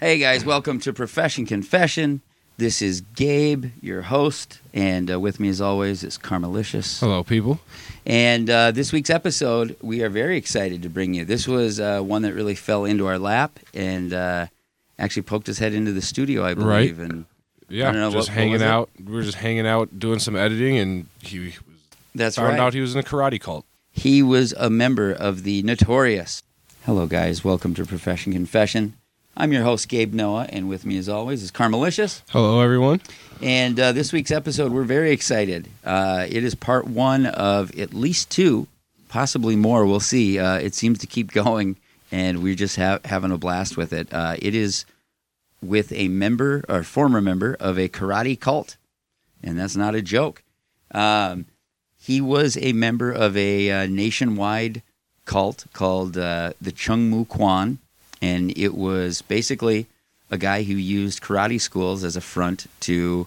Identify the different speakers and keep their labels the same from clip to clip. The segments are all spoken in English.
Speaker 1: Hey guys, welcome to Profession Confession. This is Gabe, your host, and uh, with me as always is Carmelicious.
Speaker 2: Hello, people.
Speaker 1: And uh, this week's episode, we are very excited to bring you. This was uh, one that really fell into our lap and uh, actually poked his head into the studio, I believe.
Speaker 2: Right.
Speaker 1: And
Speaker 2: Yeah,
Speaker 1: don't know,
Speaker 2: just
Speaker 1: what- what
Speaker 2: hanging
Speaker 1: was it?
Speaker 2: out. We were just hanging out, doing some editing, and he was
Speaker 1: that's
Speaker 2: found
Speaker 1: right.
Speaker 2: out he was in a karate cult.
Speaker 1: He was a member of the Notorious. Hello, guys. Welcome to Profession Confession. I'm your host, Gabe Noah, and with me, as always, is Carmelicious.
Speaker 2: Hello, everyone.
Speaker 1: And uh, this week's episode, we're very excited. Uh, it is part one of at least two, possibly more. We'll see. Uh, it seems to keep going, and we're just ha- having a blast with it. Uh, it is with a member or former member of a karate cult, and that's not a joke. Um, he was a member of a uh, nationwide cult called uh, the Chungmu Kwan, and it was basically a guy who used karate schools as a front to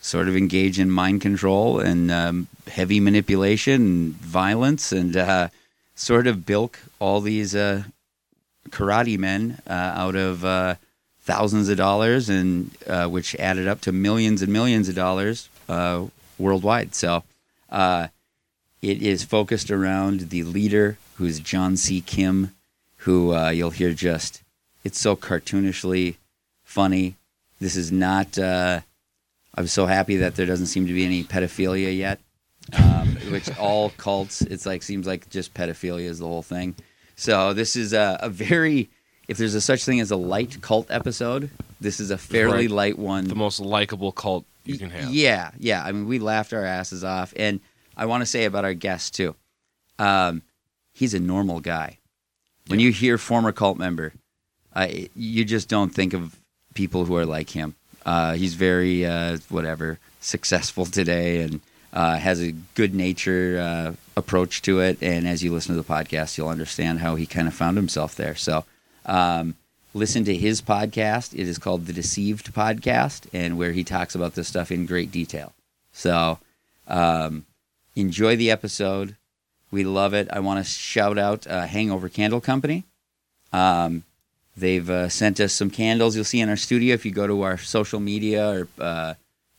Speaker 1: sort of engage in mind control and um, heavy manipulation and violence and uh, sort of bilk all these uh, karate men uh, out of uh, thousands of dollars and uh, which added up to millions and millions of dollars uh, worldwide so uh, it is focused around the leader who's john c kim who uh, you'll hear just it's so cartoonishly funny this is not uh, i'm so happy that there doesn't seem to be any pedophilia yet um, which all cults it's like seems like just pedophilia is the whole thing so this is a, a very if there's a such thing as a light cult episode this is a fairly
Speaker 2: Right.
Speaker 1: light one
Speaker 2: The most likable cult you can have.
Speaker 1: yeah, yeah. I mean, we laughed our asses off, and I want to say about our guest too. Um, he's a normal guy. When you hear former cult member, uh, you just don't think of people who are like him. Uh, he's very uh, whatever successful today, and uh, has a good nature uh, approach to it. And as you listen to the podcast, you'll understand how he kind of found himself there. So. Um, listen to his podcast. It is called The Deceived Podcast, and where he talks about this stuff in great detail. So um, enjoy the episode. We love it. I want to shout out uh, Hangover Candle Company. Um, they've uh, sent us some candles. You'll see in our studio if you go to our social media or uh,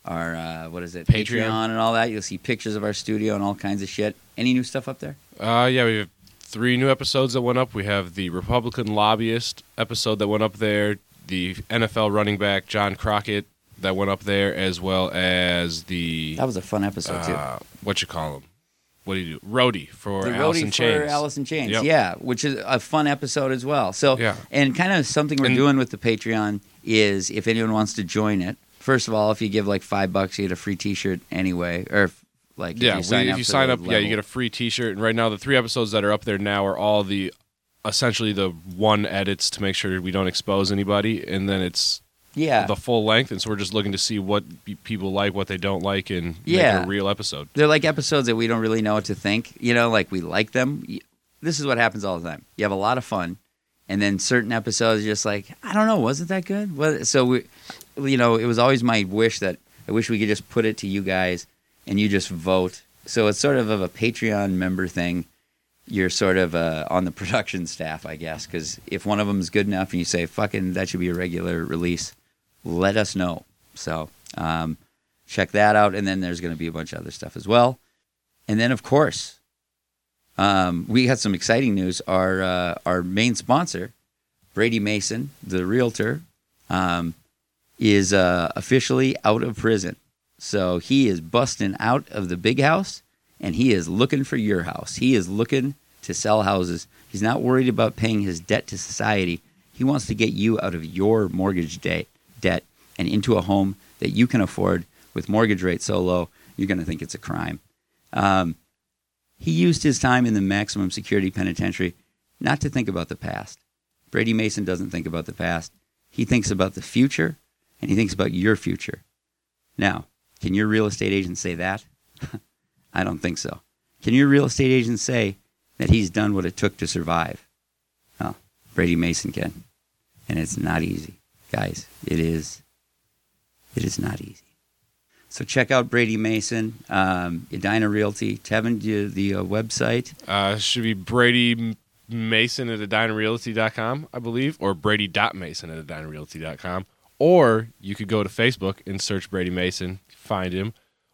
Speaker 1: our uh, what is it
Speaker 2: Patreon.
Speaker 1: and all that. You'll see pictures of our studio and all kinds of shit. Any new stuff up there?
Speaker 2: Uh, yeah, we have three new episodes that went up. We have the Republican lobbyist episode that went up there, the NFL running back John Crockett that went up there, as well as the
Speaker 1: That was a fun episode too.
Speaker 2: uh, what you call him? What do you do? Roadie for
Speaker 1: the
Speaker 2: Alice
Speaker 1: roadie
Speaker 2: in
Speaker 1: for
Speaker 2: Chains.
Speaker 1: Alice in Chains.
Speaker 2: Yep.
Speaker 1: Yeah, which is a fun episode as well. So,
Speaker 2: Yeah.
Speaker 1: and kind of something we're
Speaker 2: And-
Speaker 1: doing with the Patreon is if anyone wants to join it, first of all, if you give like five bucks, you get a free T-shirt anyway, or if, like
Speaker 2: yeah,
Speaker 1: if you
Speaker 2: we-
Speaker 1: sign
Speaker 2: if
Speaker 1: up,
Speaker 2: you
Speaker 1: for
Speaker 2: sign
Speaker 1: the
Speaker 2: up, yeah, you
Speaker 1: level.
Speaker 2: get a free T-shirt. And right now, the three episodes that are up there now are all the essentially the one edits to make sure we don't expose anybody, and then it's
Speaker 1: yeah.
Speaker 2: the full length. And so we're just looking to see what be- people like, what they don't like, and make
Speaker 1: Yeah.
Speaker 2: it a real episode.
Speaker 1: They're like episodes that we don't really know what to think. You know, like we like them. Y- This is what happens all the time. You have a lot of fun, and then certain episodes, you're just like, I don't know, wasn't that good? What? So we, you know, it was always my wish that I wish we could just put it to you guys, and you just vote. So it's sort of of a Patreon member thing. You're sort of uh, on the production staff, I guess, because if one of them is good enough and you say, "Fucking, that should be a regular release," let us know. So. Um, check that out. And then there's going to be a bunch of other stuff as well. And then, of course, um, we had some exciting news. Our uh, our main sponsor, Brady Mason, the realtor, um, is uh, officially out of prison. So he is busting out of the big house, and he is looking for your house. He is looking to sell houses. He's not worried about paying his debt to society. He wants to get you out of your mortgage debt, debt, and into a home that you can afford with mortgage rates so low. You're going to think it's a crime. Um, he used his time in the maximum security penitentiary not to think about the past. Brady Mason doesn't think about the past. He thinks about the future and he thinks about your future. Now, can your real estate agent say that? I don't think so. Can your real estate agent say that he's done what it took to survive? Oh, Brady Mason can. And it's not easy. Guys, it is it is not easy. So check out Brady Mason, um, Edina Realty. Tevin, do you- the uh, website.
Speaker 2: Uh, should be Brady Mason at AdinaRealty.com, I believe, or Brady.Mason at AdinaRealty.com. Or you could go to Facebook and search Brady Mason, find him.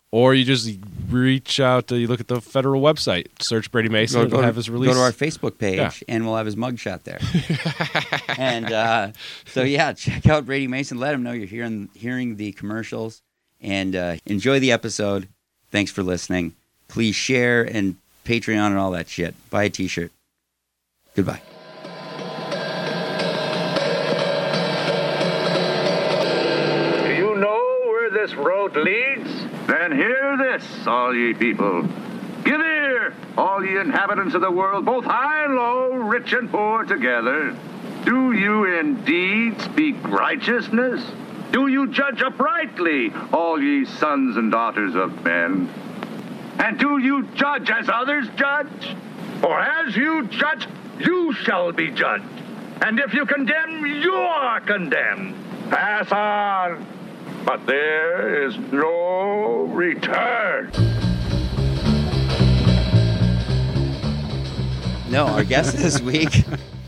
Speaker 2: Or you just reach out to you look at the federal website, search Brady Mason, and
Speaker 1: to-
Speaker 2: have his release.
Speaker 1: Go to our Facebook page,
Speaker 2: Yeah.
Speaker 1: and we'll have his mugshot there. and uh, so, yeah, check out Brady Mason. Let him know you're hearing hearing the commercials, and uh, enjoy the episode. Thanks for listening. Please share and Patreon and all that shit. Buy a T-shirt. Goodbye.
Speaker 3: Do you know where this road leads? Then hear this, all ye people. Give ear, all ye inhabitants of the world, both high and low, rich and poor together. Do you indeed speak righteousness? Do you judge uprightly, all ye sons and daughters of men? And do you judge as others judge? For as you judge, you shall be judged. And if you condemn, you are condemned. Pass on. But there is no return.
Speaker 1: No, our guest this week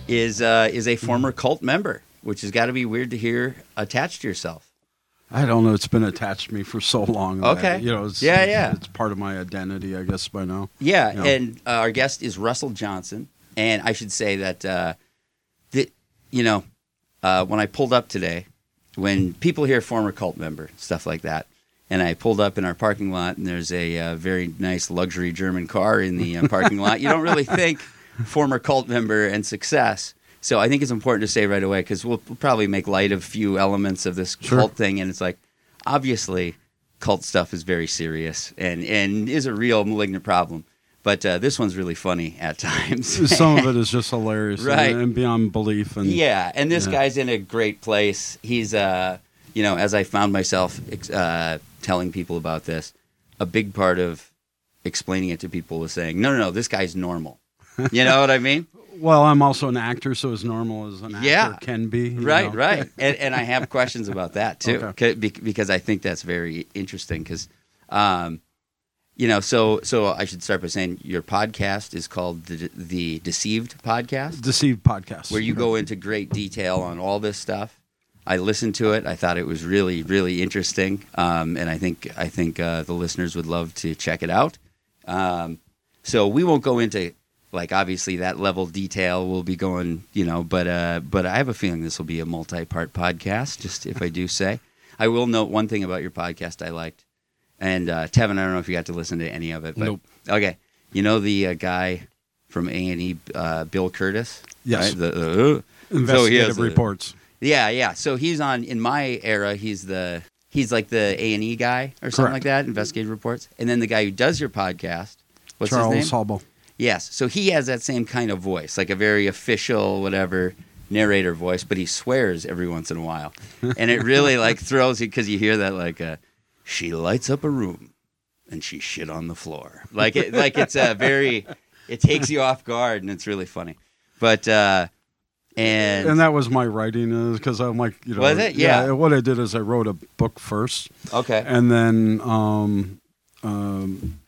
Speaker 1: is uh, is a former cult member, which has got to be weird to hear attached to yourself.
Speaker 4: I don't know. It's been attached to me for so long. that,
Speaker 1: Okay.
Speaker 4: you know, it's,
Speaker 1: Yeah,
Speaker 4: it's-
Speaker 1: yeah.
Speaker 4: It's part of my identity, I guess, by now.
Speaker 1: Yeah,
Speaker 4: Yeah.
Speaker 1: and uh, our guest is Russell Johnson, and I should say that uh, that you know uh, when I pulled up today, when people hear former cult member stuff like that, and I pulled up in our parking lot, and there's a uh, very nice luxury German car in the uh, parking lot. You don't really think former cult member and success. So I think it's important to say right away because we'll, we'll probably make light of few elements of this cult thing, and it's like obviously cult stuff is very serious and and is a real malignant problem. But uh, this one's really funny at times.
Speaker 4: Some of it is just hilarious and-
Speaker 1: Right.
Speaker 4: and, beyond belief. And
Speaker 1: Yeah, and this
Speaker 4: Yeah.
Speaker 1: guy's in a great place. He's, uh, you know, as I found myself ex- uh, telling people about this, a big part of explaining it to people was saying, "No, no, no, this guy's normal." You know what I mean?
Speaker 4: well, I'm also an actor, so as normal as an actor
Speaker 1: Yeah.
Speaker 4: can be. you
Speaker 1: right,
Speaker 4: know.
Speaker 1: right. And, and I have questions about that too,
Speaker 4: Okay.
Speaker 1: 'Cause- be- because I think that's very interesting. Because, um, you know, so so I should start by saying your podcast is called the the Deceived Podcast.
Speaker 4: Deceived podcast.
Speaker 1: where you go into great detail on all this stuff. I listened to it. I thought it was really, really interesting, um, and I think I think uh, the listeners would love to check it out. Um, so we won't go into like obviously that level detail. We'll be going, you know, but uh, but I have a feeling this will be a multi-part podcast. Just if I do say, I will note one thing about your podcast I liked, and uh, Tevin, I don't know if you got to listen to any of it. But,
Speaker 2: Nope.
Speaker 1: Okay, you know the uh, guy from A and E, uh, Bill Curtis.
Speaker 4: Yes.
Speaker 1: Right? The- the- uh, so he
Speaker 4: Investigative
Speaker 1: has a-
Speaker 4: reports.
Speaker 1: yeah, yeah. So he's on in my era. He's the he's like the A and E guy or something
Speaker 4: Correct.
Speaker 1: like that. Investigative reports, and then the guy who does your podcast. What's
Speaker 4: Charles
Speaker 1: his name?
Speaker 4: Hubble.
Speaker 1: Yes. So he has that same kind of voice, like a very official, whatever narrator voice, but he swears every once in a while, and it really like throws you because you hear that like uh, she lights up a room and she shit on the floor. Like it, like it's a very it takes you off guard and it's really funny, but. uh and,
Speaker 4: And that was my writing, because I'm like, you know,
Speaker 1: Was it? Yeah.
Speaker 4: What I did is I wrote a book first,
Speaker 1: okay,
Speaker 4: and then um, um,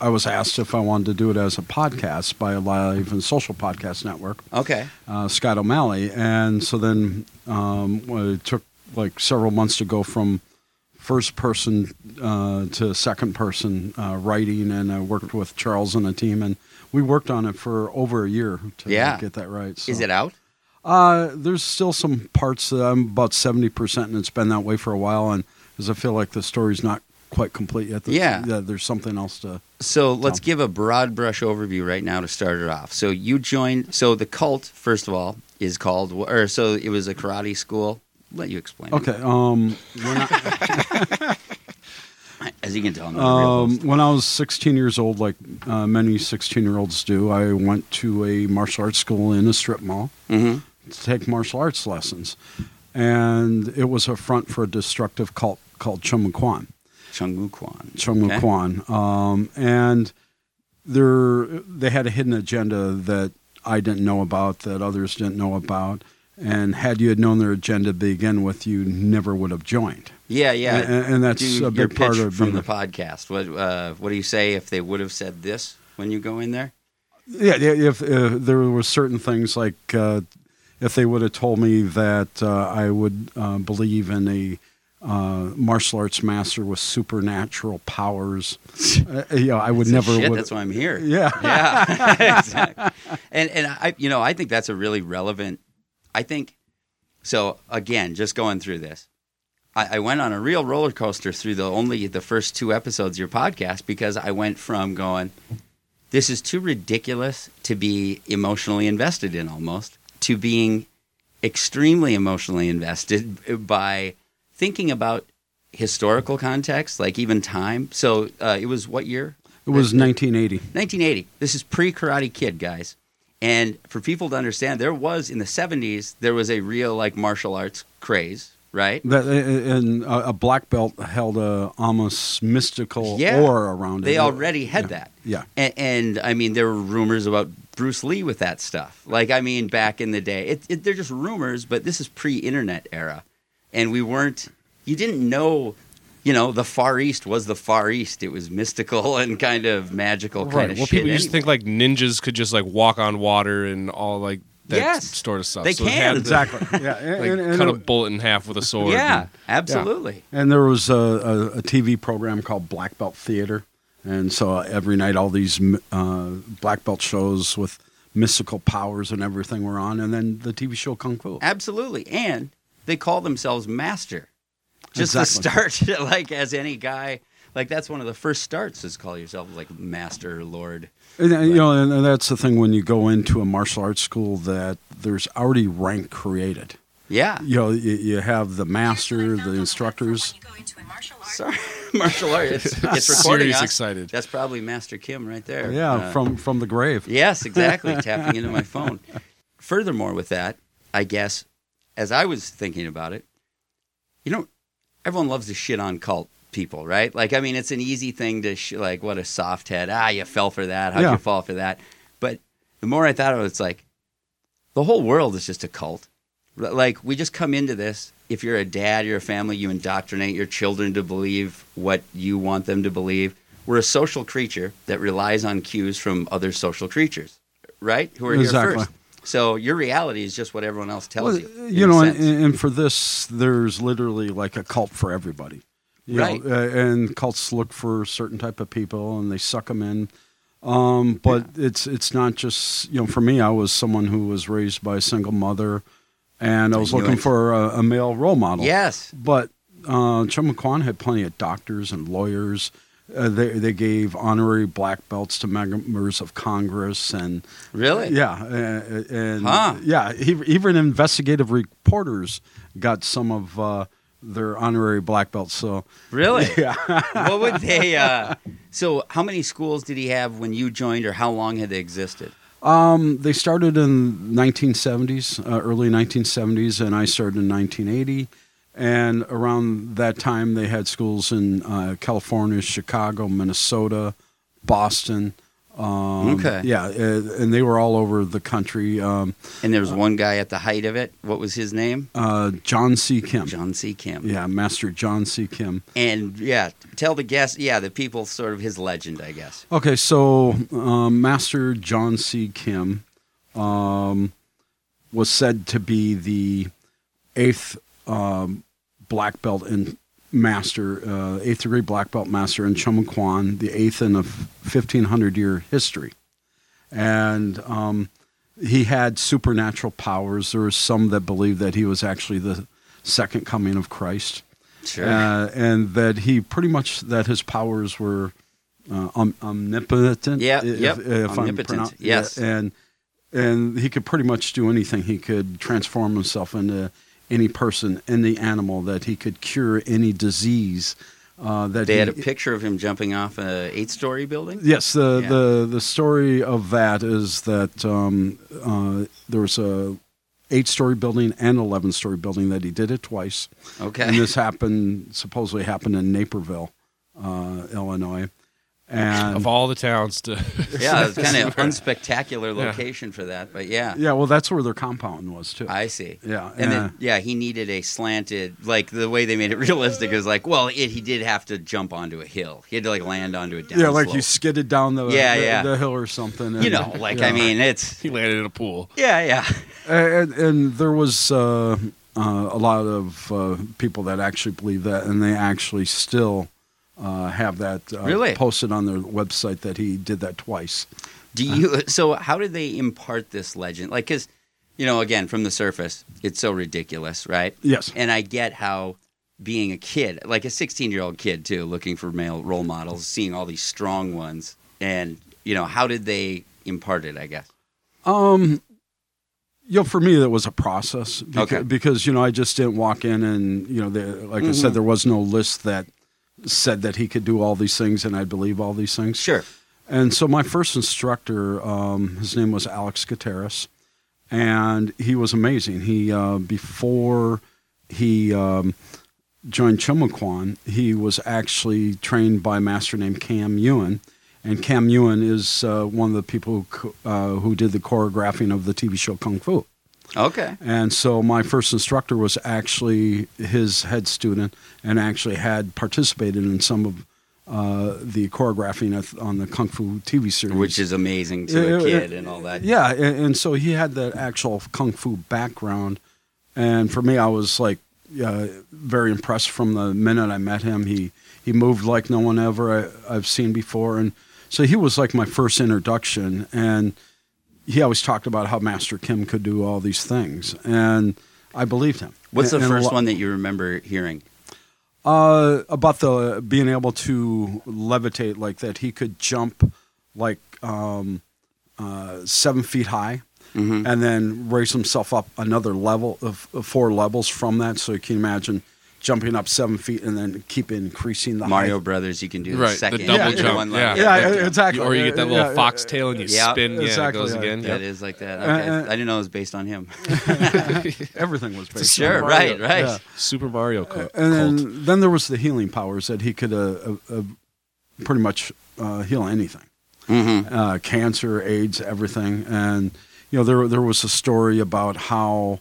Speaker 4: I was asked if I wanted to do it as a podcast by a live and social podcast network.
Speaker 1: okay,
Speaker 4: uh, Scott O'Malley, and so then um, well, it took like several months to go from first person uh, to second person uh, writing, and I worked with Charles and a team, and we worked on it for over a year to
Speaker 1: Yeah.
Speaker 4: get that right. So.
Speaker 1: is it out?
Speaker 4: Uh, there's still some parts that I'm about seventy percent, and it's been that way for a while, and because I feel like the story's not quite complete yet. There's-
Speaker 1: Yeah.
Speaker 4: there's something else to.
Speaker 1: So let's give a broad brush overview right now to start it off. So you joined. So the cult, first of all, is called, or so it was a karate school. Let you explain. it.
Speaker 4: Okay. Um, we're not.
Speaker 1: As you can tell, I'm not a real
Speaker 4: Um,
Speaker 1: host.
Speaker 4: when I was 16 years old, like uh, many 16 year olds do, I went to a martial arts school in a strip mall
Speaker 1: Mhm.
Speaker 4: to take martial arts lessons. And it was a front for a destructive cult called Chum Kwan.
Speaker 1: Chung Wu Kwan.
Speaker 4: Chung
Speaker 1: Okay.
Speaker 4: Kwan. Um, and there, they had a hidden agenda that I didn't know about, that others didn't know about. And had you had known their agenda to begin with, you never would have joined.
Speaker 1: Yeah, yeah.
Speaker 4: And- and that's
Speaker 1: Do
Speaker 4: a
Speaker 1: your
Speaker 4: big part
Speaker 1: pitch
Speaker 4: of
Speaker 1: from
Speaker 4: being
Speaker 1: the
Speaker 4: a-
Speaker 1: podcast. What uh, What do you say if they would have said this when you go in there?
Speaker 4: Yeah, yeah, if uh, there were certain things like uh, if they would have told me that uh, I would uh, believe in a uh, martial arts master with supernatural powers, uh, you know, I would
Speaker 1: It's like,
Speaker 4: never.
Speaker 1: Shit,
Speaker 4: would,
Speaker 1: that's why I'm here.
Speaker 4: yeah,
Speaker 1: yeah, exactly. And and I, you know, I think that's a really relevant. I think so. Again, just going through this, I, I went on a real roller coaster through the only the first two episodes of your podcast because I went from going, this is too ridiculous to be emotionally invested in, almost to being extremely emotionally invested by thinking about historical context, like even time. So uh, it was what year?
Speaker 4: it was 1980.
Speaker 1: 1980. This is pre Karate Kid, guys. And for people to understand, there was in the 70s, there was a real like martial arts craze, right?
Speaker 2: Mm-hmm.
Speaker 4: That and a a black belt held a almost mystical
Speaker 1: Yeah.
Speaker 4: aura around it.
Speaker 1: They already had that.
Speaker 4: yeah.
Speaker 1: And, and I mean, there were rumors about Bruce Lee with that stuff. Like, I mean, back in the day, it, it, they're just rumors, but this is pre internet era. And we weren't, you didn't know, you know, the Far East was the Far East. It was mystical and kind of magical kind of
Speaker 2: Well,
Speaker 1: shit.
Speaker 2: people used to
Speaker 1: anyway.
Speaker 2: think like ninjas could just like walk on water and all like that
Speaker 1: Yes.
Speaker 2: sort of stuff.
Speaker 1: They
Speaker 2: it
Speaker 1: can,
Speaker 2: had to,
Speaker 4: exactly. Yeah, and,
Speaker 2: Like
Speaker 4: and- and
Speaker 2: cut a
Speaker 4: it-
Speaker 2: bullet in half with a sword.
Speaker 1: Yeah,
Speaker 2: and-
Speaker 1: absolutely.
Speaker 4: And there was a, a, a TV program called Black Belt Theater, and so every night all these m- uh, black belt shows with mystical powers and everything were on, and then the TV show Kung Fu.
Speaker 1: Absolutely. And they call themselves master. Just
Speaker 4: Exactly.
Speaker 1: to start, like, as any guy, like, that's one of the first starts is call yourself, like, master, lord.
Speaker 4: And, and, you know, and, and that's the thing when you go into a martial arts school that there's already rank created.
Speaker 1: Yeah.
Speaker 4: You know, you, you have the master, the instructors.
Speaker 1: Sorry. Martial art. It's, it's recording
Speaker 2: Serious
Speaker 1: us.
Speaker 2: excited.
Speaker 1: That's probably Master Kim right there.
Speaker 4: Yeah,
Speaker 1: Uh,
Speaker 4: from from the grave.
Speaker 1: Yes, exactly. tapping into my phone. Furthermore, with that, I guess as I was thinking about it, you know, everyone loves to shit on cult people, right? Like, I mean, it's an easy thing to sh- like, what a soft head. Ah, you fell for that. How'd
Speaker 4: Yeah.
Speaker 1: you fall for that? But the more I thought of it, it's like the whole world is just a cult. L- Like, we just come into this. If you're a dad, you're a family, you indoctrinate your children to believe what you want them to believe. We're a social creature that relies on cues from other social creatures, right? Who are
Speaker 4: Exactly.
Speaker 1: here first. So your reality is just what everyone else tells
Speaker 4: Well, uh,
Speaker 1: you. in
Speaker 4: you
Speaker 1: a
Speaker 4: know, and,
Speaker 1: sense.
Speaker 4: and for this, there's literally like a cult for everybody. You know,
Speaker 1: Right.
Speaker 4: uh, and cults look for certain type of people and they suck them in. Um, but it's it's not just you know. For me, I was someone who was raised by a single mother, and I was
Speaker 1: knew
Speaker 4: looking
Speaker 1: it.
Speaker 4: for a, a male role model.
Speaker 1: yes.
Speaker 4: But uh, Chum Kwan had plenty of doctors and lawyers. Uh, they they gave honorary black belts to members of Congress and
Speaker 1: Really?
Speaker 4: yeah, and, and
Speaker 1: Huh.
Speaker 4: yeah, ev- even investigative reporters got some of uh, their honorary black belts. So
Speaker 1: Really? Yeah. what would they? Uh, so, how many schools did he have when you joined, or how long had they existed?
Speaker 4: um, they started in 1970s, uh, early 1970s, and I started in 1980. And around that time, they had schools in uh, California, Chicago, Minnesota, Boston. Um,
Speaker 1: Okay.
Speaker 4: Yeah, uh, and they were all over the country. Um,
Speaker 1: And there was one guy at the height of it. What was his name?
Speaker 4: uh, John C. Kim.
Speaker 1: John C. Kim.
Speaker 4: Yeah, Master John C. Kim.
Speaker 1: And yeah, tell the guests. Yeah, the people sort of his legend, I guess.
Speaker 4: Okay, so um, Master John C. Kim um, was said to be the eighth um, black belt and master, uh, eighth degree black belt master in Chumaquan, the eighth in a fifteen hundred year history, and um, he had supernatural powers. There were some that believed that he was actually the second coming of Christ
Speaker 1: Sure.
Speaker 4: uh, and that he pretty much that his powers were uh, om- omnipotent.
Speaker 1: Yeah,
Speaker 4: if-
Speaker 1: yep,
Speaker 4: if I'm
Speaker 1: omnipotent,
Speaker 4: pronoun-
Speaker 1: yes.
Speaker 4: yeah, and and he could pretty much do anything. He could transform himself into any person, any animal. That he could cure any disease. Uh, that
Speaker 1: they
Speaker 4: he,
Speaker 1: had a picture of him jumping off a eight-story building.
Speaker 4: Yes, the,
Speaker 1: Yeah.
Speaker 4: the the story of that is that um, uh, there was a eight story building and eleven story building that he did it twice.
Speaker 1: Okay.
Speaker 4: And this happened supposedly happened in Naperville, uh, Illinois, And
Speaker 2: of all the towns to
Speaker 1: Yeah, it's kind of unspectacular location for that, but yeah,
Speaker 4: yeah, well, that's where their compound was too.
Speaker 1: I see.
Speaker 4: Yeah,
Speaker 1: and
Speaker 4: uh,
Speaker 1: then yeah, he needed a slanted like the way they made it realistic is like, well, it, he did have to jump onto a hill. He had to like land onto a down.
Speaker 4: yeah, like
Speaker 1: slope.
Speaker 4: you skidded down the
Speaker 1: Yeah,
Speaker 4: the,
Speaker 1: yeah.
Speaker 4: the hill or something.
Speaker 1: you
Speaker 4: and-
Speaker 1: know, like
Speaker 4: yeah.
Speaker 1: I mean, it's
Speaker 2: he landed in a pool.
Speaker 1: yeah, yeah,
Speaker 4: and, and there was uh, uh, a lot of uh, people that actually believe that, and they actually still uh, have that uh,
Speaker 1: Really?
Speaker 4: posted on their website that he did that twice.
Speaker 1: Do you? So, how did they impart this legend? Like, because, you know, again, from the surface, it's so ridiculous, right?
Speaker 4: Yes,
Speaker 1: And I get how being a kid, like a 16 year old kid, too, looking for male role models, seeing all these strong ones, and, you know, how did they impart it, I guess?
Speaker 4: Um, you know, for me, that was a process beca-
Speaker 1: Okay.
Speaker 4: because you know I just didn't walk in and you know, the, like I
Speaker 1: Mm-hmm.
Speaker 4: said, there was no list that said that he could do all these things and I believe all these things.
Speaker 1: Sure.
Speaker 4: And so my first instructor, um, his name was Alex Gutierrez, and he was amazing. He uh, before he um, joined Chumaquan, he was actually trained by a master named Cam Ewan. And Cam Ewan is uh, one of the people who, co- uh, who did the choreographing of the TV show Kung Fu.
Speaker 1: Okay.
Speaker 4: And so my first instructor was actually his head student and actually had participated in some of uh, the choreographing of- on the Kung Fu TV series.
Speaker 1: Which is amazing to a
Speaker 4: Yeah, yeah,
Speaker 1: kid and all that.
Speaker 4: Uh, Yeah. And, and so he had that actual Kung Fu background. And for me, I was like uh, very impressed from the minute I met him. He, he moved like no one ever I, I've seen before. And so he was like my first introduction. And he always talked about how Master Kim could do all these things, and I believed him.
Speaker 1: What's the
Speaker 4: And- and a
Speaker 1: first
Speaker 4: lo-
Speaker 1: one that you remember hearing?
Speaker 4: Uh, about the being able to levitate like that. He could jump like um, uh, seven feet high. And then raise himself up another level of of four levels from that. So you can imagine jumping up seven feet and then keep increasing the
Speaker 1: Mario
Speaker 4: height.
Speaker 1: Brothers, you can do the
Speaker 2: Right, the
Speaker 1: second
Speaker 2: double
Speaker 1: you can do
Speaker 2: jump,
Speaker 1: one
Speaker 2: yeah.
Speaker 1: level.
Speaker 4: Yeah,
Speaker 1: double jump.
Speaker 4: exactly.
Speaker 2: or you get that little
Speaker 4: Yeah,
Speaker 2: foxtail and you
Speaker 1: Yeah,
Speaker 2: spin. Yeah,
Speaker 4: exactly,
Speaker 2: it goes
Speaker 4: yeah.
Speaker 2: again.
Speaker 1: That
Speaker 2: Yep.
Speaker 1: is like that. Okay.
Speaker 4: uh,
Speaker 1: I didn't know it was based on him.
Speaker 4: Everything was based
Speaker 1: Sure,
Speaker 4: on Mario.
Speaker 1: right, right.
Speaker 4: Yeah. Uh,
Speaker 2: Super Mario Co-
Speaker 4: and
Speaker 2: Cult.
Speaker 4: then, then there was the healing powers that he could uh, uh, uh, pretty much uh, heal anything uh, cancer aids everything and you know there there was a story about how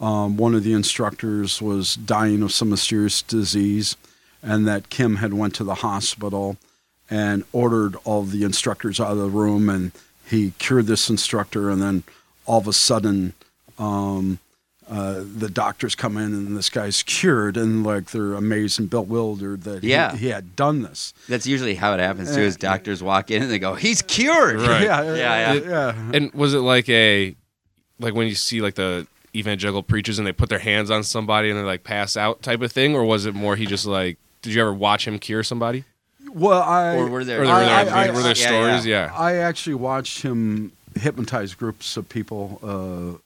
Speaker 4: um, one of the instructors was dying of some mysterious disease and that kim had went to the hospital and ordered all the instructors out of the room and he cured this instructor and then all of a sudden uh, the doctors come in and this guy's cured and like they're amazed and bewildered that he-
Speaker 1: Yeah.
Speaker 4: he, had done this.
Speaker 1: That's usually how it happens too. Is doctors walk in and they go, "He's cured."
Speaker 2: Right.
Speaker 4: Yeah,
Speaker 1: Yeah,
Speaker 4: yeah,
Speaker 1: yeah.
Speaker 4: yeah.
Speaker 2: And was it like a like when you see like the evangelical preachers and they put their hands on somebody and they like pass out type of thing, or was it more he just like? Did you ever watch him cure somebody?
Speaker 4: Well, I
Speaker 1: Or were there?
Speaker 2: Or there,
Speaker 4: I-
Speaker 2: were, there,
Speaker 4: I-
Speaker 2: were there
Speaker 1: yeah,
Speaker 2: stories?
Speaker 1: yeah.
Speaker 2: Yeah.
Speaker 4: I actually watched him hypnotize groups of people uh,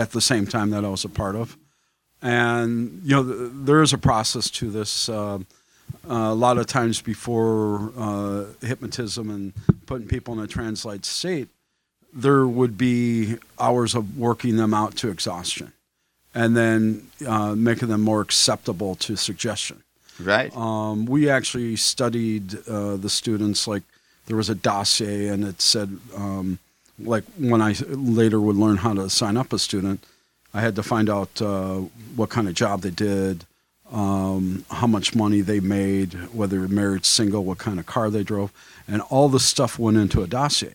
Speaker 4: at the same time that I was a part of, and you know th- there is a process to this. Um a lot of times before uh, hypnotism and putting people in a translate state, there would be hours of working them out to exhaustion, and then uh, making them more acceptable to suggestion.
Speaker 1: Right.
Speaker 4: Um, we actually studied uh, the students. Like there was a dossier, and it said, um, like when I later would learn how to sign up a student, I had to find out uh, what kind of job they did, um, how much money they made, whether married, single, what kind of car they drove, and all the stuff went into a dossier.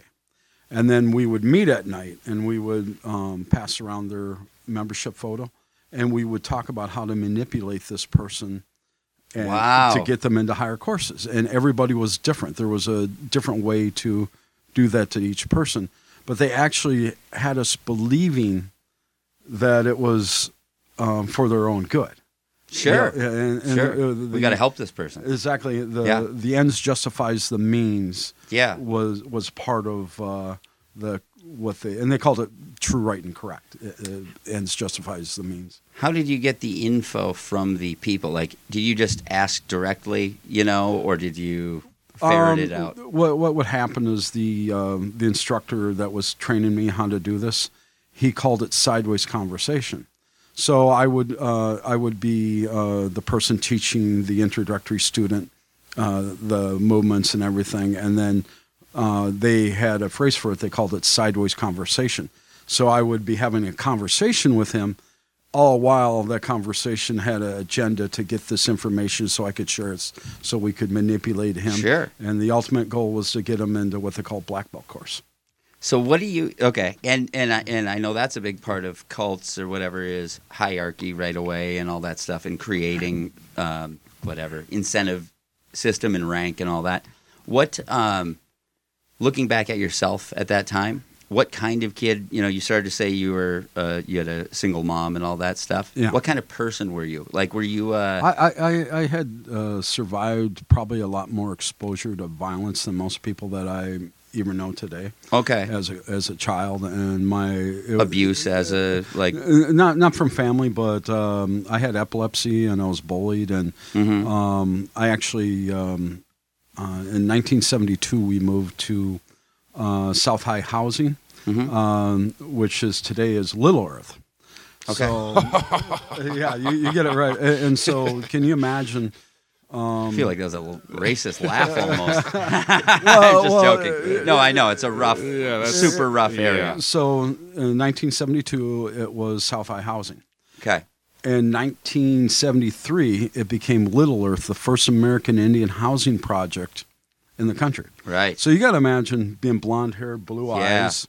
Speaker 4: And then we would meet at night, and we would um, pass around their membership photo, and we would talk about how to manipulate this person and
Speaker 1: Wow.
Speaker 4: to get them into higher courses. And everybody was different. There was a different way to do that to each person. But they actually had us believing that it was um, for their own good.
Speaker 1: sure.
Speaker 4: Yeah, and- and,
Speaker 1: sure.
Speaker 4: uh, the-
Speaker 1: we got to help this person.
Speaker 4: Exactly. The
Speaker 1: Yeah.
Speaker 4: the ends justifies the means
Speaker 1: Yeah.
Speaker 4: was was part of uh, the what they and they called it true right and correct. Uh, uh, ends justifies the means.
Speaker 1: How did you get the info from the people? Like, did you just ask directly, you know, or did you ferret
Speaker 4: Um,
Speaker 1: it out?
Speaker 4: What what would happen is the um, the instructor that was training me how to do this, he called it sideways conversation. So I would uh, I would be uh, the person teaching the introductory student uh, the movements and everything. And then uh, they had a phrase for it. They called it sideways conversation. So I would be having a conversation with him, all while that conversation had an agenda to get this information so I could share it, so we could manipulate him.
Speaker 1: Sure.
Speaker 4: And the ultimate goal was to get him into what they call black belt course.
Speaker 1: So what do you okay? And and I and I know that's a big part of cults or whatever is hierarchy right away and all that stuff and creating um, whatever incentive system and rank and all that. What um, looking back at yourself at that time, what kind of kid you know? You started to say you were uh, you had a single mom and all that stuff.
Speaker 4: Yeah.
Speaker 1: What kind of person were you? Like were you? Uh,
Speaker 4: I, I, I, I had uh, survived probably a lot more exposure to violence than most people that I even know today
Speaker 1: okay.
Speaker 4: as a, as a child, and my it,
Speaker 1: Abuse as a like.
Speaker 4: Uh, Not not from family, but um, I had epilepsy and I was bullied, and
Speaker 1: mhm.
Speaker 4: um, I actually um, uh, in 1972 we moved to uh, South High housing,
Speaker 1: Mhm.
Speaker 4: um, which is today is Little Earth.
Speaker 1: Okay.
Speaker 4: So, yeah, you, you get it right. A- And so, can you imagine?
Speaker 1: I feel like that was a little racist laugh almost.
Speaker 4: Well,
Speaker 1: I'm just
Speaker 4: well, uh,
Speaker 1: joking. No, I know it's a rough,
Speaker 2: Yeah, that's-
Speaker 1: super rough
Speaker 2: Yeah.
Speaker 1: area.
Speaker 4: So, in 1972, it was South High housing.
Speaker 1: Okay.
Speaker 4: In 1973, it became Little Earth, the first American Indian housing project in the country.
Speaker 1: Right.
Speaker 4: So you got to imagine being blonde hair, blue
Speaker 1: Yeah.
Speaker 4: eyes,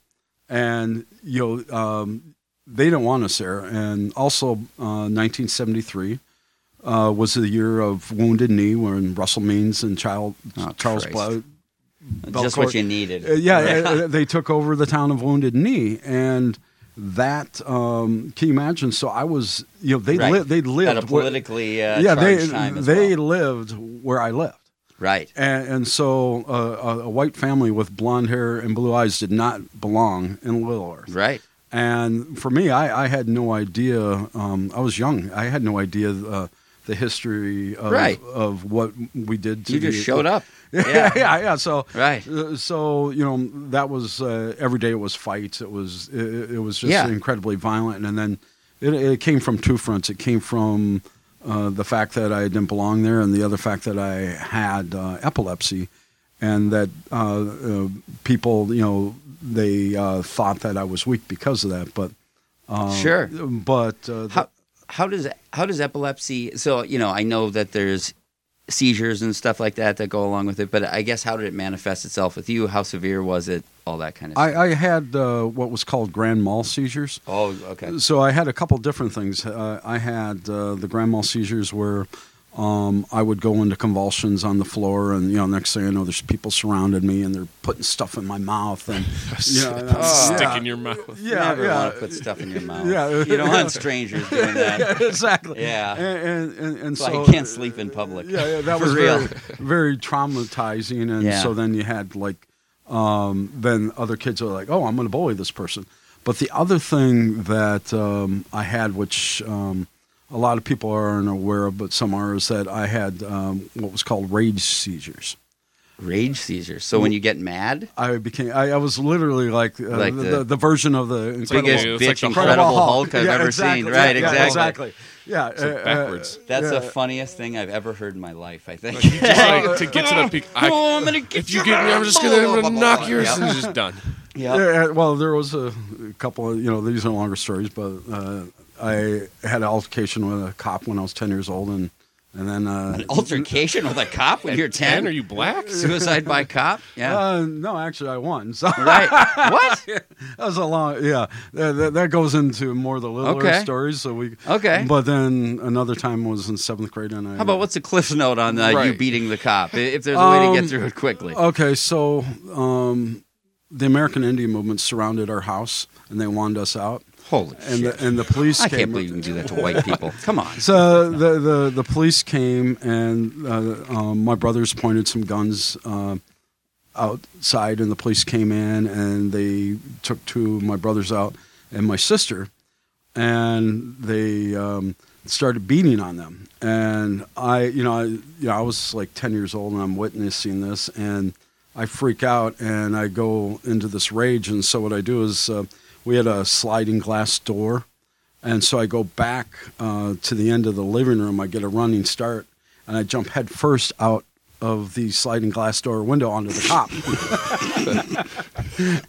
Speaker 4: and you know um, they didn't want us there. And also, uh, 1973 uh, was the year of Wounded Knee, when Russell Means and Child,
Speaker 1: Oh,
Speaker 4: Charles Blount.
Speaker 1: Christ. Just what
Speaker 4: Belcourt-
Speaker 1: you needed.
Speaker 4: Uh, yeah, uh, they took over the town of Wounded Knee, and that um, can you imagine? So I was, you know, they
Speaker 1: Right.
Speaker 4: li- they lived
Speaker 1: At a
Speaker 4: where-
Speaker 1: politically uh,
Speaker 4: yeah,
Speaker 1: charged
Speaker 4: they
Speaker 1: time as
Speaker 4: they
Speaker 1: well.
Speaker 4: lived where I lived.
Speaker 1: Right.
Speaker 4: And, and so uh, a, a white family with blonde hair and blue eyes did not belong in Little Earth.
Speaker 1: Right.
Speaker 4: And for me, I, I had no idea. Um, I was young. I had no idea uh, the history of,
Speaker 1: Right.
Speaker 4: of what we did. To
Speaker 1: You just
Speaker 4: the-
Speaker 1: showed up.
Speaker 4: yeah,
Speaker 1: Yeah.
Speaker 4: yeah, yeah. So
Speaker 1: Right.
Speaker 4: uh, so you know that was uh, every day. It was fights. It was it, it was just
Speaker 1: Yeah.
Speaker 4: incredibly violent. And then it, it came from two fronts. It came from uh, the fact that I didn't belong there, and the other fact that I had uh, epilepsy, and that uh, uh, people you know they uh, thought that I was weak because of that. But
Speaker 1: Sure.
Speaker 4: but uh, the-
Speaker 1: How how does how does epilepsy? So you know, I know that there's seizures and stuff like that that go along with it, but I guess how did it manifest itself with you? How severe was it? All that kind of stuff.
Speaker 4: I, I had uh, what was called grand mal seizures.
Speaker 1: oh, okay.
Speaker 4: So I had a couple different things. Uh, I had uh, the grand mal seizures where um, I would go into convulsions on the floor, and you know, next thing I know, there's people surrounded me, and they're putting stuff in my mouth, and yeah,
Speaker 1: Uh,
Speaker 2: Stick
Speaker 4: yeah,
Speaker 2: in your mouth.
Speaker 1: You
Speaker 4: yeah,
Speaker 1: never
Speaker 4: yeah,
Speaker 1: want to put stuff in your mouth.
Speaker 4: Yeah.
Speaker 1: You don't want strangers doing that.
Speaker 4: exactly,
Speaker 1: Yeah.
Speaker 4: and and, and, and
Speaker 1: So
Speaker 4: so
Speaker 1: I can't sleep in public.
Speaker 4: Yeah, yeah that
Speaker 1: For
Speaker 4: was
Speaker 1: real.
Speaker 4: Very, very traumatizing, and
Speaker 1: Yeah.
Speaker 4: so then you had like, um, then other kids are like, "Oh, I'm going to bully this person." But the other thing that um, I had, which um, a lot of people aren't aware of, but some are, is that I had um, what was called rage seizures.
Speaker 1: Rage seizures. So when you get mad,
Speaker 4: I became, I, I was literally like, uh,
Speaker 1: Like
Speaker 4: the,
Speaker 1: the-
Speaker 4: the, version of the Incredible,
Speaker 1: biggest
Speaker 2: It's
Speaker 1: bitch
Speaker 2: like the
Speaker 1: Incredible
Speaker 2: Incredible
Speaker 1: Hulk, I've
Speaker 4: Yeah,
Speaker 1: ever
Speaker 4: exactly.
Speaker 1: seen. Right,
Speaker 4: Yeah,
Speaker 1: exactly.
Speaker 4: exactly. Yeah, uh, uh,
Speaker 2: backwards.
Speaker 1: That's
Speaker 4: Yeah.
Speaker 1: the funniest thing I've ever heard in my life. I think.
Speaker 2: Just like to get to that peak. I,
Speaker 1: oh, I'm gonna get
Speaker 2: if you get me, I'm just gonna knock yours and it's just done.
Speaker 1: Yeah.
Speaker 4: Yeah, well, there was a couple of, you know, these are longer stories, but uh, I had an altercation with a cop when I was 10 years old, and, and then. Uh,
Speaker 1: Altercation with a cop when you're ten?
Speaker 2: And are you black?
Speaker 1: suicide by cop? Yeah.
Speaker 4: uh, no, actually, I won. So
Speaker 1: right. What?
Speaker 4: that was a long, yeah. That, that, that goes into more of the little
Speaker 1: Okay.
Speaker 4: stories. So we
Speaker 1: Okay.
Speaker 4: But then another time was in seventh grade, and I
Speaker 1: How about what's the cliff note on uh, you
Speaker 2: Right.
Speaker 1: beating the cop? I- If there's a way to
Speaker 4: Um,
Speaker 1: get through it quickly.
Speaker 4: Okay, so um, the American Indian movement surrounded our house, and they wanted us out,
Speaker 1: Holy
Speaker 4: and
Speaker 1: shit!
Speaker 4: the, and the police.
Speaker 1: I
Speaker 4: came
Speaker 1: can't believe you can do that to white people. Come on.
Speaker 4: So the, the, the police came and uh, um, my brothers pointed some guns uh, outside, and the police came in and they took two of my brothers out and my sister, and they um, started beating on them. And I, you know, I, you know, I was like ten years old, and I'm witnessing this, and I freak out and I go into this rage. And so what I do is uh, we had a sliding glass door. And so I go back uh, to the end of the living room. I get a running start, and I jump headfirst out of the sliding glass door window onto the cop.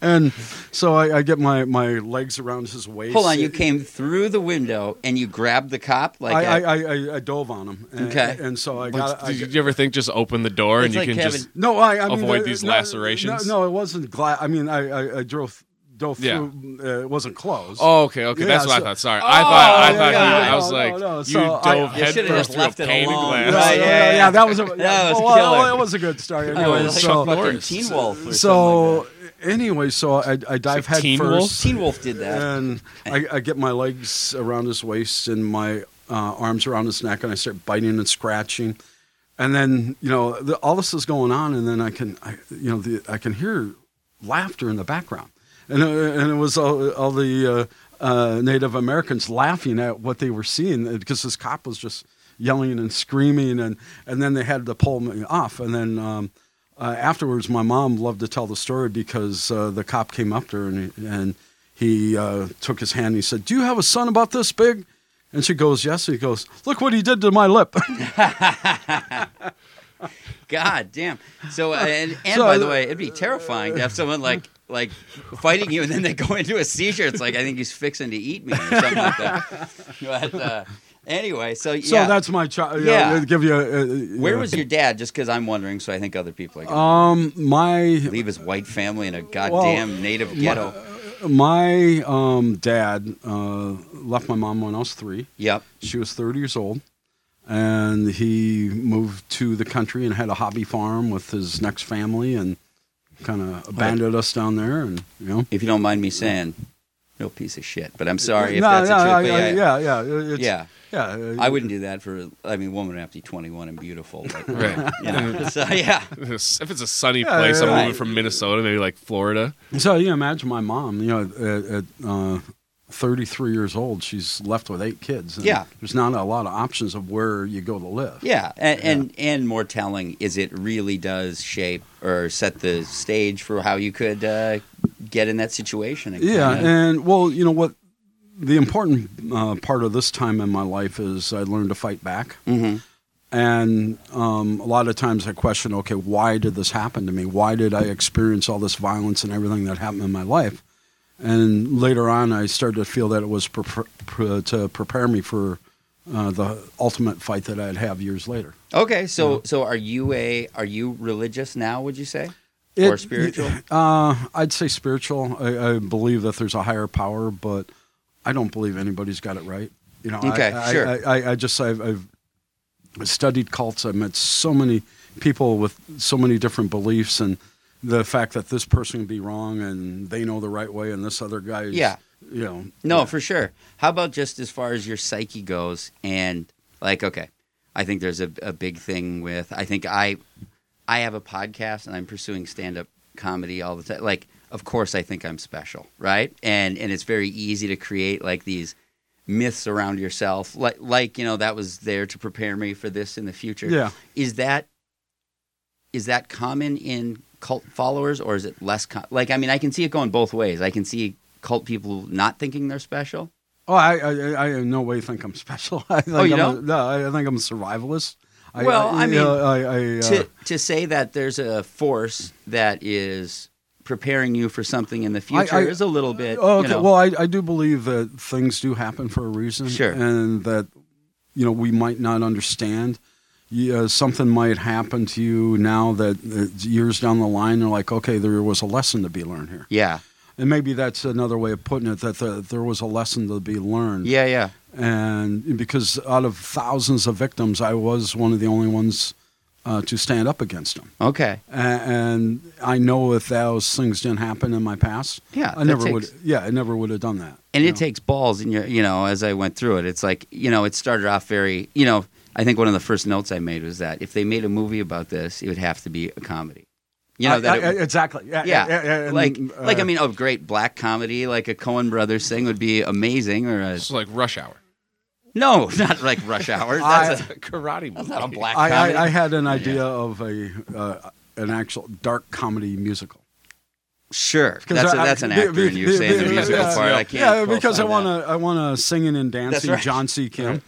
Speaker 4: and so I, I get my, my legs around his waist.
Speaker 1: Hold on, you came through the window and you grabbed the cop like
Speaker 4: I,
Speaker 1: a-
Speaker 4: I, I, I dove on him. And,
Speaker 1: Okay.
Speaker 4: And so I
Speaker 2: Like,
Speaker 4: got. I,
Speaker 2: did you ever think just open the door and
Speaker 1: It's
Speaker 2: you
Speaker 1: like
Speaker 2: can
Speaker 1: Kevin-
Speaker 2: just
Speaker 4: No, I, I mean,
Speaker 2: avoid
Speaker 4: uh,
Speaker 2: these
Speaker 4: no,
Speaker 2: lacerations?
Speaker 4: No, no, it wasn't glass. I mean, I, I, I drove, dove
Speaker 2: Yeah.
Speaker 4: through. Uh, it wasn't closed.
Speaker 2: Oh, okay, okay.
Speaker 4: Yeah,
Speaker 2: that's what
Speaker 4: so-
Speaker 2: I thought. Sorry, I thought, I
Speaker 1: Oh,
Speaker 2: thought,
Speaker 1: yeah,
Speaker 2: you, I was
Speaker 4: no,
Speaker 2: like,
Speaker 4: no, no.
Speaker 2: you
Speaker 4: So I-
Speaker 2: dove
Speaker 4: You
Speaker 2: head
Speaker 1: should've just
Speaker 2: first through a
Speaker 1: left it
Speaker 2: pane
Speaker 1: alone.
Speaker 2: of
Speaker 4: No,
Speaker 2: glass.
Speaker 1: Right,
Speaker 4: no, no,
Speaker 1: yeah, yeah.
Speaker 4: That was a
Speaker 1: That was
Speaker 4: well, that-
Speaker 1: killer.
Speaker 4: that was a good story.
Speaker 1: I
Speaker 4: Anyway,
Speaker 1: was like
Speaker 4: so,
Speaker 1: fucking
Speaker 2: Norris.
Speaker 1: Teen Wolf. Or something
Speaker 4: so
Speaker 1: like
Speaker 4: anyway, so I, I dive
Speaker 2: like
Speaker 4: head
Speaker 2: Teen
Speaker 1: that.
Speaker 4: first,
Speaker 1: Teen Wolf did that.
Speaker 4: and I, I get my legs around his waist and my uh, arms around his neck, and I start biting and scratching. And then you know the, all this is going on, and then I can I, you know the, I can hear laughter in the background, and uh, and it was all, all the uh, uh, Native Americans laughing at what they were seeing because this cop was just yelling and screaming, and and then they had to pull me off, and then. Um, uh, afterwards, my mom loved to tell the story because uh, the cop came up to her and, and he uh, took his hand and he said, Do you have a son about this big? And she goes, Yes. And he goes, Look what he did to my lip.
Speaker 1: God damn. So uh, and, and
Speaker 4: So,
Speaker 1: by
Speaker 4: uh,
Speaker 1: the way, it'd be terrifying to have someone like like fighting you and then they go into a seizure. It's like I think he's fixing to eat me or something like that. But uh, anyway, so yeah.
Speaker 4: so that's my child. Yeah.
Speaker 1: Yeah.
Speaker 4: it'd give you a, a-
Speaker 1: where
Speaker 4: yeah.
Speaker 1: was your dad? Just because I'm wondering, so I think other people are going to
Speaker 4: Um, my
Speaker 1: leave his white family in a goddamn native ghetto.
Speaker 4: my um, dad uh, left my mom when I was three.
Speaker 1: yep.
Speaker 4: She was 30 years old, and he moved to the country and had a hobby farm with his next family and kind of abandoned us down there. And you know,
Speaker 1: If you don't mind me saying, no piece of shit. But I'm sorry if
Speaker 4: Uh, No,
Speaker 1: that's
Speaker 4: no,
Speaker 1: a truth.
Speaker 4: I-
Speaker 1: but
Speaker 4: I-
Speaker 1: yeah,
Speaker 4: yeah, yeah, it's-
Speaker 1: Yeah.
Speaker 4: yeah, uh,
Speaker 1: I wouldn't do that for. I mean, a woman would have to be 21 and beautiful. But,
Speaker 2: Right.
Speaker 1: you know, so yeah.
Speaker 2: if it's a sunny
Speaker 4: Yeah,
Speaker 2: place, I'm
Speaker 4: yeah,
Speaker 2: moving
Speaker 1: right.
Speaker 2: from Minnesota, maybe like Florida.
Speaker 4: So you imagine my mom, you know, at, at uh, 33 years old, she's left with eight kids. and
Speaker 1: Yeah.
Speaker 4: There's not a lot of options of where you go to live.
Speaker 1: Yeah, and, and and more telling is it really does shape or set the stage for how you could uh, get in that situation. and
Speaker 4: Yeah,
Speaker 1: kinda-
Speaker 4: and well, you know what? The important uh, part of this time in my life is I learned to fight back.
Speaker 1: Mhm.
Speaker 4: And um, a lot of times I question, okay, why did this happen to me? Why did I experience all this violence and everything that happened in my life? And later on, I started to feel that it was pre- pre- to prepare me for uh, the ultimate fight that I'd have years later.
Speaker 1: okay, so so are you a are you religious now? Would you say or
Speaker 4: It-
Speaker 1: spiritual?
Speaker 4: Uh, I'd say spiritual. I, I believe that there's a higher power, but I don't believe anybody's got it right. You know, I-
Speaker 1: Okay,
Speaker 4: I,
Speaker 1: sure.
Speaker 4: I, I, I just I've, I've studied cults. I've met so many people with so many different beliefs, and the fact that this person can be wrong and they know the right way, and this other guy, is,
Speaker 1: Yeah.
Speaker 4: you know,
Speaker 1: No, for sure. How about just as far as your psyche goes and like okay, I think there's a, a big thing with I think I I have a podcast and I'm pursuing stand up comedy all the time. Like of course I think I'm special, right? And and it's very easy to create like these myths around yourself like like you know that was there to prepare me for this in the future.
Speaker 4: Yeah.
Speaker 1: Is that is that common in cult followers or is it less com- like I mean I can see it going both ways. I can see cult people not thinking they're special.
Speaker 4: Oh, I, I, I- I in no way think I'm special. I think
Speaker 1: Oh, you
Speaker 4: I'm
Speaker 1: don't?
Speaker 4: A, no, I I think I'm a survivalist. I,
Speaker 1: Well, I
Speaker 4: you
Speaker 1: mean,
Speaker 4: know, I, I, uh,
Speaker 1: to to say that there's a force that is preparing you for something in the future
Speaker 4: I-
Speaker 1: is a little bit
Speaker 4: Oh, okay.
Speaker 1: you know,
Speaker 4: Well, I, I do believe that things do happen for a reason.
Speaker 1: Sure.
Speaker 4: And that, you know, we might not understand. Yeah, something might happen to you now that uh, years down the line, they're like, okay, there was a lesson to be learned here.
Speaker 1: yeah
Speaker 4: And maybe that's another way of putting it that the, there was a lesson to be learned.
Speaker 1: yeah yeah
Speaker 4: And because out of thousands of victims, I was one of the only ones uh, to stand up against them.
Speaker 1: okay
Speaker 4: A- And I know if those things didn't happen in my past,
Speaker 1: Yeah,
Speaker 4: I
Speaker 1: that
Speaker 4: never
Speaker 1: takes-
Speaker 4: would. Yeah, I never would have done that.
Speaker 1: and
Speaker 4: you
Speaker 1: it
Speaker 4: know?
Speaker 1: takes balls in your you know as i went through it it's like you know it started off very you know i think one of the first notes i made was that if they made a movie about this it would have to be a comedy you know
Speaker 4: I-
Speaker 1: that
Speaker 4: I-
Speaker 1: it,
Speaker 4: exactly. Yeah,
Speaker 1: yeah,
Speaker 4: and,
Speaker 1: like,
Speaker 4: uh,
Speaker 1: like I mean, a great black comedy, like a Cohen Brothers thing, would be amazing. Or a,
Speaker 2: It's like rush hour,
Speaker 1: no, not like Rush Hour.
Speaker 4: I-
Speaker 1: That's, a,
Speaker 2: karate movie.
Speaker 1: that's not a black
Speaker 4: I,
Speaker 1: comedy.
Speaker 4: I, I had an idea of a uh, an actual dark comedy musical.
Speaker 1: Sure,
Speaker 4: Because
Speaker 1: that's, a,
Speaker 4: I-
Speaker 1: that's an
Speaker 4: be-
Speaker 1: actor,
Speaker 4: be-
Speaker 1: and you're saying the
Speaker 4: be-
Speaker 1: musical
Speaker 4: yeah,
Speaker 1: part.
Speaker 2: yeah.
Speaker 1: I can't.
Speaker 4: Yeah, because I
Speaker 1: co-sign
Speaker 4: want to. I want to singing and dancing.
Speaker 1: right.
Speaker 4: John C. Kim.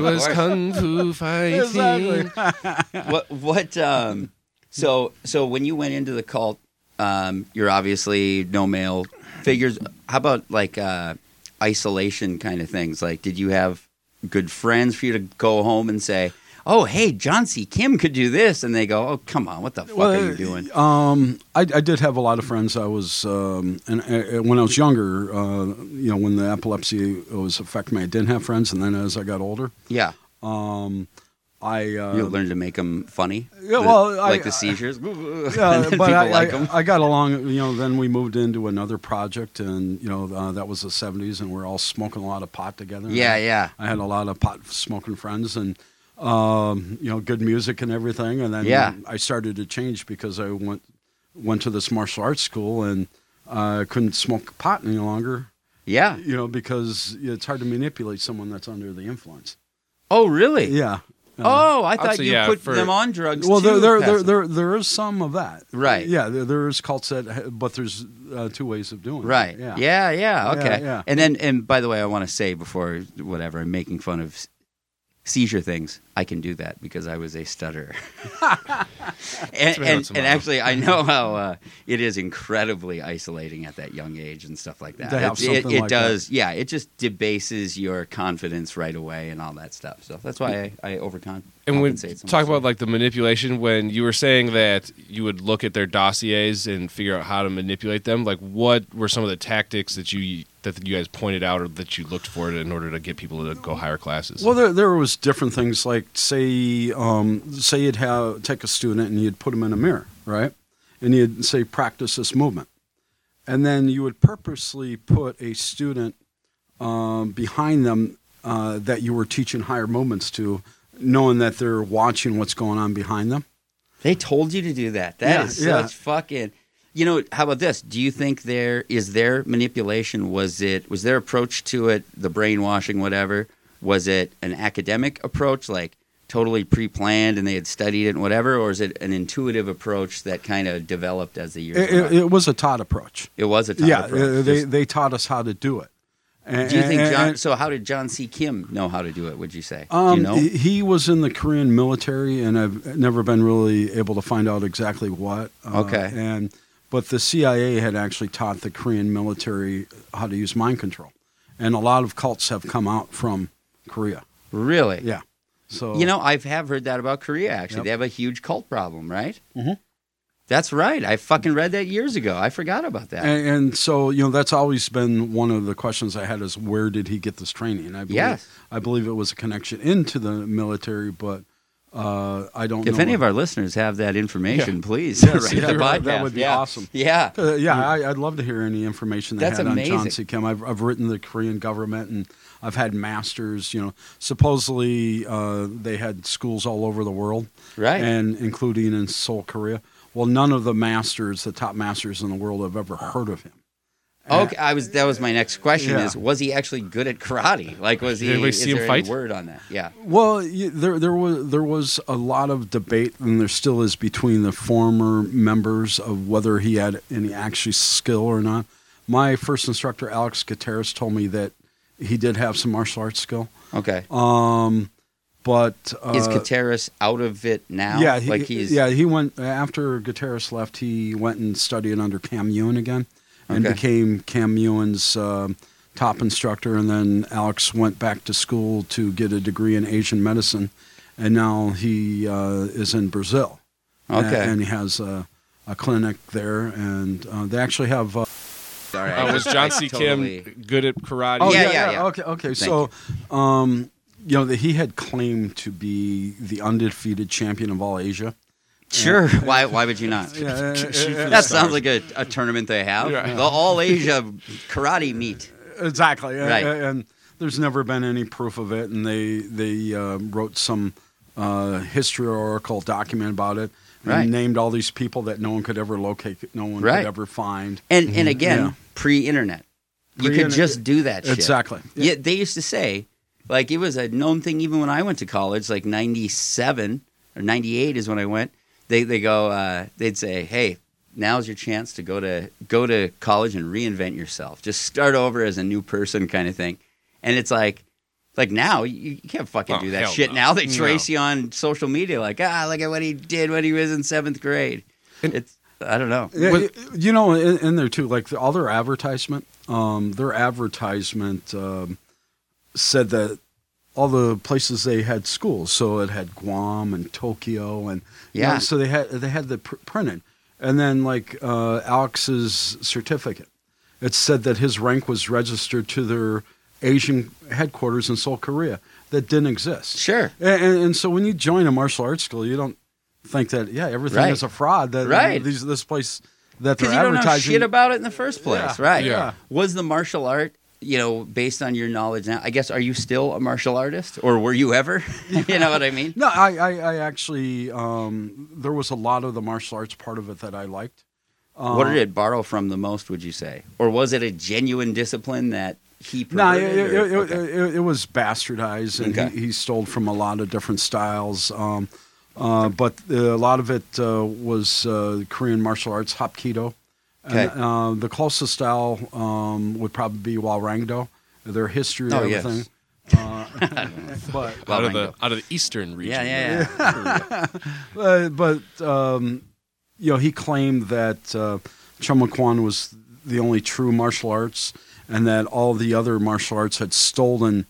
Speaker 2: was
Speaker 1: course.
Speaker 2: kung fu fighting.
Speaker 4: Exactly.
Speaker 1: that. What? What? Um, so, so when you went into the cult, um, you're obviously no male figures. How about like uh, isolation kind of things? Like, did you have good friends for you to go home and say, "Oh, hey, John C. Kim could do this," and they go, "Oh, come on, what the fuck are you doing?"
Speaker 4: Um, I, I did have a lot of friends. I was, um, and uh, when I was younger, uh, you know, when the epilepsy was affecting me, I didn't have friends. And then as I got older,
Speaker 1: yeah,
Speaker 4: I uh,
Speaker 1: you learned to make them funny.
Speaker 4: Yeah,
Speaker 1: The-
Speaker 4: well, I-
Speaker 1: like the seizures.
Speaker 4: Yeah,
Speaker 1: and then
Speaker 4: Uh, but
Speaker 1: people
Speaker 4: I,
Speaker 1: like
Speaker 4: I,
Speaker 1: 'em.
Speaker 4: I got along. You know, then we moved into another project, and you know uh, that was the '70s, and we are all smoking a lot of pot together.
Speaker 1: yeah, yeah.
Speaker 4: I had a lot of pot smoking friends, and um, you know, good music and everything. And then
Speaker 1: Yeah.
Speaker 4: I started to change because I went went to this martial arts school, and I couldn't smoke pot any longer.
Speaker 1: Yeah.
Speaker 4: You know, because it's hard to manipulate someone that's under the influence.
Speaker 1: Oh, really?
Speaker 4: Yeah.
Speaker 1: Oh, I thought
Speaker 2: Also,
Speaker 1: you
Speaker 2: yeah,
Speaker 1: put
Speaker 2: for-
Speaker 1: them on drugs.
Speaker 4: Well, there
Speaker 1: too,
Speaker 4: there, there
Speaker 1: Pastor.
Speaker 4: there there is some of that,
Speaker 1: Right.
Speaker 4: Yeah, there, there is cults that, ha- but there's uh, two ways of doing
Speaker 1: right.
Speaker 4: it.
Speaker 1: Yeah, yeah. okay.
Speaker 4: yeah.
Speaker 1: And then, and by the way, I want to say before whatever, I'm making fun of s- seizure things. I can do that because I was a stutterer. and
Speaker 2: Tomato,
Speaker 1: and, and
Speaker 2: tomato.
Speaker 1: actually, I know how uh, it is incredibly isolating at that young age and stuff like that.
Speaker 4: To have
Speaker 1: It's- it
Speaker 4: something
Speaker 1: it
Speaker 4: like that.
Speaker 1: does. Yeah, it just debases your confidence right away and all that stuff. So that's why I, I overcompensate.
Speaker 2: And we
Speaker 1: so much.
Speaker 2: talk about like the manipulation when you were saying that you would look at their dossiers and figure out how to manipulate them. Like, what were some of the tactics that you that you guys pointed out or that you looked for in order to get people to go higher classes?
Speaker 4: Well, there there was different things like say um, say you'd have take a student and you'd put him in a mirror, right? And you'd say practice this movement, and then you would purposely put a student um, behind them uh, that you were teaching higher movements to, knowing that they're watching what's going on behind them.
Speaker 1: They told you to do that. That
Speaker 4: Yeah,
Speaker 1: is
Speaker 4: yeah.
Speaker 1: such fucking. You know, how about this? Do you think there is their manipulation? Was it was their approach to it the brainwashing, whatever? Was it an academic approach, like totally pre-planned and they had studied it and whatever, or is it an intuitive approach that kind of developed as the years?
Speaker 4: It,
Speaker 1: went
Speaker 4: it,
Speaker 1: on?
Speaker 4: it was a Todd approach.
Speaker 1: It was a Todd
Speaker 4: yeah,
Speaker 1: approach.
Speaker 4: uh, they
Speaker 1: Just-
Speaker 4: they taught us how to do it. And,
Speaker 1: do you think
Speaker 4: and-
Speaker 1: John?
Speaker 4: and-
Speaker 1: So how did John C. Kim know how to do it? Would you say? do
Speaker 4: um,
Speaker 1: you know?
Speaker 4: he- He was in the Korean military, and I've never been really able to find out exactly what. uh,
Speaker 1: Okay.
Speaker 4: And but the CIA had actually taught the Korean military how to use mind control, and a lot of cults have come out from Korea.
Speaker 1: really?
Speaker 4: Yeah. So
Speaker 1: You know, I have heard that about Korea. Actually,
Speaker 4: Oh. Yep.
Speaker 1: they have a huge cult problem, right?
Speaker 4: Mhm.
Speaker 1: That's right. I fucking read that years ago. I forgot about that.
Speaker 4: And, and so you know that's always been one of the questions I had is where did he get this training? I believe,
Speaker 1: Yes.
Speaker 4: I believe it was a connection into the military, but uh, I don't.
Speaker 1: if
Speaker 4: know
Speaker 1: any of our listeners have that information, please write
Speaker 4: yeah,
Speaker 1: the
Speaker 4: that- that
Speaker 1: podcast.
Speaker 4: would be
Speaker 1: Yeah.
Speaker 4: awesome.
Speaker 1: Yeah,
Speaker 4: Uh, yeah, I, I'd love to hear any information they
Speaker 1: That's
Speaker 4: had on
Speaker 1: amazing.
Speaker 4: John C. Kim. I've, I've written the Korean government and I've had masters. You know, supposedly uh, they had schools all over the world,
Speaker 1: Right.
Speaker 4: And including in Seoul, Korea. Well, none of the masters, the top masters in the world, have ever heard of him.
Speaker 1: okay. I was. That was my next question:
Speaker 4: Yeah.
Speaker 1: Is was he actually good at karate? Like, was he?
Speaker 2: Did we
Speaker 1: is
Speaker 2: see him
Speaker 1: there
Speaker 2: fight?
Speaker 1: Any word on that? Yeah.
Speaker 4: Well, y- there there was there was a lot of debate, and there still is between the former members of whether he had any actually skill or not. My first instructor, Alex Gutierrez, told me that he did have some martial arts skill, Um,
Speaker 1: Okay.
Speaker 4: but uh,
Speaker 1: is Kateris out of it now?
Speaker 4: yeah, he,
Speaker 1: like he's.
Speaker 4: yeah he went after Gutierrez left. He went and studied under Cam Ewan again, and
Speaker 1: Okay.
Speaker 4: became Cam Ewan's um top instructor. And then Alex went back to school to get a degree in Asian medicine, and now he uh, is in Brazil.
Speaker 1: Okay.
Speaker 4: and, and he has a, a clinic there, and uh, they actually have. Uh,
Speaker 1: Sorry, I
Speaker 2: Uh, was
Speaker 1: just-
Speaker 2: John
Speaker 1: I
Speaker 2: C.
Speaker 1: totally-
Speaker 2: Kim good at karate?
Speaker 1: Oh, yeah, yeah, yeah.
Speaker 4: Okay, okay. so, um, you know, that he had claimed to be the undefeated champion of all Asia.
Speaker 1: Sure. Why? Why would you not?
Speaker 4: Yeah,
Speaker 1: That sounds like a, a tournament they have.
Speaker 2: Yeah.
Speaker 1: The All Asia Karate Meet.
Speaker 4: Exactly. A-
Speaker 1: Right.
Speaker 4: a- And there's never been any proof of it. And they they uh, wrote some uh, historical document about it. And
Speaker 1: Right.
Speaker 4: Named all these people that no one could ever locate, no one
Speaker 1: Right.
Speaker 4: could ever find.
Speaker 1: And
Speaker 2: Mm-hmm.
Speaker 1: and again,
Speaker 4: Yeah.
Speaker 1: pre-internet, you could
Speaker 4: Pre-internet-
Speaker 1: just do that. Shit.
Speaker 4: Exactly.
Speaker 1: Yeah, they used to say, like it was a known thing even when I went to college, like '97 or '98 is when I went. They they go, uh, they'd say, hey, now's your chance to go to go to college and reinvent yourself. Just start over as a new person, kind of thing. And it's like, like now you, you can't fucking
Speaker 2: Oh,
Speaker 1: do that
Speaker 2: hell
Speaker 1: shit.
Speaker 2: no.
Speaker 1: Now they
Speaker 2: No.
Speaker 1: trace you on social media, like ah, look at what he did when he was in seventh grade. it's I don't know.
Speaker 4: Yeah,
Speaker 2: With-
Speaker 4: y- you know, in, in there too, like the, all their advertisement, um, their advertisement um, said that all the places they had schools, so it had Guam and Tokyo, and you know,
Speaker 1: Yeah.
Speaker 4: so they had they had the pr- printed, and then like uh, Alex's certificate, it said that his rank was registered to their Asian headquarters in Seoul, Korea, that didn't exist.
Speaker 1: Sure.
Speaker 4: And, and, and so when you join a martial arts school, you don't think that yeah everything
Speaker 1: Right.
Speaker 4: is a fraud. That
Speaker 1: Right.
Speaker 4: These this place that they're
Speaker 1: Because you don't know
Speaker 4: advertising.
Speaker 1: shit about it in the first place,
Speaker 4: Yeah,
Speaker 1: right?
Speaker 2: yeah.
Speaker 1: Was the martial art, you know, based on your knowledge now? I guess are you still a martial artist, or were you ever? you know what I mean?
Speaker 4: no, I, I, I actually um, there was a lot of the martial arts part of it that I liked. Um,
Speaker 1: what did it borrow from the most? Would you say, or was it a genuine discipline that he?
Speaker 4: No, it,
Speaker 1: perverted,
Speaker 4: it,
Speaker 1: or-
Speaker 4: it,
Speaker 1: okay.
Speaker 4: it, it, it was bastardized, and
Speaker 1: Okay.
Speaker 4: he, he stole from a lot of different styles. Um, uh, but uh, a lot of it uh, was uh, Korean martial arts, Hapkido. And,
Speaker 1: Okay.
Speaker 4: uh, the closest style um, would probably be Walrangdo. Their history,
Speaker 1: Oh, yes.
Speaker 4: everything. Uh, but
Speaker 2: out of
Speaker 1: Flamenco.
Speaker 2: the out of the eastern region.
Speaker 1: Oh, yeah, yeah, yeah.
Speaker 4: uh, but um, you know, he claimed that uh, Chuma Kwan was the only true martial arts, and that all the other martial arts had stolen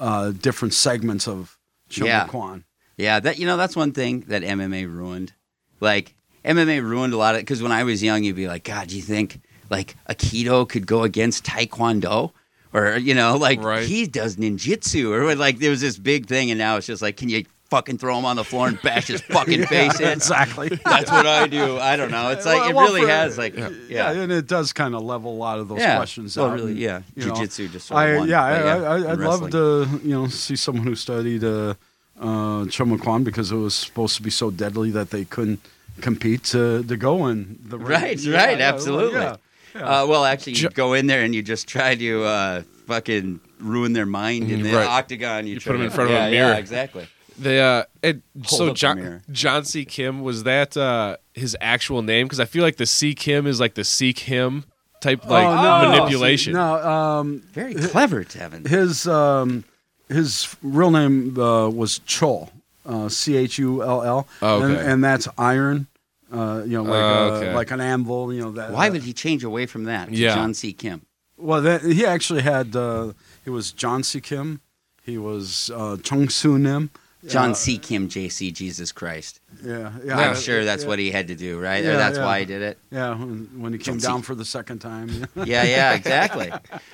Speaker 4: uh, different segments of Chuma
Speaker 1: Yeah.
Speaker 4: Kwan.
Speaker 1: Yeah, that you know that's one thing that MMA ruined. Like MMA ruined a lot of because when I was young, you'd be like, God, do you think like Aikido could go against Taekwondo? Or you know, like
Speaker 2: Right.
Speaker 1: he does ninjutsu, or like there was this big thing, and now it's just like, can you fucking throw him on the floor and bash his fucking face in?
Speaker 4: Exactly.
Speaker 1: That's what I do. I don't know. It's like
Speaker 4: Well,
Speaker 1: it
Speaker 4: well,
Speaker 1: really
Speaker 4: for-
Speaker 1: has, like, yeah,
Speaker 4: yeah.
Speaker 1: yeah,
Speaker 4: and it does kind of level a lot of those questions
Speaker 1: Well,
Speaker 4: out.
Speaker 1: really,
Speaker 4: and,
Speaker 1: yeah.
Speaker 4: you know,
Speaker 1: Jiu-jitsu just sort of
Speaker 4: I,
Speaker 1: won,
Speaker 4: yeah, I,
Speaker 1: but
Speaker 4: I, I,
Speaker 1: in
Speaker 4: I'd love
Speaker 1: wrestling.
Speaker 4: to you know see someone who studied uh, uh, Choma Kwan because it was supposed to be so deadly that they couldn't compete to, to go in the ring.
Speaker 1: Right,
Speaker 4: Yeah,
Speaker 1: right,
Speaker 4: yeah,
Speaker 1: absolutely.
Speaker 4: yeah.
Speaker 1: Uh, well, actually, you
Speaker 2: Ju-
Speaker 1: go in there and you just try to uh, fucking ruin their mind in the
Speaker 2: Mm, Right.
Speaker 1: octagon. You,
Speaker 2: You
Speaker 1: try
Speaker 2: put 'em in
Speaker 1: to-
Speaker 2: front of a
Speaker 1: yeah, Yeah,
Speaker 2: mirror.
Speaker 1: exactly.
Speaker 2: They uh, and
Speaker 1: Hold up
Speaker 2: so
Speaker 1: the
Speaker 2: John
Speaker 1: mirror.
Speaker 2: John C. Kim was that uh his actual name? Because I feel like the C. Kim is like the seek him type like
Speaker 4: Oh, no,
Speaker 2: manipulation.
Speaker 4: No, um,
Speaker 1: Very clever, Tevin.
Speaker 4: his um, his real name uh, was Chol, uh, C H U L L,
Speaker 2: Oh, okay.
Speaker 4: and, and that's iron. Uh, you know, like
Speaker 2: Oh,
Speaker 4: uh,
Speaker 2: okay.
Speaker 4: like an anvil. You know that.
Speaker 1: Why
Speaker 4: that-
Speaker 1: would he change away from that? to
Speaker 2: Yeah.
Speaker 1: John C. Kim.
Speaker 4: Well, that, he actually had. Uh, he was John C. Kim. He was uh, Chung Soo Nim.
Speaker 1: John
Speaker 4: Uh,
Speaker 1: C. Kim, J.C. Jesus Christ.
Speaker 4: Yeah, yeah.
Speaker 1: I'm sure that's what he had to do, right?
Speaker 4: Yeah,
Speaker 1: or that's
Speaker 4: yeah.
Speaker 1: why he did it.
Speaker 4: Yeah, when, when he came
Speaker 1: John C.
Speaker 4: down for the second time.
Speaker 1: Yeah, yeah, exactly.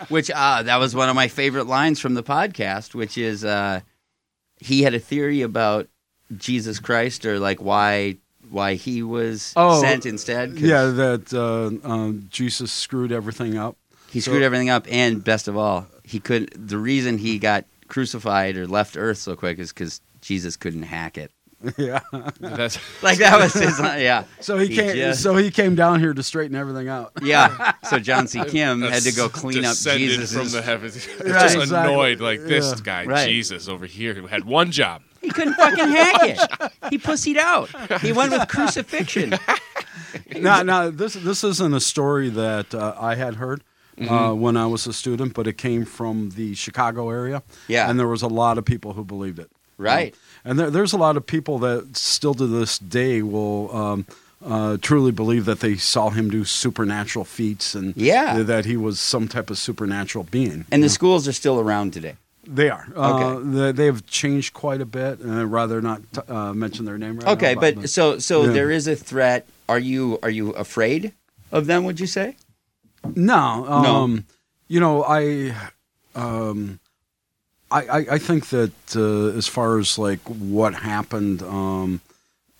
Speaker 1: which uh, that was one of my favorite lines from the podcast, which is uh, he had a theory about Jesus Christ or like why why he was
Speaker 4: Oh,
Speaker 1: sent instead. 'cause-
Speaker 4: yeah, that uh, um, Jesus screwed everything up.
Speaker 1: He
Speaker 4: So-
Speaker 1: screwed everything up, and best of all, he couldn't. The reason he got crucified or left Earth so quick is because Jesus couldn't hack it.
Speaker 4: yeah.
Speaker 2: That's
Speaker 1: Like that was his, yeah,
Speaker 4: So he,
Speaker 1: He
Speaker 4: came.
Speaker 1: just-
Speaker 4: So he came down here to straighten everything out.
Speaker 1: yeah. So John C. Kim had to go clean up
Speaker 2: descended
Speaker 1: Jesus.
Speaker 2: from the heavens.
Speaker 4: Right,
Speaker 2: Just
Speaker 4: exactly.
Speaker 2: annoyed like this
Speaker 4: Yeah.
Speaker 2: guy
Speaker 1: Right.
Speaker 2: Jesus over here who had one job.
Speaker 1: He couldn't fucking hack it. He pussied out. He went with crucifixion.
Speaker 4: No, no. This this isn't a story that uh, I had heard
Speaker 1: Mm-hmm.
Speaker 4: uh, when I was a student, but it came from the Chicago area.
Speaker 1: Yeah.
Speaker 4: and there was a lot of people who believed it.
Speaker 1: Right.
Speaker 4: And there, there's a lot of people that still to this day will um, uh, truly believe that they saw him do supernatural feats and
Speaker 1: Yeah.
Speaker 4: th- that he was some type of supernatural being.
Speaker 1: And the schools are still around today.
Speaker 4: They are. Uh,
Speaker 1: Okay.
Speaker 4: they, they have changed quite a bit, and I'd rather not t- uh, mention their name right now.
Speaker 1: Okay, but so so
Speaker 4: Yeah.
Speaker 1: there is a threat. Are you are you afraid of them? Would you say?
Speaker 4: No,
Speaker 1: No.
Speaker 4: um, you know, I, um, I, I, I think that uh, as far as like what happened, um,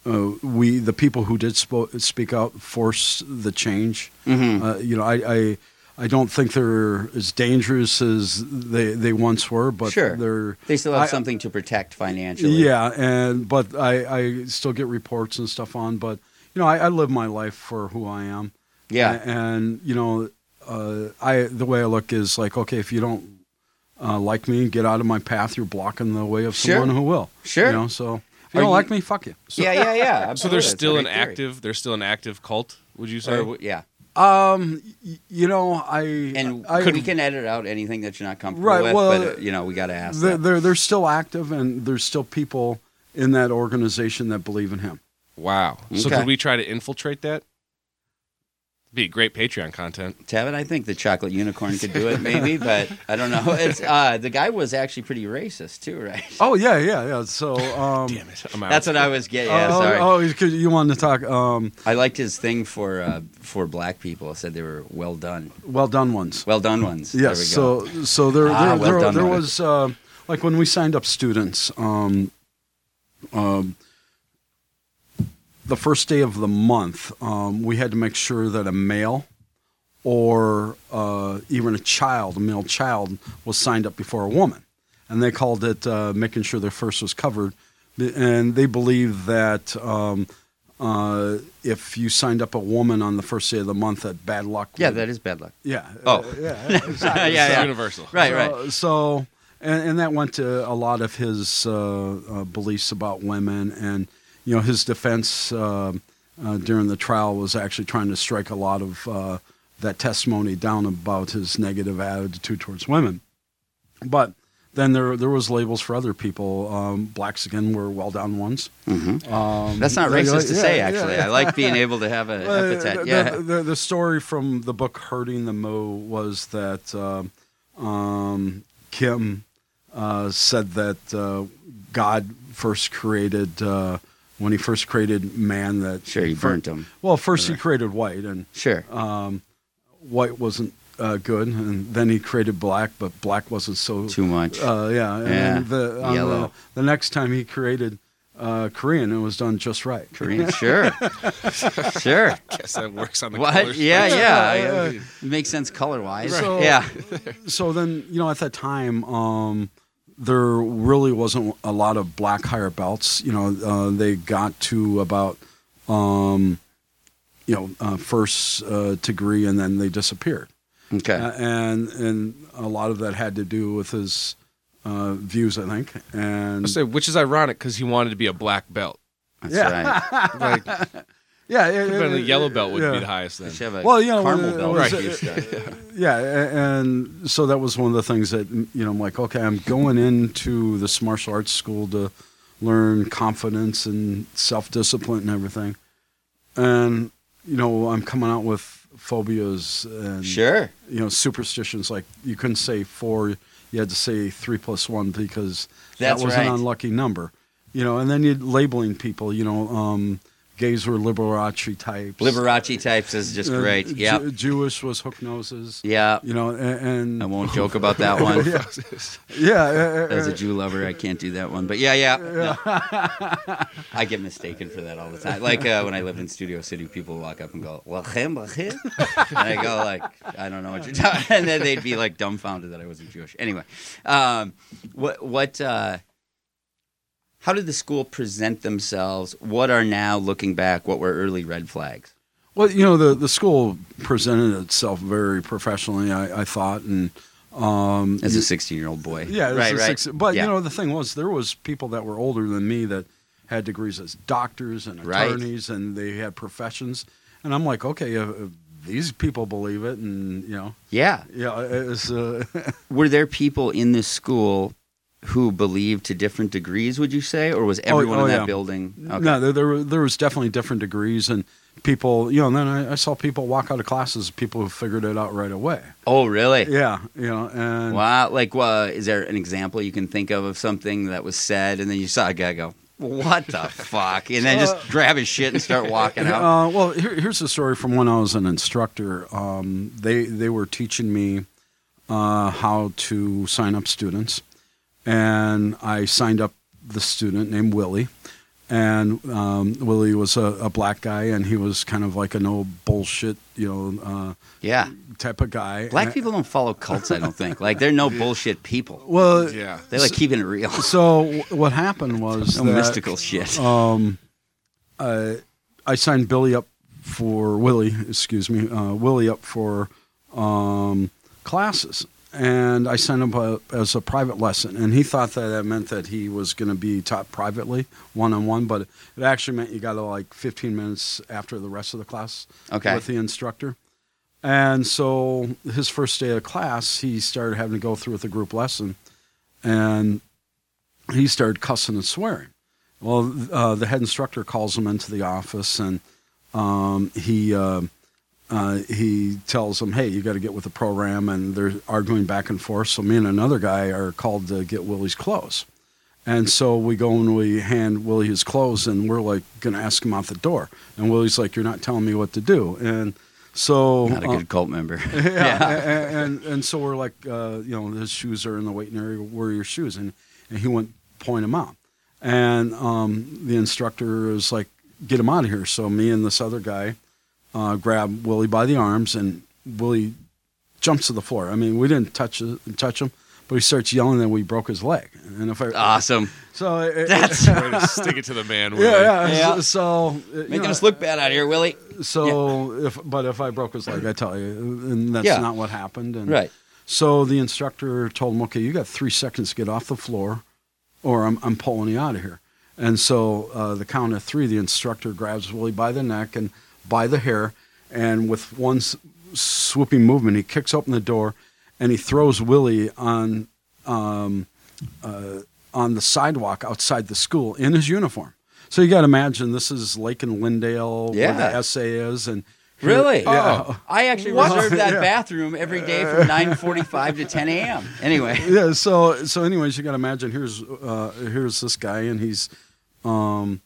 Speaker 4: uh, we the people who did spo- speak out forced the change.
Speaker 1: Mm-hmm.
Speaker 4: Uh, you know, I, I, I don't think they're as dangerous as they they once were, but
Speaker 1: Sure.
Speaker 4: they're
Speaker 1: They still have
Speaker 4: I-
Speaker 1: something to protect financially.
Speaker 4: yeah, and but I, I still get reports and stuff on, but you know, I, I live my life for who I am.
Speaker 1: Yeah.
Speaker 4: A- and you know, uh, I the way I look is like, okay, if you don't uh, like me, get out of my path. You're blocking the way of
Speaker 1: Sure.
Speaker 4: someone who will.
Speaker 1: Sure.
Speaker 4: You know, so if you
Speaker 1: Are
Speaker 4: don't
Speaker 1: you-
Speaker 4: like me, fuck you. So,
Speaker 1: yeah, yeah, yeah.
Speaker 2: So
Speaker 1: absolutely.
Speaker 2: there's
Speaker 1: That's
Speaker 2: still
Speaker 1: a
Speaker 2: an
Speaker 1: great theory.
Speaker 2: active there's still an active cult Would you say?
Speaker 1: Or, w- yeah,
Speaker 4: Um, y- you know, I
Speaker 1: and
Speaker 4: I,
Speaker 1: we can edit out anything that you're not comfortable
Speaker 4: Right,
Speaker 1: with.
Speaker 4: well,
Speaker 1: but uh, you know, we got to ask.
Speaker 4: they're,
Speaker 1: that.
Speaker 4: they're they're still active, and there's still people in that organization that believe in him.
Speaker 2: wow. So
Speaker 1: Okay.
Speaker 2: could we try to infiltrate that? Be great Patreon content.
Speaker 1: Tevin, I think the chocolate unicorn could do it, maybe, but I don't know. It's uh, the guy was actually pretty racist too, right?
Speaker 4: Oh yeah, yeah, yeah. So um,
Speaker 2: Damn it. I'm out.
Speaker 1: That's what I was getting. Yeah,
Speaker 4: oh,
Speaker 1: sorry.
Speaker 4: oh, you- 'cause you wanted to talk. Um,
Speaker 1: I liked his thing for uh, for black people. It said they were well done,
Speaker 4: well done ones.
Speaker 1: well done ones.
Speaker 4: Yes.
Speaker 1: There we go.
Speaker 4: So so there
Speaker 1: Ah,
Speaker 4: there
Speaker 1: well
Speaker 4: there,
Speaker 1: done,
Speaker 4: there
Speaker 1: Mark.
Speaker 4: was uh, like when we signed up students. Um, um, the first day of the month, um, we had to make sure that a male or uh, even a child, a male child, was signed up before a woman, and they called it uh, making sure their first was covered, and they believe that. Um, uh, if you signed up a woman on the first day of the month, that bad luck.
Speaker 1: yeah,
Speaker 4: would-
Speaker 1: that is bad luck.
Speaker 4: yeah.
Speaker 1: Oh.
Speaker 4: uh, yeah.
Speaker 1: yeah,
Speaker 4: Exactly.
Speaker 2: It's
Speaker 1: yeah.
Speaker 2: universal.
Speaker 1: Right, right.
Speaker 4: So, so- and, and that went to a lot of his uh, uh, beliefs about women, and you know his defense uh, uh, during the trial was actually trying to strike a lot of uh, that testimony down about his negative attitude towards women. But then there there was labels for other people. Um, blacks again were well down ones.
Speaker 1: Mm-hmm.
Speaker 4: Um,
Speaker 1: That's not
Speaker 4: they-
Speaker 1: racist to
Speaker 4: yeah,
Speaker 1: say.
Speaker 4: yeah,
Speaker 1: Actually,
Speaker 4: yeah.
Speaker 1: I like being able to have an
Speaker 4: Well,
Speaker 1: epithet.
Speaker 4: Uh, the-
Speaker 1: Yeah,
Speaker 4: The, the, the story from the book "Hurting the Mo" was that um, um, Kim uh, said that uh, God first created uh, when He first created man. That
Speaker 1: sure, you burnt them.
Speaker 4: Well, first He created white, and
Speaker 1: Sure.
Speaker 4: Uh. white wasn't uh, good, and then He created black, but black wasn't so
Speaker 1: Too much.
Speaker 4: Uh, yeah, and
Speaker 1: Yeah,
Speaker 4: The, on the,
Speaker 1: yellow.
Speaker 4: the next time He created uh, Korean, it was done just right.
Speaker 1: Korean. Sure. sure.
Speaker 2: Guess that works on the
Speaker 1: What?
Speaker 2: colors.
Speaker 1: Yeah, yeah.
Speaker 4: Yeah,
Speaker 1: It makes sense color wise.
Speaker 4: So-
Speaker 1: Yeah.
Speaker 4: so then you know at that time um, there really wasn't a lot of black higher belts you know uh, they got to about um, you know uh, first uh, degree and then they disappeared
Speaker 1: Okay.
Speaker 4: uh, and and a lot of that had to do with his uh, views i think and
Speaker 2: I say, which is ironic because he wanted to be a black belt.
Speaker 1: That's
Speaker 4: yeah.
Speaker 1: right.
Speaker 2: Like, could've
Speaker 4: yeah it,
Speaker 2: been a yellow belt would
Speaker 4: yeah.
Speaker 2: be the highest then.
Speaker 1: They should have a
Speaker 4: Well, you know,
Speaker 1: caramel
Speaker 4: uh,
Speaker 1: belt.
Speaker 4: right.
Speaker 1: if you start.
Speaker 4: Yeah, a- and so that was one of the things that you know I'm like, okay, I'm going into this martial arts school to learn confidence and self discipline and everything, and you know I'm coming out with phobias and
Speaker 1: Sure.
Speaker 4: you know superstitions like you couldn't say four, you had to say three plus one because
Speaker 1: That's
Speaker 4: that was
Speaker 1: right.
Speaker 4: an unlucky number, you know, and then you're labeling people, you know, um, gays were Liberace types,
Speaker 1: Liberace types is just
Speaker 4: Uh,
Speaker 1: great.
Speaker 4: Ju-
Speaker 1: Yeah.
Speaker 4: Jewish was hook noses
Speaker 1: Yeah.
Speaker 4: you know, a- and,
Speaker 1: I
Speaker 4: and
Speaker 1: won't joke about that one.
Speaker 4: yeah, yeah, uh,
Speaker 1: As a
Speaker 4: uh,
Speaker 1: Jew lover, I can't do that one. But yeah, yeah. no. I get mistaken for that all the time. Like uh, when I lived in Studio City, people walk up and go, "Lachem, lachem," and I go like, "I don't know what you're talking," and then they'd be like dumbfounded that I wasn't Jewish. Anyway, um, what what? Uh, how did the school present themselves? What are now looking back? What were early red flags?
Speaker 4: well, you know, the the school presented itself very professionally, I, I thought, and um,
Speaker 1: As a 16 year old boy,
Speaker 4: yeah, it was
Speaker 1: right,
Speaker 4: a
Speaker 1: right.
Speaker 4: six- but
Speaker 1: Yeah.
Speaker 4: you know, the thing was, there was people that were older than me that had degrees as doctors and
Speaker 1: Right.
Speaker 4: attorneys, and they had professions, and I'm like, okay, uh, uh, these people believe it, and you know,
Speaker 1: yeah.
Speaker 4: yeah, it was, uh,
Speaker 1: were there people in this school who believed to different degrees would you say or was everyone
Speaker 4: oh,
Speaker 1: in that
Speaker 4: yeah.
Speaker 1: building okay.
Speaker 4: No, there, there were- there was definitely different degrees and people. You know, and then I, I saw people walk out of classes, people who figured it out right away.
Speaker 1: oh really
Speaker 4: Yeah, you know, and
Speaker 1: wow like uh, is there an example you can think of of something that was said and then you saw a guy go what the fuck and then just grab his shit and start walking out
Speaker 4: uh, well, here, here's a story from when I was an instructor. Um, they they were teaching me uh, how to sign up students, and I signed up the student named Willie, and um, Willie was a, a black guy, and he was kind of like a no bullshit, you know, uh,
Speaker 1: yeah
Speaker 4: type of guy.
Speaker 1: black
Speaker 4: And-
Speaker 1: people don't follow cults i don't think like they're no bullshit people
Speaker 4: Well,
Speaker 2: Yeah.
Speaker 1: they like keeping it real
Speaker 4: so wh- what happened was
Speaker 1: no
Speaker 4: that-
Speaker 1: mystical shit
Speaker 4: uh, I signed Billy up for Willie, excuse me, uh, Willie up for um, classes, and I sent him a, as a private lesson, and he thought that that meant that he was going to be taught privately, one on one, but it actually meant you got to like 15 minutes after the rest of the class
Speaker 1: Okay.
Speaker 4: with the instructor. And so his first day of class, he started having to go through with a group lesson, and he started cussing and swearing. Well, th- uh, the head instructor calls him into the office, and um, he uh, uh, he tells him, "Hey, you got to get with the program," and they're arguing back and forth. So me and another guy are called to get Willie's clothes, and so we go and we hand Willie his clothes, and we're like going to ask him out the door, and Willie's like, "You're not telling me what to do," and so
Speaker 1: Not a
Speaker 4: uh,
Speaker 1: good cult member.
Speaker 4: yeah. a- a- And, and so we're like, uh, you know, his shoes are in the waiting area. Where are your shoes? And and he went point them out. And um, the instructor is like, get him out of here. So me and this other guy uh, grab Willie by the arms, and Willie jumps to the floor. I mean, we didn't touch touch him, but he starts yelling that we broke his leg. And if I
Speaker 1: awesome.
Speaker 4: so it, it-
Speaker 1: That's
Speaker 2: Way to stick it to the man. Willie.
Speaker 4: yeah, yeah,
Speaker 1: Yeah.
Speaker 4: So it- you
Speaker 1: making
Speaker 4: know,
Speaker 1: us look bad out here, Willie.
Speaker 4: So if but if I broke his leg, I tell you, and that's
Speaker 1: Yeah.
Speaker 4: not what happened. And
Speaker 1: Right.
Speaker 4: so the instructor told him, okay, you got three seconds to get off the floor, or I'm, I'm pulling you out of here. And so uh, the count of three, the instructor grabs Willie by the neck and by the hair, and with one s- swooping movement, he kicks open the door and he throws Willie on on the sidewalk outside the school in his uniform. So you got to imagine this is Lake and Lindale, where
Speaker 1: Yeah.
Speaker 4: the SA is, and here- Oh,
Speaker 1: Really?
Speaker 4: yeah.
Speaker 1: I actually reserve that bathroom every day from 9:45 to 10 a.m. Anyway,
Speaker 4: yeah. So so, anyways, you got to imagine here's uh, here's this guy, and he's um,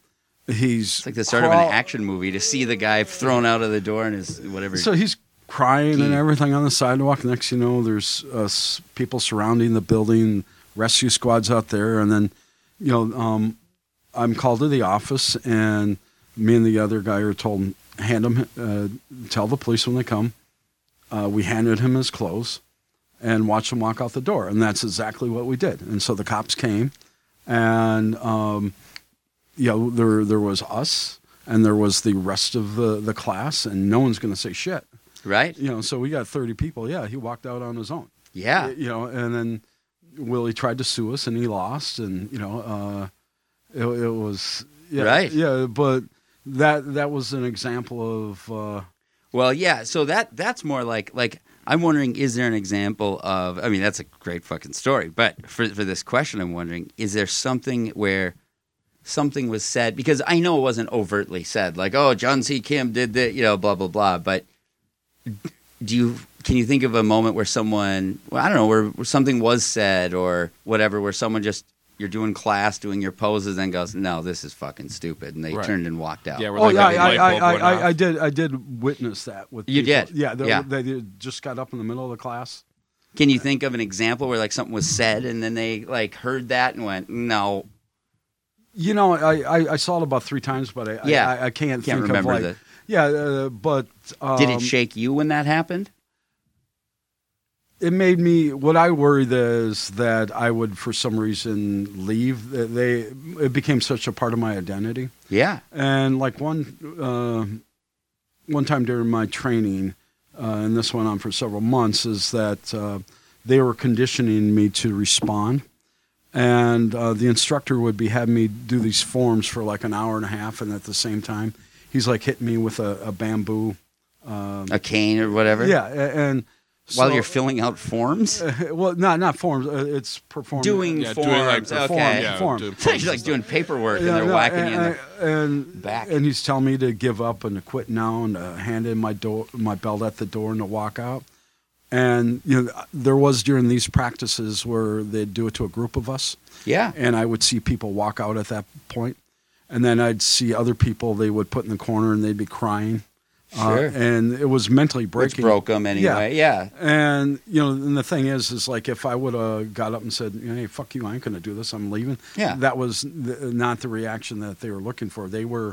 Speaker 4: he's
Speaker 1: it's like the start of an
Speaker 4: crawl-
Speaker 1: action movie to see the guy thrown out of the door and his whatever.
Speaker 4: So he's crying and
Speaker 1: Gee.
Speaker 4: everything on the sidewalk. Next, you know, there's uh, s- people surrounding the building, rescue squads out there, and then, you know, um, I'm called to the office, and me and the other guy are told hand him, uh, tell the police when they come. Uh, we handed him his clothes, and watched him walk out the door, and that's exactly what we did. And so the cops came, and um, you know, there there was us. And there was the rest of the, the class, and no one's going to say shit
Speaker 1: right?
Speaker 4: you know, so we got 30 people. Yeah, he walked out on his own.
Speaker 1: Yeah.
Speaker 4: You know, and then Willie tried to sue us and he lost and you know, uh it, it was yeah,
Speaker 1: Right.
Speaker 4: Yeah, but that that was an example of uh
Speaker 1: Well, yeah. So that that's more like like I'm wondering is there an example of I mean that's a great fucking story, but for for this question I'm wondering is there something where something was said because I know it wasn't overtly said like oh John C Kim did that you know blah blah blah, but do you can you think of a moment where someone well I don't know where, where something was said or whatever where someone just you're doing class, doing your poses, and goes, "No, this is fucking stupid," and they
Speaker 2: Right.
Speaker 1: turned and walked out.
Speaker 2: Yeah, we're
Speaker 4: Oh
Speaker 2: like
Speaker 4: yeah,
Speaker 2: that
Speaker 4: I,
Speaker 2: light
Speaker 4: I,
Speaker 2: bulb
Speaker 4: I,
Speaker 2: went off.
Speaker 4: I, I did I did witness that with
Speaker 1: You
Speaker 4: people.
Speaker 1: did?
Speaker 4: Yeah, they,
Speaker 1: Yeah.
Speaker 4: they just got up in the middle of the class.
Speaker 1: Can you think of an example where like something was said and then they like heard that and went, "No,
Speaker 4: You know, I, I, I saw it about three times, but I
Speaker 1: Yeah.
Speaker 4: I, I can't,
Speaker 1: Can't
Speaker 4: think
Speaker 1: remember
Speaker 4: of like
Speaker 1: the-
Speaker 4: yeah, uh, but um,
Speaker 1: did it shake you when that happened?"
Speaker 4: it made me what i worried is that i would for some reason leave That they it became such a part of my identity
Speaker 1: Yeah.
Speaker 4: and like one uh, one time during my training uh, and this went on for several months is that uh, they were conditioning me to respond and uh, the instructor would be having me do these forms for like an hour and a half and at the same time he's like hitting me with a, a bamboo
Speaker 1: A cane or whatever.
Speaker 4: Um, yeah a- and
Speaker 1: While
Speaker 4: so-
Speaker 1: you're filling out forms,
Speaker 4: Uh, well, not not forms. Uh, it's performing.
Speaker 1: doing
Speaker 2: Yeah,
Speaker 1: forms.
Speaker 2: doing, like,
Speaker 1: okay.
Speaker 4: perform, yeah. Form.
Speaker 2: doing
Speaker 1: It's like
Speaker 2: forms
Speaker 1: You're
Speaker 2: and
Speaker 1: like
Speaker 2: stuff.
Speaker 1: doing paperwork
Speaker 4: Yeah,
Speaker 1: and they're
Speaker 4: no,
Speaker 1: whacking you in
Speaker 4: and,
Speaker 1: the
Speaker 4: and-
Speaker 1: back.
Speaker 4: and he's telling me to give up and to quit now, and to hand in my door, my belt at the door, and to walk out. And you know, there was during these practices where they'd do it to a group of us,
Speaker 1: yeah.
Speaker 4: and I would see people walk out at that point, and then I'd see other people they would put in the corner and they'd be crying, Uh,
Speaker 1: Sure.
Speaker 4: and it was mentally
Speaker 1: Which
Speaker 4: breaking.
Speaker 1: broke them anyway. Yeah.
Speaker 4: And you know, and the thing is, is like if I would have got up and said, "Hey, fuck you, I ain't gonna do this. I'm leaving."
Speaker 1: Yeah.
Speaker 4: that was th- not the reaction that they were looking for. They were,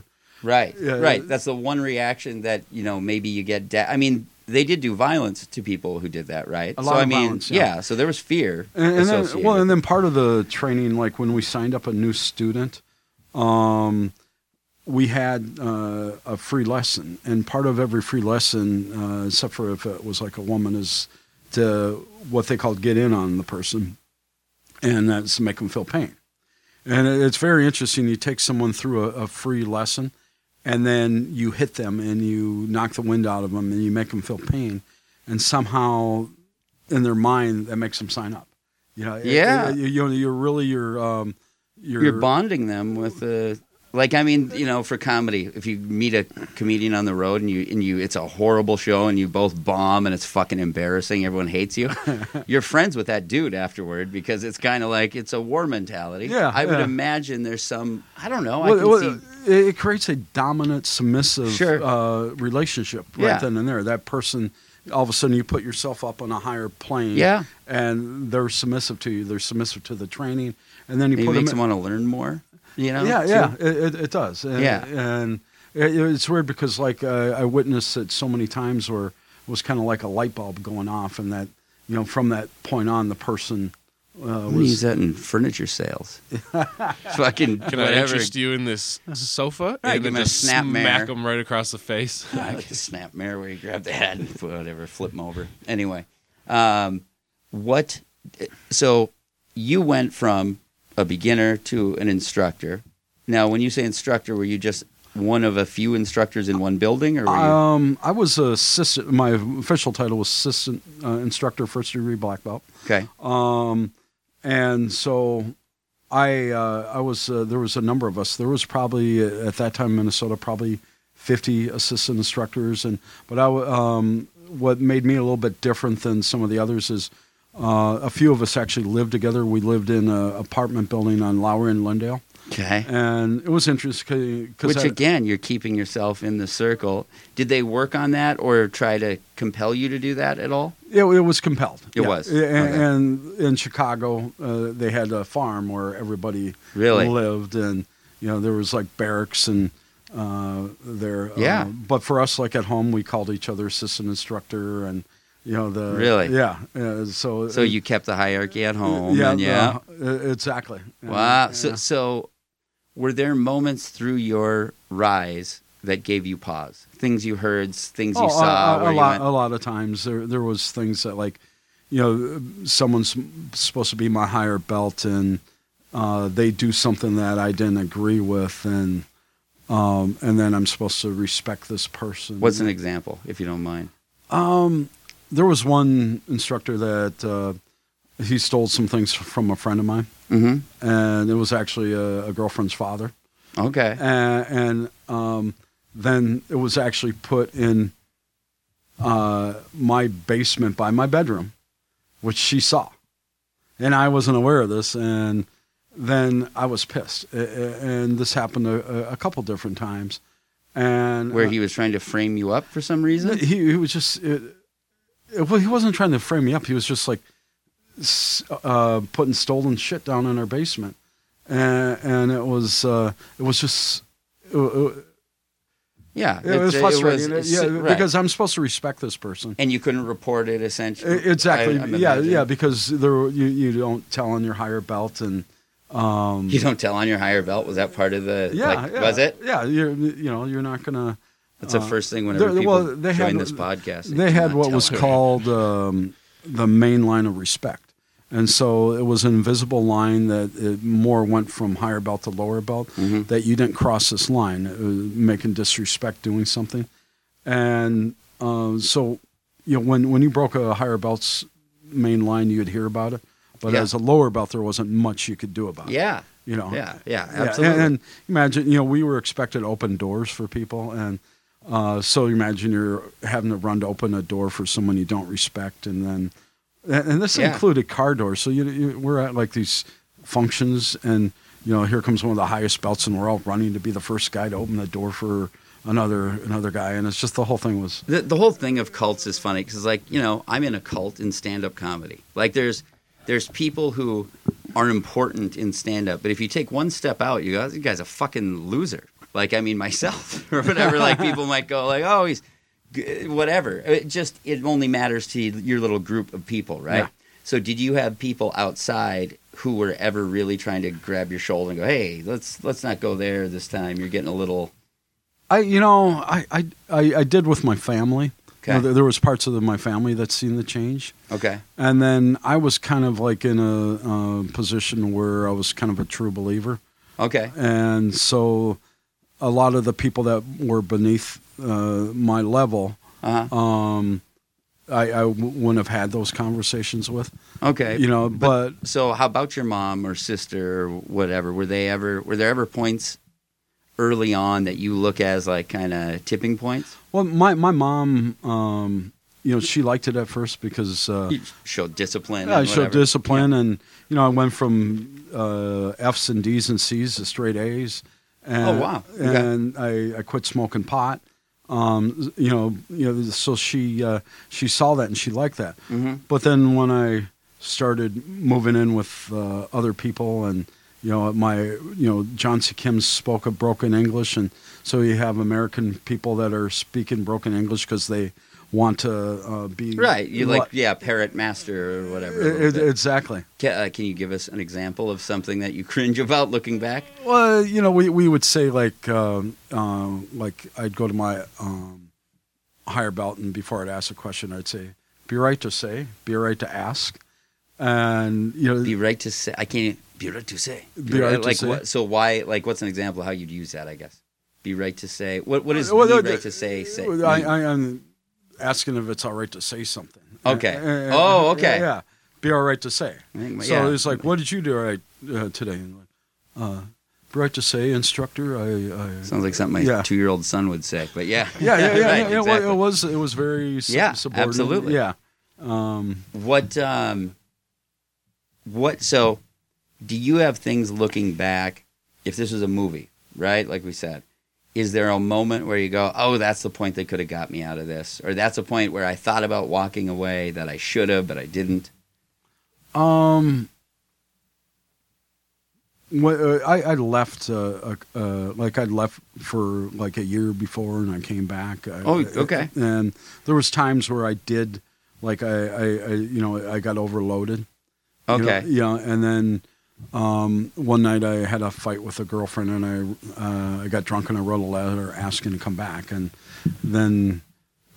Speaker 1: Right.
Speaker 4: Yeah.
Speaker 1: Right. That's the one reaction that you know maybe you get. Da- I mean, they did do violence to people who did that, right?
Speaker 4: A
Speaker 1: so
Speaker 4: lot
Speaker 1: I
Speaker 4: of
Speaker 1: mean,
Speaker 4: violence, yeah.
Speaker 1: So there was fear
Speaker 4: and, and then,
Speaker 1: associated.
Speaker 4: well, and then part of the training, like when we signed up a new student, um, we had uh, a free lesson, and part of every free lesson, uh, except for if it was like a woman, is to what they called get in on the person, and that's to make them feel pain. And it- it's very interesting. You take someone through a, a free lesson, and then you hit them and you knock the wind out of them and you make them feel pain, and somehow in their mind that makes them sign up. You know, it-
Speaker 1: Yeah.
Speaker 4: it- you- you know, you're really your um, your
Speaker 1: You're bonding them with a. Like I mean, you know, for comedy, if you meet a comedian on the road and you and you, it's a horrible show and you both bomb and it's fucking embarrassing. Everyone hates you. you're friends with that dude afterward because it's kind of like it's a war mentality.
Speaker 4: Yeah,
Speaker 1: I would
Speaker 4: yeah.
Speaker 1: imagine there's some. I don't know. I
Speaker 4: Well,
Speaker 1: can
Speaker 4: well, uh,
Speaker 1: see.
Speaker 4: it, it creates a dominant, submissive
Speaker 1: Sure.
Speaker 4: uh, relationship right
Speaker 1: Yeah.
Speaker 4: then and there. That person, all of a sudden, you put yourself up on a higher plane,
Speaker 1: Yeah.
Speaker 4: and they're submissive to you. They're submissive to the training, and then you
Speaker 1: Maybe
Speaker 4: put
Speaker 1: makes
Speaker 4: them
Speaker 1: them want to learn more. You know.
Speaker 4: yeah,
Speaker 1: too.
Speaker 4: yeah, it, it, it does. And,
Speaker 1: Yeah.
Speaker 4: and it, it's weird because like uh, I witnessed it so many times where it was kind of like a light bulb going off, and that you know from that point on, the person uh,
Speaker 1: We use
Speaker 4: was.
Speaker 1: that in furniture sales. Fucking
Speaker 2: Can I
Speaker 1: whatever.
Speaker 2: interest you in this sofa?
Speaker 1: Right,
Speaker 2: and
Speaker 1: give
Speaker 2: then
Speaker 1: him a
Speaker 2: just
Speaker 1: snap mare.
Speaker 2: smack him right across the face.
Speaker 1: I could snap mirror where you grab the head and whatever, flip them over. Anyway, um, what? So you went from a beginner to an instructor. Now, when you say instructor, were you just one of a few instructors in one building, or were you?
Speaker 4: Um, I was assistant. My official title was assistant uh, instructor, first degree black belt.
Speaker 1: okay,
Speaker 4: Um, and so I uh, I was uh, there was a number of us. There was probably uh, at that time in Minnesota probably fifty assistant instructors, and but I w- um, what made me a little bit different than some of the others is uh, a few of us actually lived together. We lived in an apartment building on Lowry and Lindale,
Speaker 1: okay.
Speaker 4: and it was interesting because
Speaker 1: Which again, you're keeping yourself in the circle. Did they work on that, or try to compel you to do that at all?
Speaker 4: It, it was compelled.
Speaker 1: It was.
Speaker 4: A- And,
Speaker 1: Okay.
Speaker 4: in Chicago, uh, they had a farm where everybody
Speaker 1: Really?
Speaker 4: lived, and you know there was like barracks and uh, there.
Speaker 1: Yeah.
Speaker 4: Uh, but for us, like at home, we called each other assistant instructor, and you know the
Speaker 1: Really?
Speaker 4: yeah. Uh, so
Speaker 1: So you kept the hierarchy at home,
Speaker 4: yeah
Speaker 1: and yeah.
Speaker 4: the- uh, exactly
Speaker 1: Wow.
Speaker 4: Uh,
Speaker 1: So, so were there moments through your rise that gave you pause? Things you heard, s- things you
Speaker 4: Oh,
Speaker 1: saw.
Speaker 4: a- a,
Speaker 1: where
Speaker 4: a
Speaker 1: you
Speaker 4: lot.
Speaker 1: went,
Speaker 4: A lot of times there there was things that like, you know, someone's supposed to be my higher belt, and uh, they do something that I didn't agree with, and um, and then I'm supposed to respect this person. Um,
Speaker 1: What's an example, if you don't mind?
Speaker 4: There was one instructor that uh, he stole some things from a friend of mine,
Speaker 1: hmm
Speaker 4: Mm-hmm. and it was actually a, a girlfriend's father.
Speaker 1: Okay.
Speaker 4: and, uh, and um, then it was actually put in uh, my basement by my bedroom, which she saw, and I wasn't aware of this. And then I was pissed. A- a- And this happened a, a- a couple different times. And
Speaker 1: Where he was trying to frame you up for some
Speaker 4: uh,
Speaker 1: reason?
Speaker 4: he he was just it, it- well, he wasn't trying to frame me up. He was just like s- uh, putting stolen shit down in our basement, and, and it was uh, it was just. it- it-
Speaker 1: Yeah.
Speaker 4: it was
Speaker 1: it's-
Speaker 4: frustrating.
Speaker 1: it's-
Speaker 4: yeah,
Speaker 1: right.
Speaker 4: because I'm supposed to respect this person.
Speaker 1: And you couldn't report it,
Speaker 4: E-
Speaker 1: essentially.
Speaker 4: Exactly.
Speaker 1: I- I'm
Speaker 4: yeah,
Speaker 1: imagining.
Speaker 4: yeah. Because there, you you don't tell on your higher belt, and
Speaker 1: You don't tell on your higher belt. Was that part of the?
Speaker 4: yeah,
Speaker 1: like,
Speaker 4: yeah
Speaker 1: Was it?
Speaker 4: Yeah, you're you know you're not gonna.
Speaker 1: That's the first thing whenever
Speaker 4: There-
Speaker 1: people
Speaker 4: well, they
Speaker 1: join
Speaker 4: had-
Speaker 1: this podcast.
Speaker 4: They
Speaker 1: do
Speaker 4: had
Speaker 1: not
Speaker 4: what
Speaker 1: tell
Speaker 4: was
Speaker 1: on-
Speaker 4: called um, the main line of respect, and so it was an invisible line that it more went from higher belt to lower belt.
Speaker 1: Mm-hmm.
Speaker 4: That you didn't cross this line, it was making disrespect, doing something, and uh, so you know when when you broke a higher belt's main line, you'd hear about it. But
Speaker 1: Yeah.
Speaker 4: as a lower belt, there wasn't much you could do about it
Speaker 1: Yeah.
Speaker 4: you know
Speaker 1: Yeah, yeah,
Speaker 4: and-
Speaker 1: absolutely.
Speaker 4: and, imagine you know we were expected open doors for people and uh, so you imagine you're having to run to open a door for someone you don't respect and then and, and this
Speaker 1: Yeah.
Speaker 4: included car doors so you, you we're at like these functions and you know here comes one of the highest belts and we're all running to be the first guy to open the door for another another guy and it's just the whole thing was
Speaker 1: The, the whole thing of cults is funny because, like, you know, I'm in a cult in stand-up comedy. Like, there's there's people who are important in stand-up, but if you take one step out, you guys, you guys a fucking loser. Like, I mean, myself or whatever. like, people might go like, "Oh, he's g- whatever." It just it only matters to your little group of people, right?
Speaker 4: Yeah.
Speaker 1: So, did you have people outside who were ever really trying to grab your shoulder and go, "Hey, let's let's not go there this time. You're getting a little."
Speaker 4: I you know I I I, I did with my family
Speaker 1: Okay.
Speaker 4: You know, there, there was parts of the, my family that seen the change.
Speaker 1: Okay.
Speaker 4: And then I was kind of like in a uh, position where I was kind of a true believer.
Speaker 1: Okay.
Speaker 4: And so a lot of the people that were beneath uh, my level, um,
Speaker 1: Uh huh.
Speaker 4: I, I w- wouldn't have had those conversations with,
Speaker 1: Okay.
Speaker 4: you know, but,
Speaker 1: So how about your mom or sister or whatever? Were they ever were there ever points early on that you look as like kind of tipping points?
Speaker 4: well, my, my mom, um, you know, she liked it at first because, uh,
Speaker 1: You showed discipline.
Speaker 4: Yeah, I
Speaker 1: and
Speaker 4: showed
Speaker 1: whatever.
Speaker 4: discipline, and you know, I went from uh, F's and D's and C's to straight A's. And,
Speaker 1: Oh, wow. Okay.
Speaker 4: And I, I quit smoking pot. Um, you know, you know. So she uh, she saw that and she liked that.
Speaker 1: Mm-hmm.
Speaker 4: But then when I started moving in with uh, other people, and you know, my you know, John C. Kim spoke of broken English, and so you have American people that are speaking broken English because they want to uh, be
Speaker 1: Right. You like
Speaker 4: li-
Speaker 1: yeah, parrot master or whatever. a little
Speaker 4: it,
Speaker 1: bit.
Speaker 4: exactly.
Speaker 1: Ca- uh, can you give us an example of something that you cringe about looking back?
Speaker 4: Well, you know, we, we would say like um, um, like I'd go to my um, higher belt, and before I'd ask a question, I'd say, "Be right to say, be right to ask," and you know,
Speaker 1: Be right to say. I can't. Be right to say.
Speaker 4: Be right to
Speaker 1: like
Speaker 4: say.
Speaker 1: what? So why? Like what's an example of how you'd use that? I guess. Be right to say. What? What is
Speaker 4: Well,
Speaker 1: be
Speaker 4: no,
Speaker 1: right
Speaker 4: the-
Speaker 1: to say? Say.
Speaker 4: I, I, am asking if it's all right to say something.
Speaker 1: Okay.
Speaker 4: Uh, uh,
Speaker 1: Oh,
Speaker 4: uh,
Speaker 1: okay.
Speaker 4: Yeah, yeah. be all right to say.
Speaker 1: I think my-
Speaker 4: so
Speaker 1: yeah.
Speaker 4: it's like, what did you do right uh, today? And like, uh, be right to say, instructor. I, I
Speaker 1: Sounds like something my
Speaker 4: Yeah.
Speaker 1: two-year-old son would say. But yeah.
Speaker 4: yeah, yeah, yeah.
Speaker 1: Right,
Speaker 4: yeah, yeah. Well,
Speaker 1: exactly.
Speaker 4: It was it was very sub-
Speaker 1: Yeah,
Speaker 4: subordinate.
Speaker 1: absolutely.
Speaker 4: Yeah.
Speaker 1: what um what so do you have things looking back if this was a movie right like we said is there a moment where you go oh that's the point that could have got me out of this or that's a point where i thought about walking away that i should have but i didn't
Speaker 4: Um, wh- uh, I I left uh, uh, uh, like I left for like a year before, and I came back. I,
Speaker 1: Oh, okay.
Speaker 4: And there was times where I did like I, I, I you know I got overloaded. you know,
Speaker 1: okay
Speaker 4: yeah, and then um, one night I had a fight with a girlfriend, and I uh, I got drunk and I wrote a letter asking to come back, and then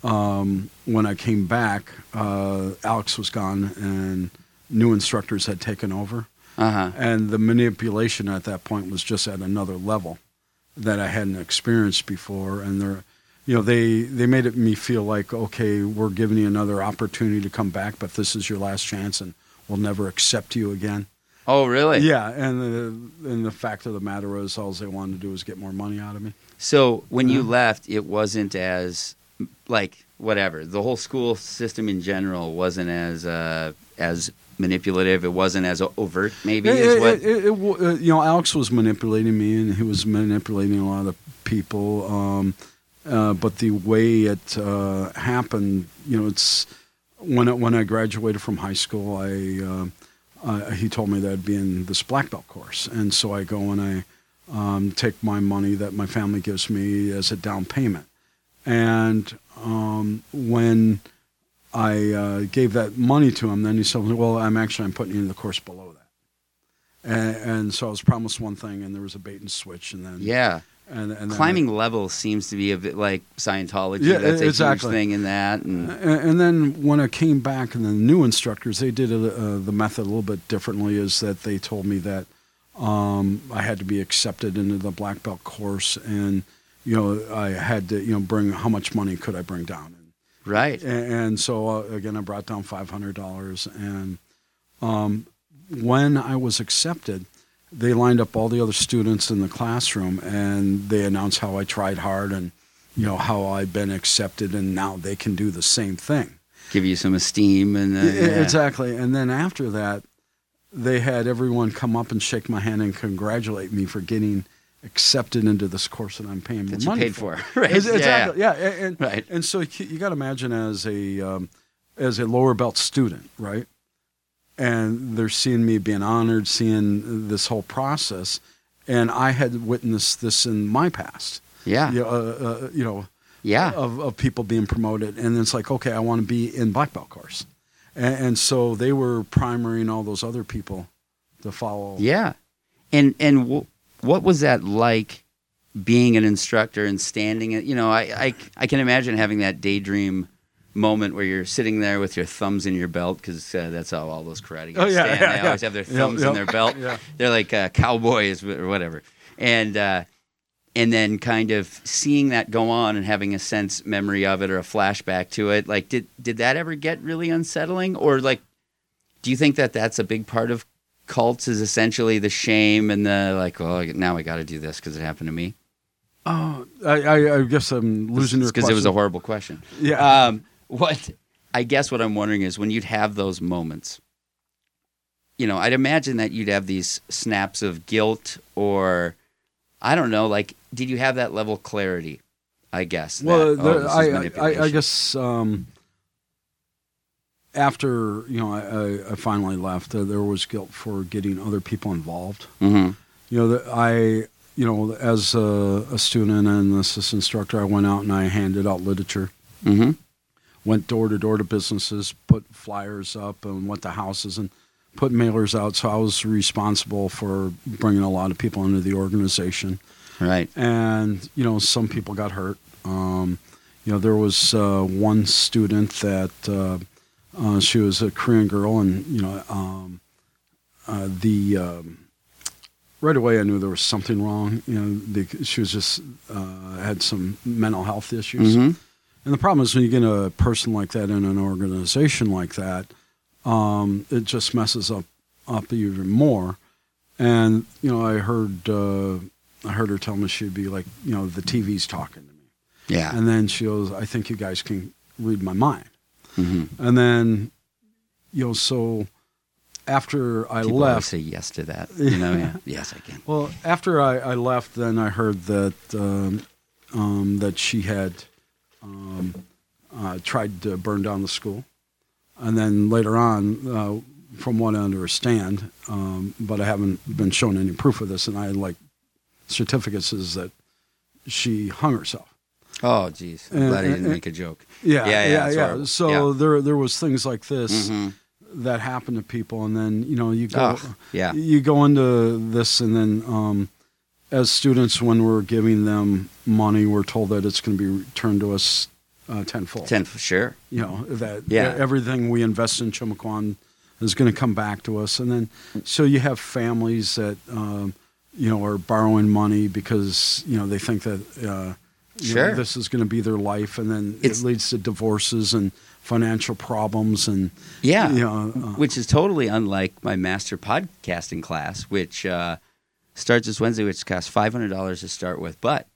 Speaker 4: um, when I came back, uh, Alex was gone, and new instructors had taken over,
Speaker 1: uh-huh
Speaker 4: and the manipulation at that point was just at another level that I hadn't experienced before, and they're. You know, they, they made it me feel like, okay, we're giving you another opportunity to come back, but this is your last chance and we'll never accept you again.
Speaker 1: oh really
Speaker 4: Yeah, and the, and the fact of the matter was, all they wanted to do was get more money out of me.
Speaker 1: so when you
Speaker 4: Mm-hmm.
Speaker 1: left it wasn't as like whatever the whole school system in general wasn't as uh as manipulative it wasn't as overt maybe
Speaker 4: It-
Speaker 1: is
Speaker 4: it-
Speaker 1: what
Speaker 4: it- it wa- uh, you know, Alex was manipulating me, and he was manipulating a lot of people. Um, uh, but the way it uh, happened, you know, it's when I, when I graduated from high school, I uh, uh, he told me that I'd be in this black belt course, and so I go and I um, take my money that my family gives me as a down payment, and um, when I uh, gave that money to him, then he said, "Well, I'm actually I'm putting you in the course below that." and, and so I was promised one thing, and there was a bait and switch, and then
Speaker 1: yeah
Speaker 4: and, and then-
Speaker 1: climbing levels seems to be a bit like Scientology.
Speaker 4: Yeah,
Speaker 1: That's a
Speaker 4: exactly. Uh,
Speaker 1: huge thing in that. And
Speaker 4: and, and then when I came back, and the new instructors, they did it, uh, the method a little bit differently. Is that they told me that um, I had to be accepted into the black belt course, and you know I had to you know bring how much money could I bring down, and
Speaker 1: right,
Speaker 4: And, and so uh, again, I brought down five hundred dollars. And um, when I was accepted, they lined up all the other students in the classroom, and they announced how I tried hard and you know how I'd been accepted, and now they can do the same thing.
Speaker 1: give you some esteem and uh,
Speaker 4: I- I-
Speaker 1: yeah.
Speaker 4: Exactly. And then after that, they had everyone come up and shake my hand and congratulate me for getting accepted into this course that I'm paying
Speaker 1: that
Speaker 4: more
Speaker 1: you
Speaker 4: money
Speaker 1: paid
Speaker 4: for.
Speaker 1: for. right?
Speaker 4: Ex-
Speaker 1: Yeah.
Speaker 4: Exactly. Yeah. a- And,
Speaker 1: Right.
Speaker 4: and so you you got to imagine as a um, as a lower belt student, right? And they're seeing me being honored, seeing this whole process, and I had witnessed this in my past.
Speaker 1: Yeah.
Speaker 4: You
Speaker 1: Yeah.
Speaker 4: know, uh, uh, you know
Speaker 1: Yeah.
Speaker 4: of, of people being promoted, and it's like, okay, I want to be in black belt course, and, and so they were primarying all those other people to follow.
Speaker 1: And and w- what was that like? Being an instructor and standing, at, you know, I, I I can imagine having that daydream moment where you're sitting there with your thumbs in your belt because uh, that's how all those karate guys
Speaker 4: Oh, yeah,
Speaker 1: stand.
Speaker 4: yeah,
Speaker 1: they
Speaker 4: yeah.
Speaker 1: always have their
Speaker 4: Yep,
Speaker 1: thumbs in
Speaker 4: yep.
Speaker 1: their belt.
Speaker 4: Yeah.
Speaker 1: They're like uh, cowboys or whatever. And uh, and then kind of seeing that go on and having a sense memory of it or a flashback to it. Like, did did that ever get really unsettling? Or like, do you think that that's a big part of cults? Is essentially the shame and the like. Well, now I got to do this because it happened to me.
Speaker 4: Oh, I, I, I guess I'm losing your
Speaker 1: because it was a
Speaker 4: question.
Speaker 1: horrible question.
Speaker 4: Yeah.
Speaker 1: Um, what I guess what I'm wondering is when you'd have those moments, you know, I'd imagine that you'd have these snaps of guilt or I don't know, like did you have that level of clarity? I guess.
Speaker 4: Well,
Speaker 1: that,
Speaker 4: the-
Speaker 1: oh, this is
Speaker 4: I, I, I
Speaker 1: manipulation.
Speaker 4: guess um, after you know, I, I, I finally left. Uh, there was guilt for getting other people involved.
Speaker 1: Mhm.
Speaker 4: You know, that I, you know, as a, a student and assistant instructor, I went out and I handed out literature.
Speaker 1: Mhm.
Speaker 4: Went door to door to businesses, put flyers up, and went to houses and put mailers out. So I was responsible for bringing a lot of people into the organization
Speaker 1: Right.
Speaker 4: and you know some people got hurt. Um, you know there was uh, one student that uh, uh, she was a Korean girl, and you know um, uh, the um, right away I knew there was something wrong. You know the, she was just uh, had some mental health issues,
Speaker 1: Mhm.
Speaker 4: and the problem is when you get a person like that in an organization like that, um, it just messes up up even more. And you know, I heard uh, I heard her tell me she'd be like, you know, the TV's talking to me,
Speaker 1: Yeah.
Speaker 4: and then she goes, I think you guys can read my mind.
Speaker 1: Mhm.
Speaker 4: And then, you know, so after I
Speaker 1: People always
Speaker 4: left,
Speaker 1: say yes to that. You know, yeah. yes, I can.
Speaker 4: well, after I, I left, then I heard that um, um, that she had um, uh, tried to burn down the school, and then later on, uh, from what I understand, um, but I haven't been shown any proof of this, and I had like certificates is that she hung herself.
Speaker 1: Oh, jeez. I'm
Speaker 4: Uh,
Speaker 1: glad I
Speaker 4: uh,
Speaker 1: didn't
Speaker 4: uh,
Speaker 1: make a joke.
Speaker 4: Yeah,
Speaker 1: Yeah, yeah,
Speaker 4: yeah,
Speaker 1: it's
Speaker 4: yeah.
Speaker 1: horrible.
Speaker 4: So
Speaker 1: Yeah.
Speaker 4: there, there was things like this
Speaker 1: Mhm.
Speaker 4: that happened to people, and then you know you go,
Speaker 1: Ugh, yeah.
Speaker 4: you go into this, and then um, as students, when we're giving them money, we're told that it's going to be returned to us uh, tenfold.
Speaker 1: Ten sure.
Speaker 4: You know that
Speaker 1: Yeah.
Speaker 4: everything we invest in Chumaquan is going to come back to us, and then so you have families that um, you know are borrowing money because you know they think that. Uh, you know,
Speaker 1: Sure.
Speaker 4: this is going to be their life, and then
Speaker 1: It's-
Speaker 4: it leads to divorces and financial problems, and
Speaker 1: Yeah.
Speaker 4: you know, uh,
Speaker 1: which is totally unlike my master podcasting class, which uh, starts this Wednesday, which costs five hundred dollars to start with, but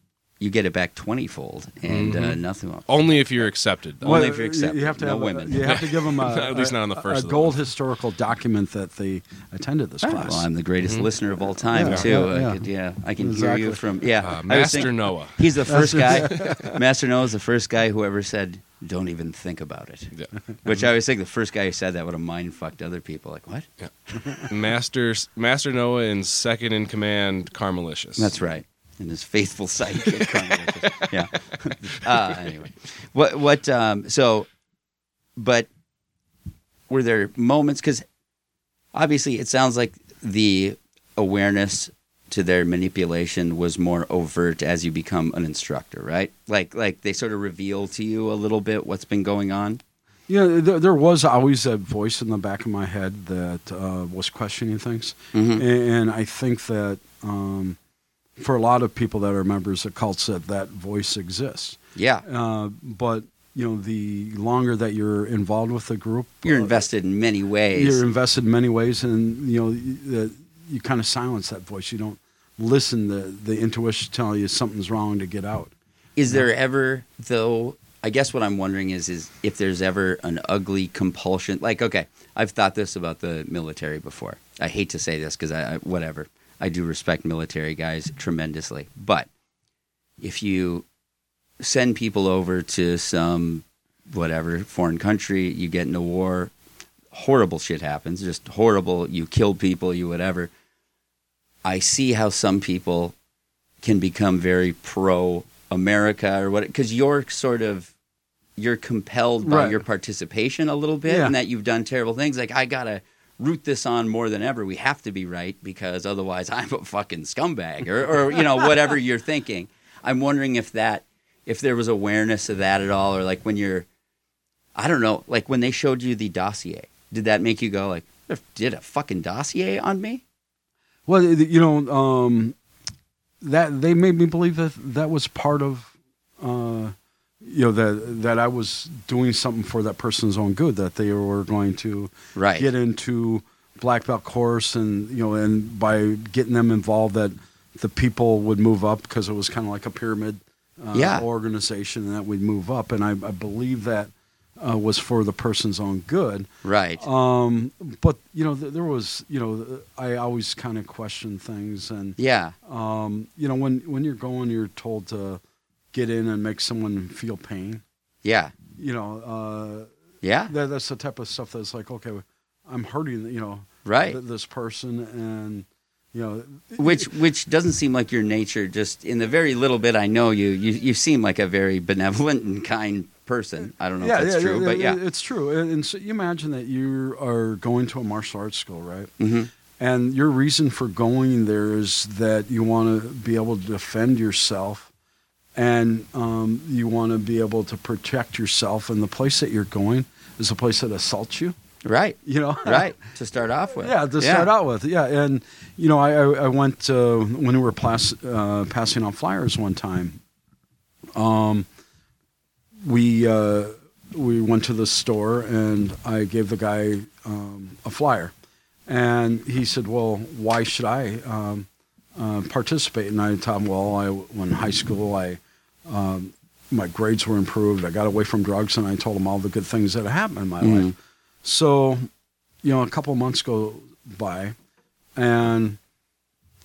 Speaker 1: you get it back twenty fold and uh,
Speaker 4: Mm-hmm.
Speaker 1: nothing. Else.
Speaker 2: Only if you're accepted. though.
Speaker 1: Only
Speaker 4: Well,
Speaker 1: if you're accepted.
Speaker 4: You have to
Speaker 1: No
Speaker 4: have a-
Speaker 1: women.
Speaker 4: you have to give them a,
Speaker 2: At least not on the
Speaker 4: a-
Speaker 2: first
Speaker 4: a
Speaker 2: of the
Speaker 4: gold
Speaker 2: list.
Speaker 4: historical document that they attended this class.
Speaker 1: well, I'm the greatest listener of all time
Speaker 4: Mm-hmm. Yeah,
Speaker 1: too.
Speaker 4: yeah,
Speaker 1: I
Speaker 4: yeah.
Speaker 1: could- yeah, I can hear you
Speaker 4: Exactly.
Speaker 1: from yeah.
Speaker 2: Uh,
Speaker 1: I was
Speaker 2: Master
Speaker 1: thinking-
Speaker 2: Noah.
Speaker 1: He's the first guy. Master Noah's the first guy who ever said, "Don't even think about it."
Speaker 2: Yeah.
Speaker 1: Which I always think the first guy who said that would have mind fucked other people. Like what?
Speaker 2: Master Master Noah and second in command Carmelicious.
Speaker 1: That's right. And his faithful sidekick. Chronicles. yeah. Uh, anyway, what what um so, but were there moments because obviously it sounds like the awareness to their manipulation was more overt as you become an instructor, right? Like like they sort of reveal to you a little bit what's been going on.
Speaker 4: Yeah, there, there was always that voice in the back of my head that uh, was questioning things,
Speaker 1: Mhm.
Speaker 4: and I think that um, for a lot of people that are members of cults, that that voice exists.
Speaker 1: Yeah.
Speaker 4: Uh, but you know, the longer that you're involved with the group,
Speaker 1: You're
Speaker 4: uh,
Speaker 1: invested in many ways.
Speaker 4: You're invested in many ways, and you know you, uh, you kind of silence that voice. You don't listen to the intuition telling you something's wrong to get out.
Speaker 1: Is there ever though? I guess what I'm wondering is is if there's ever an ugly compulsion. Like, okay, I've thought this about the military before. I hate to say this because I, I whatever. I do respect military guys tremendously, but if you send people over to some whatever foreign country, you get into war, horrible shit happens. Just horrible. You kill people. You whatever. I see how some people can become very pro America or what because you're sort of you're compelled by
Speaker 4: Right.
Speaker 1: your participation a little bit
Speaker 4: Yeah.
Speaker 1: and that you've done terrible things like I got to root this on more than ever we have to be right because otherwise I'm a fucking scumbag or or you know whatever you're thinking I'm wondering if that if there was awareness of that at all or like when you're I don't know, like when they showed you the dossier, did that make you go like, "They did a fucking dossier on me?
Speaker 4: Well, th- you know, um, that they made me believe that that was part of, uh, you know, that that I was doing something for that person's own good. That they were going to
Speaker 1: Right.
Speaker 4: get into black belt course, and you know, and by getting them involved, that the people would move up because it was kind of like a pyramid uh,
Speaker 1: Yeah.
Speaker 4: organization, and that we'd move up. And I, I believe that uh, was for the person's own good.
Speaker 1: Right.
Speaker 4: Um, but you know, th- there was, you know, I always kind of question things, and
Speaker 1: yeah.
Speaker 4: um, you know, when when you're going, you're told to get in and make someone feel pain.
Speaker 1: Yeah.
Speaker 4: You know,
Speaker 1: Yeah.
Speaker 4: uh, that that's the type of stuff that's like, okay, I'm hurting, you know,
Speaker 1: Right.
Speaker 4: th- this person, and you know,
Speaker 1: which which doesn't seem like your nature. Just in the very little bit I know you, you you seem like a very benevolent and kind person. I don't know if that's true, but yeah,
Speaker 4: it's true. And, and so you imagine that you are going to a martial arts school, right?
Speaker 1: hmm
Speaker 4: And your reason for going there is that you want to be able to defend yourself and um, you want to be able to protect yourself. And the place that you're going is a place that assaults you,
Speaker 1: right,
Speaker 4: you know?
Speaker 1: right. To start off with,
Speaker 4: Yeah, to start out with. Yeah. And, you know, I, I, I went uh, when we were plas- uh, passing out flyers one time. Um, we, uh, we went to the store and I gave the guy um, a flyer. And he said, Well, why should I um, uh, participate? And I told him, Well, I, when high school, I, um, my grades were improved. I got away from drugs and I told him all the good things that happened in my life. So you know, a couple months go by, and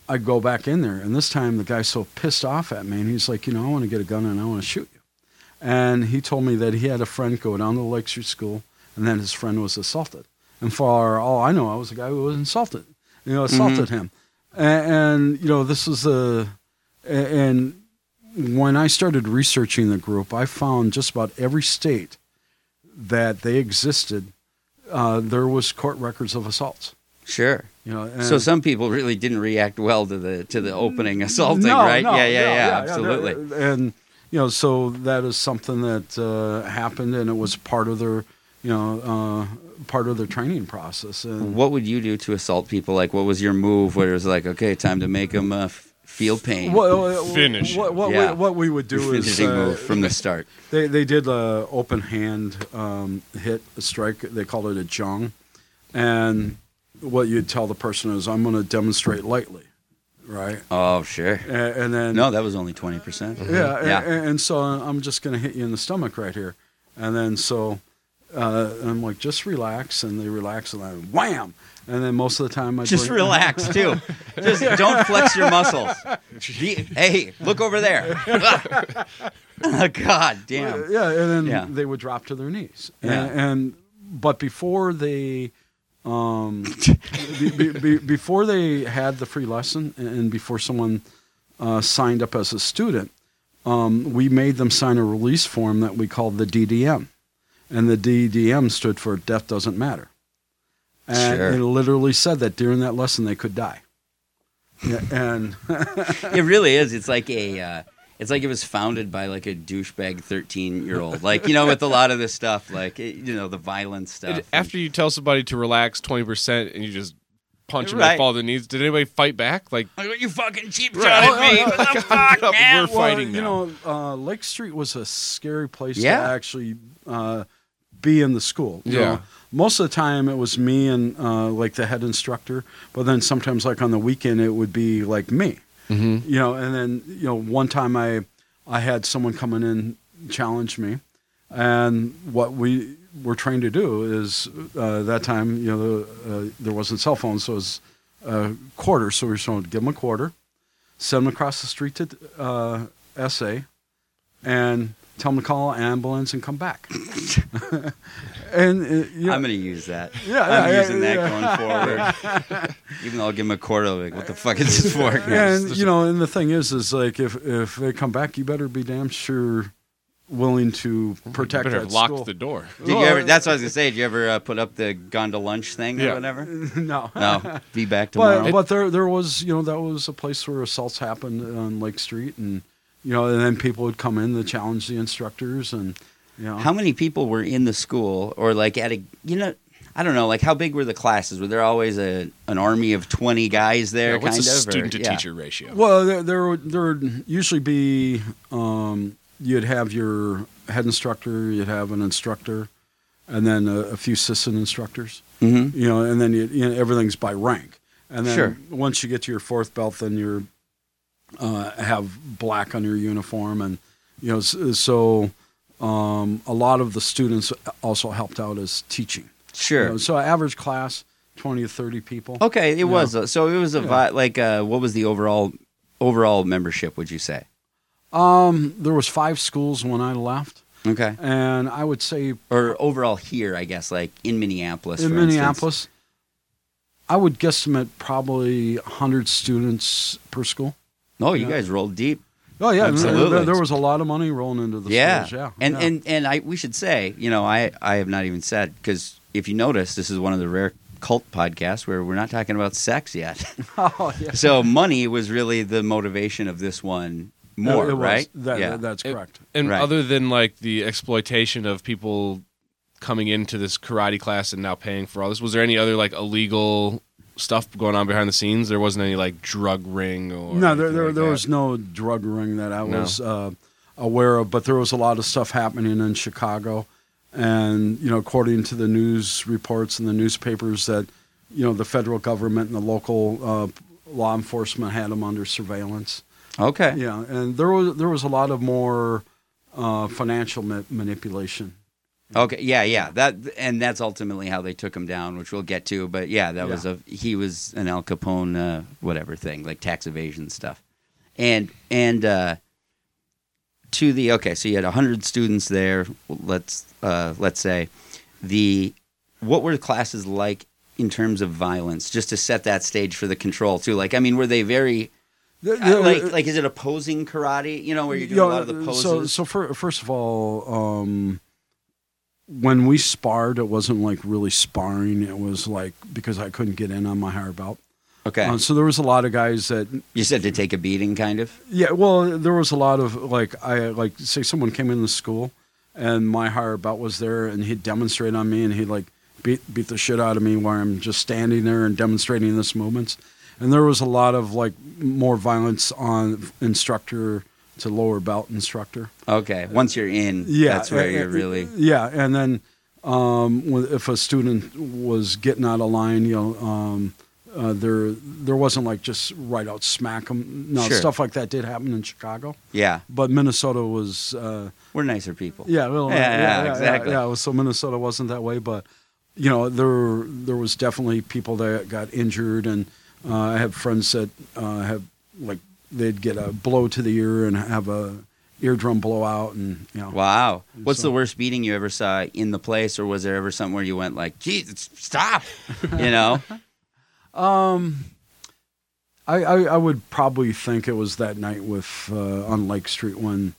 Speaker 4: I go back in there, and this time the guy's so pissed off at me, and he's like, you know, I want to get a gun and I want to shoot you. And he told me that he had a friend go down to Lake Street School, and then his friend was assaulted. And for all I know, I was the guy who was insulted, you know, assaulted him. And, and you know, this is a, a- and when I started researching the group, I found just about every state that they existed uh, there was court records of assaults.
Speaker 1: Sure.
Speaker 4: You know, and-
Speaker 1: so some people really didn't react well to the to the opening assaulting,
Speaker 4: No,
Speaker 1: right?
Speaker 4: no,
Speaker 1: yeah, yeah,
Speaker 4: no,
Speaker 1: yeah,
Speaker 4: there-
Speaker 1: absolutely.
Speaker 4: and you know, so that is something that uh, happened, and it was part of their, you know, uh, part of their training process. And
Speaker 1: What would you do to assault people? Like, what was your move? Where it was like, okay, time to make them uh, f- feel pain.
Speaker 4: what,
Speaker 2: Finish.
Speaker 4: What, what,
Speaker 1: Yeah.
Speaker 4: we, what we would do is
Speaker 1: Finishing
Speaker 4: uh,
Speaker 1: move from the start.
Speaker 4: They they did a open hand um, hit a strike. They called it a jong, and what you'd tell the person is, "I'm going to demonstrate lightly," right?
Speaker 1: Oh, sure.
Speaker 4: And, and then
Speaker 1: No, that was only twenty percent.
Speaker 4: Yeah, a-
Speaker 1: Yeah.
Speaker 4: a- And, so I'm just going to hit you in the stomach right here, and then so uh, I'm like, just relax, and they relax, and then wham, and then most of the time I
Speaker 1: Just
Speaker 4: bring-
Speaker 1: relax too. Just don't flex your muscles. Be- hey, look over there. Ah. God damn.
Speaker 4: Yeah, and then
Speaker 1: Yeah.
Speaker 4: they would drop to their knees.
Speaker 1: Yeah.
Speaker 4: And, and but before they, um, be, be, be, before they had the free lesson, and before someone uh, signed up as a student, um, we made them sign a release form that we called the DDM, and the DDM stood for Death Doesn't Matter. And
Speaker 1: Sure.
Speaker 4: it literally said that during that lesson they could die. Yeah, and
Speaker 1: It really is. It's like a. Uh, it's like it was founded by like a douchebag thirteen-year-old. Like you know, with a lot of this stuff, like it- you know, the violent stuff.
Speaker 2: Did- after you tell somebody to relax 20% and you just punch them
Speaker 1: Right.
Speaker 2: and fall to the knees, did anybody fight back? Like,
Speaker 1: Like, you fucking cheap shot
Speaker 2: Right.
Speaker 1: at
Speaker 4: Oh,
Speaker 1: me. What the Oh, fuck,
Speaker 2: up,
Speaker 1: man?
Speaker 2: we're fighting
Speaker 4: you
Speaker 2: now.
Speaker 4: know, uh, Lake Street was a scary place
Speaker 1: Yeah.
Speaker 4: to actually uh, be in the school. you
Speaker 2: Yeah.
Speaker 4: know. most of the time it was me and uh, like the head instructor, but then sometimes like on the weekend it would be like me.
Speaker 2: Mm-hmm.
Speaker 4: You know, and then you know one time I I had someone coming in challenge me, and what we were trained to do is uh, that time you know the, uh, there wasn't cell phones, so it was a quarter. So we were supposed to give them a quarter, send them across the street to uh, SA, and tell them to call an ambulance and come back. and uh, you know,
Speaker 1: I'm gonna use that.
Speaker 4: Yeah,
Speaker 1: I'm
Speaker 4: yeah,
Speaker 1: using that going
Speaker 4: yeah,
Speaker 1: forward. Even though I'll give him a quarter, like, what the fuck is this for? guys?
Speaker 4: and you know, and the thing is, is like if if they come back, you better be damn sure willing to protect
Speaker 2: better
Speaker 4: that
Speaker 2: have locked
Speaker 4: school.
Speaker 2: the door.
Speaker 1: Did you ever? That's what I was gonna say. Did you ever uh, put up the gone to lunch thing or
Speaker 2: Yeah.
Speaker 1: whatever?
Speaker 4: no.
Speaker 1: No, be back tomorrow.
Speaker 4: But, but there there was you know that was a place where assaults happened on Lake Street and you know and then people would come in to challenge the instructors and Yeah.
Speaker 1: How many people were in the school or like at a you know I don't know like how big were the classes? Were there always a an army of twenty guys there?
Speaker 2: Yeah, what's the
Speaker 1: kind of, or-
Speaker 2: student to
Speaker 1: yeah.
Speaker 2: teacher ratio?
Speaker 4: Well, there there would, there would usually be um, you'd have your head instructor, you'd have an instructor, and then a, a few assistant instructors.
Speaker 1: Mhm.
Speaker 4: You know, and then you, you know, everything's by rank. And then
Speaker 1: Sure.
Speaker 4: once you get to your fourth belt, then you're uh, have black on your uniform, and you know s- so. Um, a lot of the students also helped out as teaching. You
Speaker 1: Sure. Oh.
Speaker 4: know, so average class, twenty to thirty people.
Speaker 1: Okay, it was a, so it was a vi- like uh, what was the overall overall membership? Would you say?
Speaker 4: Um, there was five schools when I left.
Speaker 1: Okay,
Speaker 4: and I would say in
Speaker 1: or overall here, I guess, like in Minneapolis. for instance.
Speaker 4: Minneapolis, I would guesstimate probably 100 students per school.
Speaker 1: Oh, you
Speaker 4: Yeah.
Speaker 1: guys rolled deep.
Speaker 4: Oh yeah, there-
Speaker 1: Absolutely.
Speaker 4: There, there was a lot of money rolling into the
Speaker 1: yeah.
Speaker 4: schools. Yeah,
Speaker 1: and
Speaker 4: yeah.
Speaker 1: and and I we should say, you know, I I have not even said because if you notice, this is one of the rare cult podcasts where we're not talking about sex yet.
Speaker 4: oh, yeah.
Speaker 1: so money was really the motivation of this one more,
Speaker 4: It was.
Speaker 1: right?
Speaker 4: That,
Speaker 1: yeah.
Speaker 4: that's
Speaker 2: It-
Speaker 4: correct.
Speaker 2: And
Speaker 1: Right.
Speaker 2: other than like the exploitation of people coming into this karate class and now paying for all this, was there any other like illegal stuff going on behind the scenes? There wasn't any like drug ring or
Speaker 4: no, there
Speaker 2: anything
Speaker 4: there,
Speaker 2: like
Speaker 4: there
Speaker 2: that?
Speaker 4: was no drug ring that I
Speaker 2: No.
Speaker 4: was uh, aware of, but there was a lot of stuff happening in Chicago, and you know, according to the news reports and the newspapers, that you know the federal government and the local uh, law enforcement had them under surveillance.
Speaker 1: okay.
Speaker 4: Yeah, and there was there was a lot of more uh, financial ma- manipulation.
Speaker 1: Okay. Yeah. Yeah. That and that's ultimately how they took him down, which we'll get to. But yeah, that was
Speaker 4: Yeah.
Speaker 1: a he was an Al Capone uh, whatever thing, like tax evasion stuff, and and uh, to the okay. So you had hundred students there. Let's uh, let's say the what were the classes like in terms of violence, just to set that stage for the control too. Like, I mean, were they very
Speaker 4: Th-
Speaker 1: uh,
Speaker 4: th-
Speaker 1: like like is it opposing karate? You know, where you do
Speaker 4: you know,
Speaker 1: a lot of the poses.
Speaker 4: uh, So, so fir- first of all, um, when we sparred, it wasn't like really sparring. It was like because I couldn't get in on my higher belt.
Speaker 1: okay,
Speaker 4: Uh, so there was a lot of guys that
Speaker 1: you said to take a beating, kind of.
Speaker 4: yeah. Well, there was a lot of like I like say someone came in the school, and my higher belt was there, and he'd demonstrate on me, and he'd like beat beat the shit out of me while I'm just standing there and demonstrating this movements. And there was a lot of like more violence on instructor to lower belt instructor.
Speaker 1: Okay, once you're in,
Speaker 4: Yeah,
Speaker 1: that's where
Speaker 4: uh,
Speaker 1: you're
Speaker 4: uh,
Speaker 1: really
Speaker 4: Yeah, and then um, when- if a student was getting out of line, you know, um, uh, there there wasn't like just right out smack them. No,
Speaker 1: Sure.
Speaker 4: stuff like that did happen in Chicago,
Speaker 1: yeah.
Speaker 4: but Minnesota was uh,
Speaker 1: We're nicer people.
Speaker 4: yeah, well,
Speaker 1: Yeah, yeah, exactly.
Speaker 4: yeah, So Minnesota wasn't that way, but you know there there was definitely people that got injured, and uh, I have friends that uh, have like they'd get a blow to the ear and have a eardrum blowout, and you know.
Speaker 1: Wow. What's
Speaker 4: So-
Speaker 1: the worst beating you ever saw in the place, or was there ever something where you went like, "Jesus, stop," you know?
Speaker 4: I, I, I would probably think it was that night with uh, on Lake Street when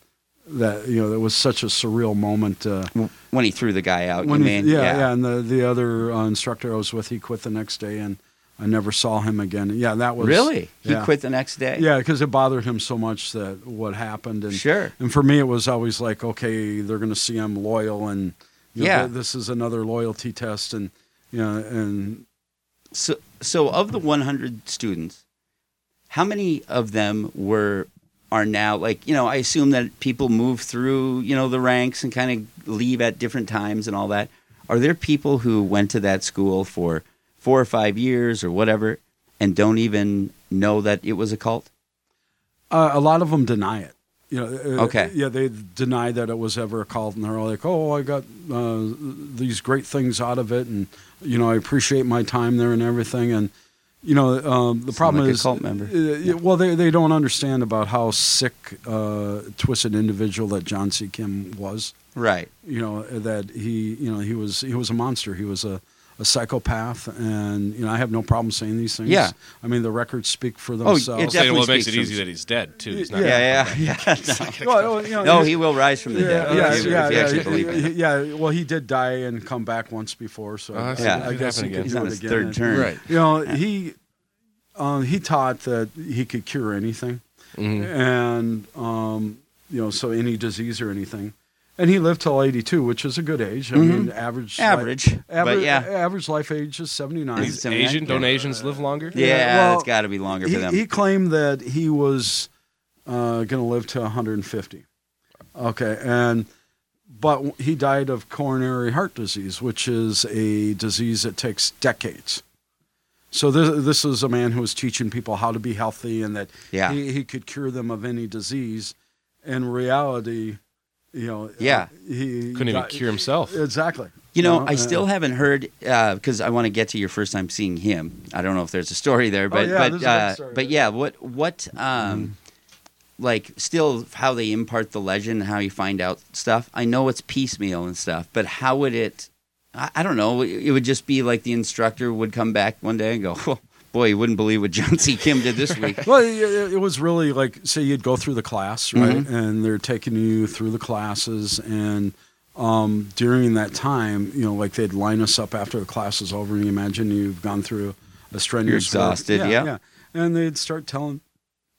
Speaker 4: that you know that was such a surreal moment. Uh,
Speaker 1: when he threw the guy out, you
Speaker 4: he-
Speaker 1: mean?
Speaker 4: yeah, yeah, and the the other uh, instructor I was with, he quit the next day, and I never saw him again. Yeah, that was
Speaker 1: Really? He
Speaker 4: yeah.
Speaker 1: quit the next day.
Speaker 4: Yeah, because it bothered him so much that what happened, and
Speaker 1: Sure.
Speaker 4: and for me it was always like, okay, they're going to see I'm loyal, and you know,
Speaker 1: Yeah.
Speaker 4: th- this is another loyalty test, and you know, and
Speaker 1: So, so of the 100 students, how many of them were are now like you know? I assume that people move through you know the ranks and kind of leave at different times and all that. Are there people who went to that school for four or five years or whatever and don't even know that it was a cult?
Speaker 4: Uh, a lot of them deny it. You know, uh,
Speaker 1: Okay.
Speaker 4: Yeah, they deny that it was ever a cult, and they're all like, "Oh, I got uh, these great things out of it, and you know, I appreciate my time there and everything." And you know, um, the problem
Speaker 1: like a
Speaker 4: is,
Speaker 1: cult member.
Speaker 4: uh, yeah, well, they they don't understand about how sick, uh, twisted individual that John C. Kim was.
Speaker 1: Right.
Speaker 4: You know that he, you know, he was he was a monster. He was a a psychopath, and you know, I have no problem saying these things.
Speaker 1: Yeah.
Speaker 4: I mean, the records speak for
Speaker 1: Oh, it
Speaker 4: themselves.
Speaker 2: I'll say, well, it
Speaker 1: Definitely
Speaker 2: makes it
Speaker 1: speaks
Speaker 2: easy
Speaker 1: to-
Speaker 2: that he's dead too. He's not
Speaker 4: Yeah.
Speaker 1: Yeah. Yeah. yeah.
Speaker 4: Well, oh, you know,
Speaker 1: No. no, he will rise from the
Speaker 4: yeah,
Speaker 1: dead.
Speaker 4: yeah,
Speaker 1: uh, if you-
Speaker 4: yeah,
Speaker 1: if you
Speaker 4: yeah,
Speaker 1: actually
Speaker 4: yeah,
Speaker 1: believe in it.
Speaker 4: yeah, Well, he did die and come back once before, so
Speaker 2: Oh, I see.
Speaker 1: Yeah.
Speaker 4: I
Speaker 2: It
Speaker 4: guess he
Speaker 2: happened again.
Speaker 4: could
Speaker 1: He's
Speaker 4: do
Speaker 1: on
Speaker 4: it
Speaker 1: his
Speaker 4: again.
Speaker 1: third term.
Speaker 2: Right.
Speaker 4: You know, he um, he taught that he could
Speaker 2: Mm-hmm.
Speaker 4: cure anything, and um, you know, so any disease or anything. And he lived till 82, which is a good age. I mean, average
Speaker 1: Mm-hmm. Average,
Speaker 4: life,
Speaker 1: but yeah.
Speaker 4: average life age is 79.
Speaker 1: Is it 79?
Speaker 2: Asian, don't Asians live longer?
Speaker 1: Yeah,
Speaker 4: well,
Speaker 1: it's got to be longer for
Speaker 4: he,
Speaker 1: them.
Speaker 4: he claimed that he was uh, going to live to 150. Okay, and but he died of coronary heart disease, which is a disease that takes decades. So this this is a man who was teaching people how to be healthy and that
Speaker 1: Yeah.
Speaker 4: he, he could cure them of any disease. In reality, you know,
Speaker 1: Yeah.
Speaker 4: he
Speaker 2: Couldn't even
Speaker 4: died-
Speaker 2: cure himself.
Speaker 4: Exactly.
Speaker 1: You know,
Speaker 4: Uh,
Speaker 1: I still haven't heard because I want to get to your first time seeing him. I don't know if there's a story there, but
Speaker 4: Oh, yeah,
Speaker 1: but
Speaker 4: there's a big
Speaker 1: uh,
Speaker 4: story
Speaker 1: but
Speaker 4: there. Mm-hmm.
Speaker 1: yeah, what what um, like still how they impart the legend and how you find out stuff. I know it's piecemeal and stuff, but how would it? I, I don't know. It would just be like the instructor would come back one day and go, oh, "Boy, you wouldn't believe what John C. Kim did this week."
Speaker 4: well, it- it, it was really like say you'd go through the class, right?
Speaker 1: Mm-hmm.
Speaker 4: And they're taking you through the classes, and um, during that time, you know, like they'd line us up after the class is over, and you imagine you've gone through a strenuous,
Speaker 1: You're
Speaker 4: work-
Speaker 1: exhausted, yeah.
Speaker 4: and they'd start telling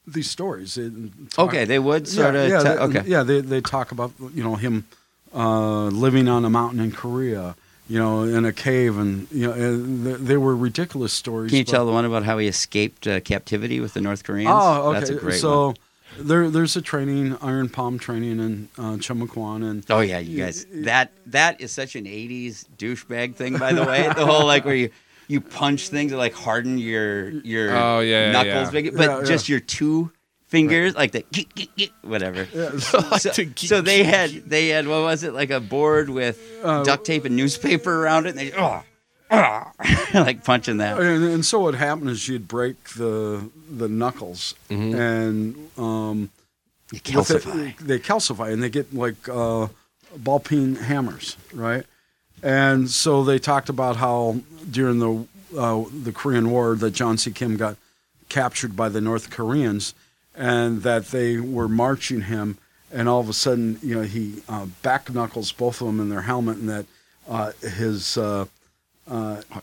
Speaker 4: these stories. They'd talk-
Speaker 1: okay, they would sort of.
Speaker 4: yeah,
Speaker 1: ta-
Speaker 4: they,
Speaker 1: okay,
Speaker 4: yeah, they they talk about you know him uh, living on a mountain in Korea. You know, in a cave, and you know, and they, they were ridiculous stories.
Speaker 1: can you
Speaker 4: but-
Speaker 1: tell the one about how he escaped uh, captivity with the North Koreans?
Speaker 4: Oh, okay.
Speaker 1: That's a great
Speaker 4: so
Speaker 1: one.
Speaker 4: there, there's a training, Iron Palm training in uh, Chumaquan, and
Speaker 1: Oh yeah, you guys. That that is such an '80s douchebag thing, by the way. the whole like where you you punch things that like harden your your
Speaker 2: Oh, yeah, yeah,
Speaker 1: knuckles,
Speaker 2: yeah.
Speaker 1: big- but
Speaker 4: Yeah, yeah.
Speaker 1: just your two fingers, like the geek, geek, geek, whatever. so, so they had they had what was it like a board with
Speaker 4: Uh,
Speaker 1: duct tape and newspaper around it, and they oh, oh like punching that.
Speaker 4: and, and so what happened is you'd break the the knuckles,
Speaker 1: Mm-hmm.
Speaker 4: and um,
Speaker 1: You
Speaker 4: with it-
Speaker 1: calcify.
Speaker 4: they calcify, and they get like uh, ball peen hammers, right? And so they talked about how during the uh, the Korean War that John C. Kim got captured by the North Koreans, and that they were marching him, and all of a sudden, you know, he uh, back knuckles both of them in their helmet, and that uh, his uh,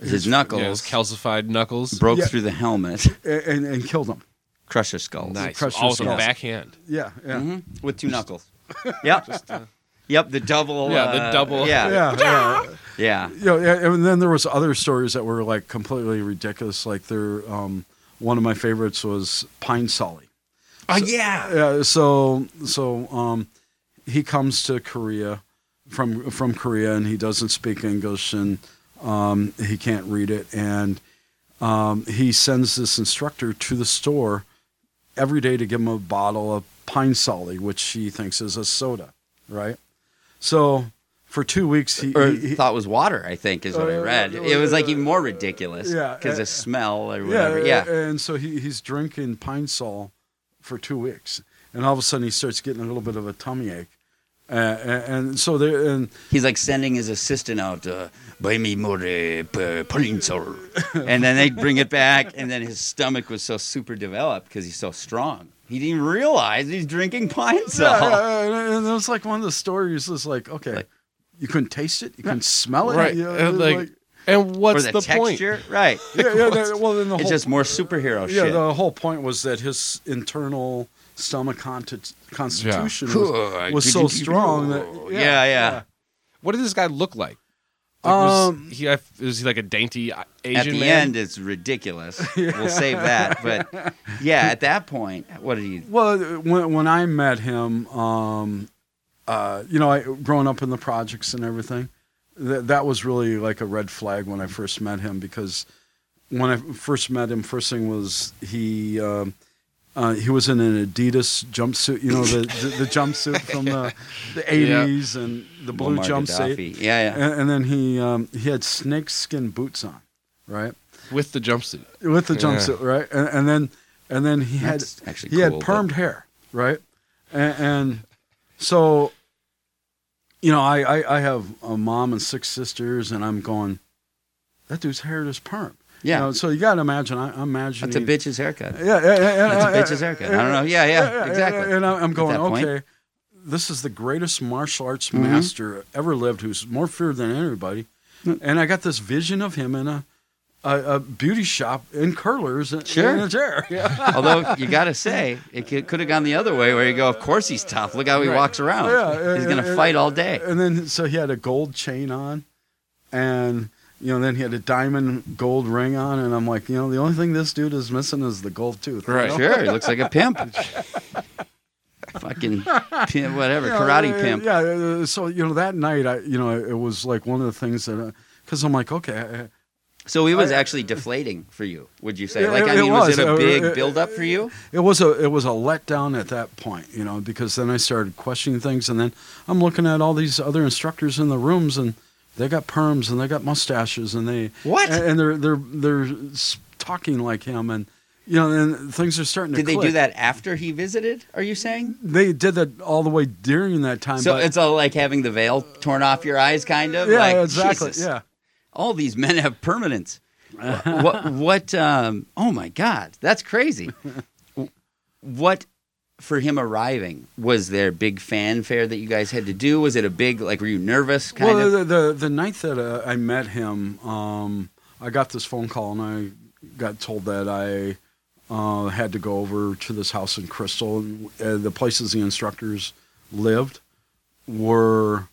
Speaker 1: His
Speaker 2: Yeah,
Speaker 1: knuckles
Speaker 2: his calcified knuckles.
Speaker 1: broke
Speaker 4: Yeah.
Speaker 1: through the helmet,
Speaker 4: a- and and killed him.
Speaker 1: crushed his skull.
Speaker 2: Nice.
Speaker 4: Crush
Speaker 2: Awesome
Speaker 4: yourself.
Speaker 2: backhand.
Speaker 4: Yeah, yeah.
Speaker 1: with two knuckles. Yep. yep. The double.
Speaker 2: Yeah, the
Speaker 1: uh,
Speaker 2: double.
Speaker 1: Yeah. Yeah.
Speaker 4: Yeah, yeah, you know, yeah, and then there was other stories that were like completely ridiculous. Like there, um, one of my favorites was Pine Solly.
Speaker 1: Oh yeah.
Speaker 4: Yeah, so so um, he comes to Korea from from Korea, and he doesn't speak English, and um, he can't read it, and um, he sends this instructor to the store every day to give him a bottle of Pine Solly, which he thinks is a soda, right? So for two weeks, he,
Speaker 1: Or
Speaker 4: he- he-
Speaker 1: thought it was water. I think is what I
Speaker 4: Uh,
Speaker 1: read. It was like even more ridiculous.
Speaker 4: yeah,
Speaker 1: Because
Speaker 4: uh,
Speaker 1: of smell or whatever. Yeah.
Speaker 4: And so he, he's drinking Pine Sol for two weeks, and all of a sudden he starts getting a little bit of a tummy ache. Uh, and, and so there, and
Speaker 1: He's like sending his assistant out. Uh, Buy me more uh, p- polinzer. And then they bring it back. And then his stomach was so super developed because he's so strong. He didn't even realize he's drinking pine salt.
Speaker 4: Yeah, uh, yeah, and, and it was like one of the stories was like, okay, you couldn't taste it, you couldn't smell it,
Speaker 2: Right.
Speaker 4: you know,
Speaker 2: and,
Speaker 4: it was
Speaker 2: like, and
Speaker 1: Or
Speaker 2: what's
Speaker 1: the,
Speaker 2: point?
Speaker 1: texture, right?
Speaker 4: yeah, yeah, the- well, then the
Speaker 1: It's
Speaker 4: whole
Speaker 1: just more superhero
Speaker 4: yeah,
Speaker 1: shit.
Speaker 4: the whole point was that his internal stomach conti- constitution was, was so strong that
Speaker 1: yeah, yeah.
Speaker 2: What did this guy look like? Like,
Speaker 4: Um,
Speaker 2: was, he, is he like a dainty uh, Asian
Speaker 1: at the
Speaker 2: man?
Speaker 1: end it's ridiculous we'll save that but yeah at that point what did you
Speaker 4: Well, when when I met him, um, uh, you know, I, growing up in the projects and everything, that that was really like a red flag when I first met him because when I first met him, first thing was he um, uh, he was in an Adidas jumpsuit, you know, the the, the jumpsuit from the the eighties and the blue
Speaker 1: Muammar
Speaker 4: jumpsuit,
Speaker 1: Gaddafi. yeah yeah
Speaker 4: and, and then he um, he had snakeskin boots on, right?
Speaker 2: with the jumpsuit.
Speaker 4: with the
Speaker 2: Yeah.
Speaker 4: jumpsuit, right? And, and then and then he
Speaker 1: That's
Speaker 4: had
Speaker 1: actually
Speaker 4: he had
Speaker 1: cool, but-
Speaker 4: permed hair, right? And, and so, you know, I, I I have a mom and six sisters, and I'm going, that dude's hair is perm.
Speaker 1: Yeah.
Speaker 4: You know, so you got to imagine. I, I'm imagining.
Speaker 1: that's a bitch's haircut
Speaker 4: Yeah, yeah, yeah, yeah,
Speaker 1: that's a
Speaker 4: yeah,
Speaker 1: bitch's
Speaker 4: yeah,
Speaker 1: haircut i don't know yeah yeah
Speaker 4: yeah,
Speaker 1: exactly
Speaker 4: And I- I'm going,
Speaker 1: that point. Mm-hmm.
Speaker 4: okay, this is the greatest martial arts
Speaker 1: Mm.
Speaker 4: master ever lived, who's more feared than anybody. And I got this vision of him in a a, a beauty shop in curlers in-
Speaker 1: Sure.
Speaker 4: in a chair. Yeah.
Speaker 1: Although you got to say, it could have gone the other way where you go, of course he's tough. Look how he walks around.
Speaker 4: Yeah,
Speaker 1: he's
Speaker 4: uh,
Speaker 1: going
Speaker 4: uh,
Speaker 1: to fight all day.
Speaker 4: And then so he had a gold chain on, and you know then he had a diamond gold ring on, and I'm like, you know, the only thing this dude is missing is the gold tooth. you
Speaker 2: Right.
Speaker 4: know?
Speaker 1: Sure, he looks like a pimp. Fucking pimp, whatever,
Speaker 4: Yeah,
Speaker 1: karate
Speaker 4: uh,
Speaker 1: pimp.
Speaker 4: Yeah. uh, So you know that night, I you know it was like one of the things that because I'm like, okay. I-
Speaker 1: So he was actually deflating for you, would you say?
Speaker 4: uh, Yeah,
Speaker 1: Like, I
Speaker 4: it- it
Speaker 1: mean, was
Speaker 4: was.
Speaker 1: it a
Speaker 4: Uh,
Speaker 1: big
Speaker 4: uh,
Speaker 1: build up for you?
Speaker 4: it was a it was a letdown at that point, you know, because then I started questioning things, and then I'm looking at all these other instructors in the rooms, and they got perms and they got mustaches, and they
Speaker 1: What?
Speaker 4: and, and they're they're they're s- talking like him, and you know, and things are starting
Speaker 1: Did
Speaker 4: to.
Speaker 1: they do
Speaker 4: click.
Speaker 1: that after he visited? Are you saying?
Speaker 4: They did that all the way during that time.
Speaker 1: So
Speaker 4: but-
Speaker 1: it's all like having the veil torn off your eyes, kind of.
Speaker 4: yeah,
Speaker 1: like,
Speaker 4: exactly,
Speaker 1: Jesus,
Speaker 4: yeah.
Speaker 1: All these men have permanence. what? What? Um, oh my God, that's crazy. what? For him arriving, was there big fanfare that you guys had to do? Was it a big like? Were you nervous? Kind
Speaker 4: well,
Speaker 1: of.
Speaker 4: the, the the night that uh, I met him, um, I got this phone call and I got told that I uh, had to go over to this house in Crystal, and uh, the places the instructors lived were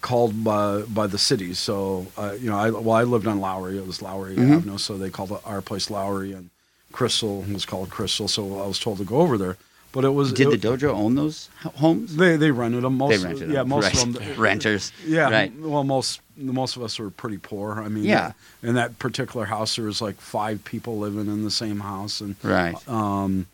Speaker 4: called by by the city. So uh, you know, I well, I lived on Lowry. It was Lowry
Speaker 1: Mm-hmm.
Speaker 4: Avenue, so they called our place Lowry, and Crystal was called Crystal. So I was told to go over there, but it was
Speaker 1: Did the
Speaker 4: it-
Speaker 1: dojo own those ho- homes?
Speaker 4: they they rented them most
Speaker 1: they rented
Speaker 4: yeah
Speaker 1: them.
Speaker 4: most
Speaker 1: right.
Speaker 4: of them
Speaker 1: Renters.
Speaker 4: yeah.
Speaker 1: Right.
Speaker 4: Well, most most of us were pretty poor. I mean,
Speaker 1: Yeah.
Speaker 4: In that particular house, there was like five people living in the same house, and
Speaker 1: Right.
Speaker 4: Uh,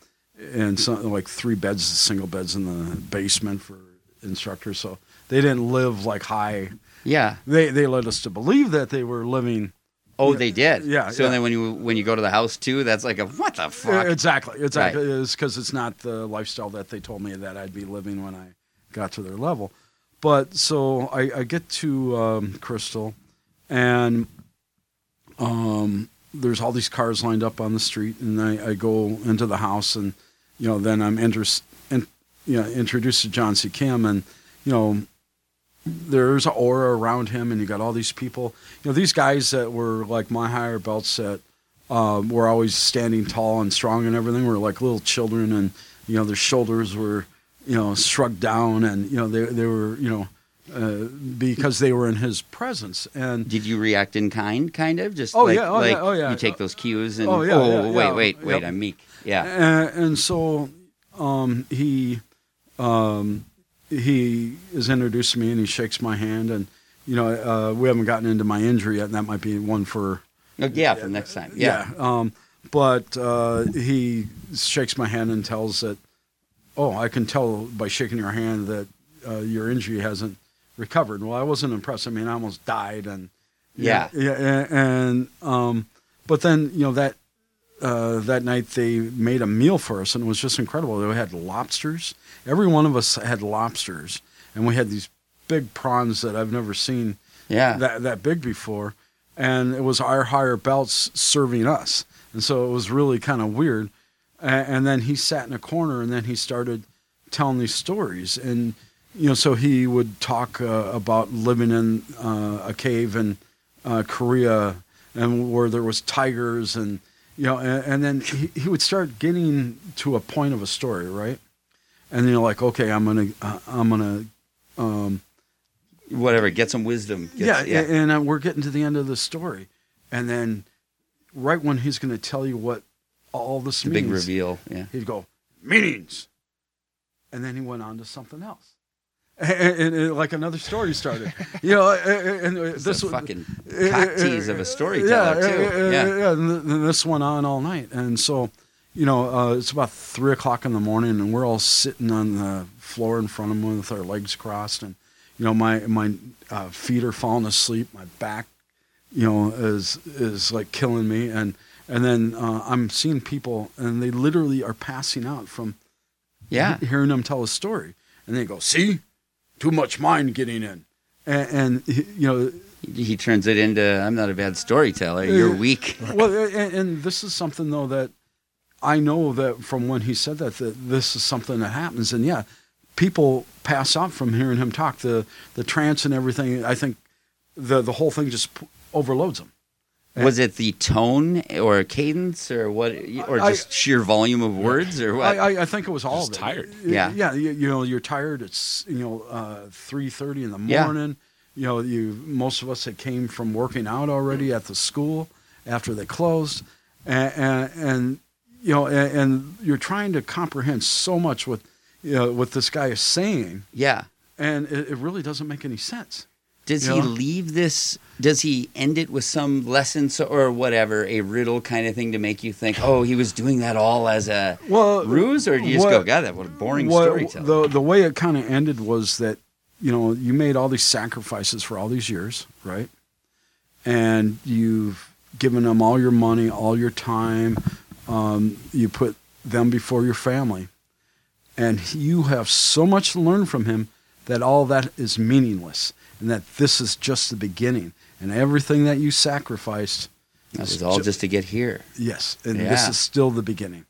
Speaker 4: and some, like three beds, single beds in the basement for instructors. So they didn't live like high.
Speaker 1: yeah.
Speaker 4: They they led us to believe that they were living
Speaker 1: Oh, they did.
Speaker 4: Yeah,
Speaker 1: So
Speaker 4: yeah.
Speaker 1: then when you when you go to the house too, that's like a what the fuck?
Speaker 4: exactly exactly it's because it's not the lifestyle that they told me that I'd be living when I got to their level. But so I, I get to um, Crystal, and um, there's all these cars lined up on the street, and I, I go into the house, and you know, then I'm inter- in, you know, introduced to John C. Kim, and you know, there's an aura around him, and you got all these people. You know, these guys that were like my higher belts that um, were always standing tall and strong and everything were like little children, and you know, their shoulders were you know shrugged down, and you know, they they were you know. Uh, because they were in his presence, and
Speaker 1: Did you react in kind, kind of? Just
Speaker 4: Oh,
Speaker 1: like,
Speaker 4: yeah, oh,
Speaker 1: like
Speaker 4: yeah, oh, yeah.
Speaker 1: you take those cues and
Speaker 4: Oh, yeah, yeah,
Speaker 1: wait,
Speaker 4: yeah.
Speaker 1: wait, wait,
Speaker 4: Yep.
Speaker 1: I'm meek. Yeah.
Speaker 4: and, and so um, he um, he has introduced me and he shakes my hand and you know uh, we haven't gotten into my injury yet and that might be one for
Speaker 1: Oh, yeah, for next time. Yeah.
Speaker 4: um, but uh, he shakes my hand and tells that oh I can tell by shaking your hand that uh, your injury hasn't recovered well I wasn't impressed I mean I almost died and
Speaker 1: Yeah.
Speaker 4: yeah, a- and um, but then you know that uh, that night they made a meal for us and it was just incredible. They had lobsters. Every one of us had lobsters, and we had these big prawns that I've never seen
Speaker 1: Yeah.
Speaker 4: that that big before. And it was our higher belts serving us, and so it was really kind of weird. A- And then he sat in a corner, and then he started telling these stories, and you know, so he would talk uh, about living in uh, a cave in uh, Korea, and where there was tigers, and you know, and, and then he, he would start getting to a point of a story, right? And you're like, okay, I'm gonna, uh, I'm gonna
Speaker 1: Whatever. Get some wisdom. Get-
Speaker 4: yeah, a- and uh, we're getting to the end of the story, and then right when he's going to tell you what all this
Speaker 1: the
Speaker 4: means,
Speaker 1: big reveal. Yeah.
Speaker 4: he'd go meanings, and then he went on to something else, and, and, and, like another story started. you know, and, and, and
Speaker 1: It's
Speaker 4: this
Speaker 1: a
Speaker 4: was-
Speaker 1: fucking cock tease of a storyteller
Speaker 4: uh, yeah,
Speaker 1: too.
Speaker 4: Yeah,
Speaker 1: Yeah.
Speaker 4: yeah, and th- and this went on all night, and so you know uh, it's about three o'clock in the morning, and we're all sitting on the floor in front of him with our legs crossed, and you know my my uh, feet are falling asleep, my back, you know, is is like killing me, and and then uh, I'm seeing people, and they literally are passing out from
Speaker 1: Yeah.
Speaker 4: he- hearing them tell a story, and they go, see, too much mind getting in, and, and he- you know.
Speaker 1: He he turns it into I'm not a bad
Speaker 4: Uh,
Speaker 1: storyteller. You're weak.
Speaker 4: well, a- and, and this is something though that I know that from when he said that that this is something that happens, and yeah, people pass out from hearing him talk. The the trance and everything. I think the the whole thing just p- overloads them.
Speaker 1: Was it the tone or cadence or what, or
Speaker 4: I-
Speaker 1: just sheer volume of words or what?
Speaker 4: I, I, I think it was all
Speaker 2: Just
Speaker 4: of it.
Speaker 2: tired.
Speaker 4: Y-
Speaker 1: Yeah.
Speaker 4: yeah. You, you know, you're tired. It's you know uh, three thirty in the
Speaker 1: Yeah.
Speaker 4: morning. You know, you most of us had came from working out already at the school after they closed, and and, and you know, and, and you're trying to comprehend so much with you know, what this guy is saying,
Speaker 1: yeah.
Speaker 4: and it, it really doesn't make any sense.
Speaker 1: Does
Speaker 4: You
Speaker 1: he
Speaker 4: know?
Speaker 1: leave this? Does he end it with some lesson so, or whatever, a riddle kind of thing to make you think, oh, he was doing that all as a
Speaker 4: Well,
Speaker 1: ruse, or do you just
Speaker 4: what-
Speaker 1: go, God, that what a boring
Speaker 4: What-
Speaker 1: storytelling.
Speaker 4: The the way it kind of ended was that you know you made all these sacrifices for all these years, right? And you've given them all your money, all your time. Um, you put them before your family, and you have so much to learn from him that all that is meaningless, and that this is just the beginning, and everything that you sacrificed.
Speaker 1: that was all just to get here,
Speaker 4: Yes, and this
Speaker 1: Yeah. Ah.
Speaker 4: is still the beginning,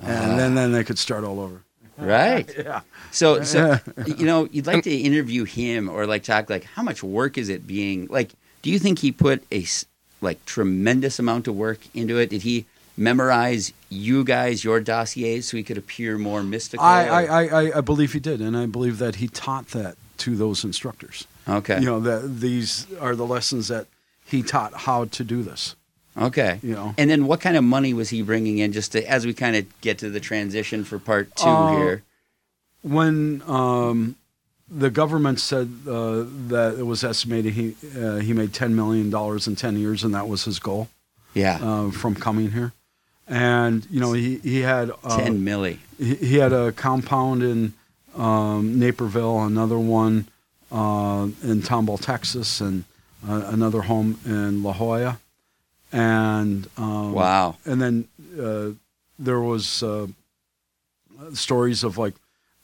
Speaker 4: and then then they could start all over.
Speaker 1: right?
Speaker 4: Yeah.
Speaker 1: So, so you know, you'd like to interview him or like talk like how much work is it being like? Do you think he put a s- like tremendous amount of work into it? Did he memorize you guys your dossiers so he could appear more mystical?
Speaker 4: I,
Speaker 1: or-
Speaker 4: I, I, I- I believe he did, and I believe that he taught that to those instructors.
Speaker 1: okay,
Speaker 4: You know, that these are the lessons that he taught how to do this.
Speaker 1: okay,
Speaker 4: You know,
Speaker 1: And then what kind of money was he bringing in just to, as we kind of get to the transition for part two
Speaker 4: Uh,
Speaker 1: here?
Speaker 4: when um, the government said uh, that it was estimated he uh, he made ten million dollars in ten years, and that was his goal
Speaker 1: Yeah.
Speaker 4: uh, from coming here. And you know, he he had uh,
Speaker 1: 10 milli.
Speaker 4: he, he had a compound in um, Naperville, another one uh, in Tomball, Texas, and uh, another home in La Jolla, and um,
Speaker 1: Wow.
Speaker 4: and then uh, there was uh, stories of like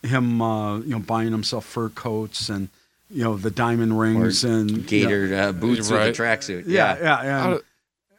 Speaker 4: him, uh, you know, buying himself fur coats and you know the diamond rings and
Speaker 1: Gator uh, boots
Speaker 2: Right.
Speaker 1: with a tracksuit.
Speaker 4: yeah,
Speaker 1: Yeah.
Speaker 4: yeah, yeah,
Speaker 2: I
Speaker 4: and-
Speaker 2: would-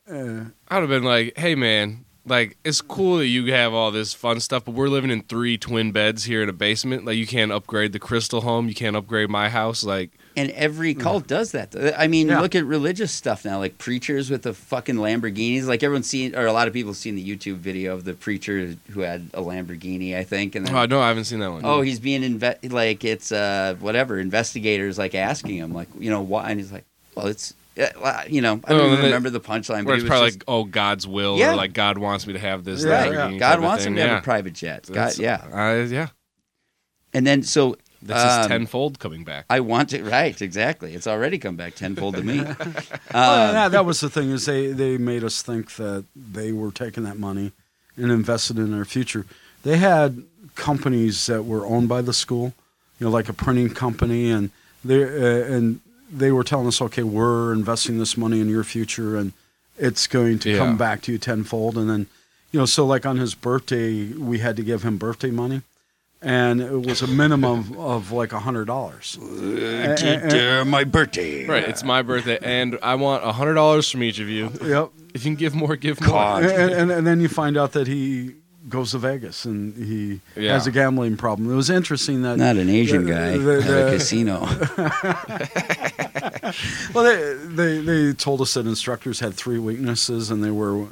Speaker 2: Um,
Speaker 1: eh,
Speaker 2: I'd have been like, "Hey, man, like it's cool that you have all this fun stuff, but we're living in three twin beds here in a basement. Like, you can't upgrade the crystal home. You can't upgrade my house. Like,
Speaker 1: And every cult does that. I mean,
Speaker 4: Mm. Yeah.
Speaker 1: look at religious stuff now, like preachers with the fucking Lamborghinis. Like everyone's seen, or a lot of people have seen the YouTube video of the preacher who had a Lamborghini, I think. And then,
Speaker 2: oh no, I haven't seen that one.
Speaker 1: oh, he's being inve- like it's uh, whatever investigators like asking him like you know why, and he's like, well, it's uh, well, you know I
Speaker 2: Oh,
Speaker 1: don't
Speaker 2: and
Speaker 1: even
Speaker 2: they-
Speaker 1: remember the punchline, but
Speaker 2: Where
Speaker 1: it
Speaker 2: it's
Speaker 1: was
Speaker 2: probably
Speaker 1: just,
Speaker 2: like, oh, God's will,
Speaker 1: Yeah.
Speaker 2: or like God wants me to have this.
Speaker 4: Yeah,
Speaker 2: Lamborghini
Speaker 4: yeah.
Speaker 2: type
Speaker 1: God
Speaker 2: of
Speaker 1: wants
Speaker 2: thing.
Speaker 1: him to have
Speaker 2: Yeah.
Speaker 1: a private jet. God,
Speaker 2: That's-
Speaker 1: yeah.
Speaker 2: uh, yeah.
Speaker 1: And then so
Speaker 2: This is
Speaker 1: um,
Speaker 2: tenfold coming back.
Speaker 1: I want to right exactly. It's already come back tenfold to me.
Speaker 4: Well,
Speaker 1: Um,
Speaker 4: Uh, that, that was the thing is they, they made us think that they were taking that money and invested in our future. They had companies that were owned by the school, you know, like a printing company, and they uh, and they were telling us, okay, we're investing this money in your future, and it's going to
Speaker 2: Yeah.
Speaker 4: come back to you tenfold. And then, you know, so like on his birthday, we had to give him birthday money, and it was a minimum of, of like a hundred dollars.
Speaker 1: my birthday.
Speaker 2: Right, it's my birthday, and I want hundred dollars from each of you.
Speaker 4: Yep.
Speaker 2: If you can give more, give
Speaker 1: God.
Speaker 2: more.
Speaker 4: and, and, and then you find out that he goes to Vegas and he
Speaker 2: Yeah.
Speaker 4: has a gambling problem. It was interesting that
Speaker 1: Not an Asian
Speaker 4: The-
Speaker 1: guy
Speaker 4: the-
Speaker 1: at a
Speaker 4: the-
Speaker 1: casino.
Speaker 4: well they, they they told us that instructors had three weaknesses and they were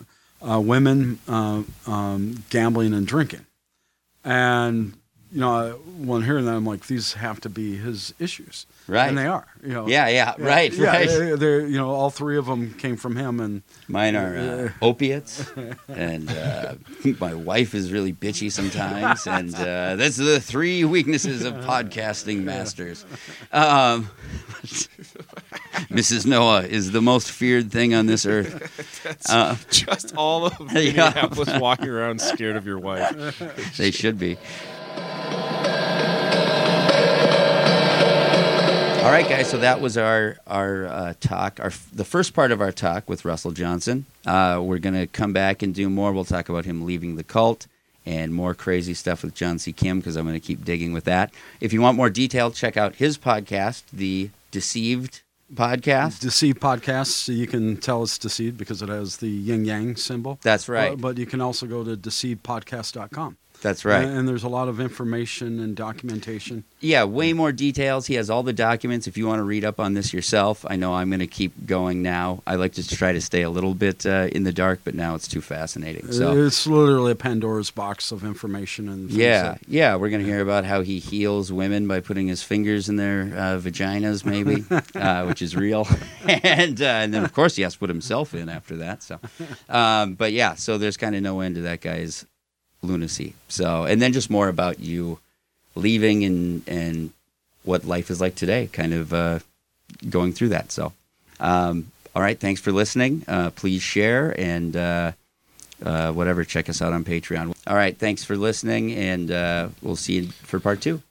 Speaker 4: uh, women, uh, um, gambling, and drinking. And you know, when hearing that, I'm like, these have to be his issues,
Speaker 1: Right.
Speaker 4: And they are, you know.
Speaker 1: Yeah, yeah, right,
Speaker 4: yeah,
Speaker 1: right.
Speaker 4: They, they're, you know, all three of them came from him, and
Speaker 1: Mine are uh, opiates, and uh, my wife is really bitchy sometimes. And uh, that's the three weaknesses of podcasting masters. Um, Mrs. Noah is the most feared thing on this earth. Uh,
Speaker 2: Just all of Minneapolis walking around scared of your wife.
Speaker 1: they should be. All right, guys. So that was our our uh, talk, our the first part of our talk with Russell Johnson. Uh, we're gonna come back and do more. We'll talk about him leaving the cult and more crazy stuff with John C. Kim because I'm gonna keep digging with that. If you want more detail, check out his podcast, the Deceived podcast.
Speaker 4: Deceive podcast, so you can tell it's deceived because it has the yin yang symbol.
Speaker 1: That's right.
Speaker 4: But, but you can also go to deceivepodcast.com.
Speaker 1: That's right.
Speaker 4: And, and there's a lot of information and documentation.
Speaker 1: Yeah, way more details. He has all the documents. If you want to read up on this yourself, I know I'm going to keep going now. I like to try to stay a little bit uh, in the dark, but now it's too fascinating. So
Speaker 4: it's literally a Pandora's box of information and things
Speaker 1: yeah,
Speaker 4: that-
Speaker 1: yeah, we're going to hear about how he heals women by putting his fingers in their uh, vaginas, maybe, uh, which is real. and uh, and then of course he has to put himself in after that. So, um, but yeah, so there's kind of no end to that guy's lunacy. So, and then just more about you leaving and and what life is like today, kind of uh, going through that. So, um, all right, thanks for listening. Uh, please share and uh, uh, whatever. Check us out on Patreon. All right, thanks for listening, and uh, we'll see you for part two.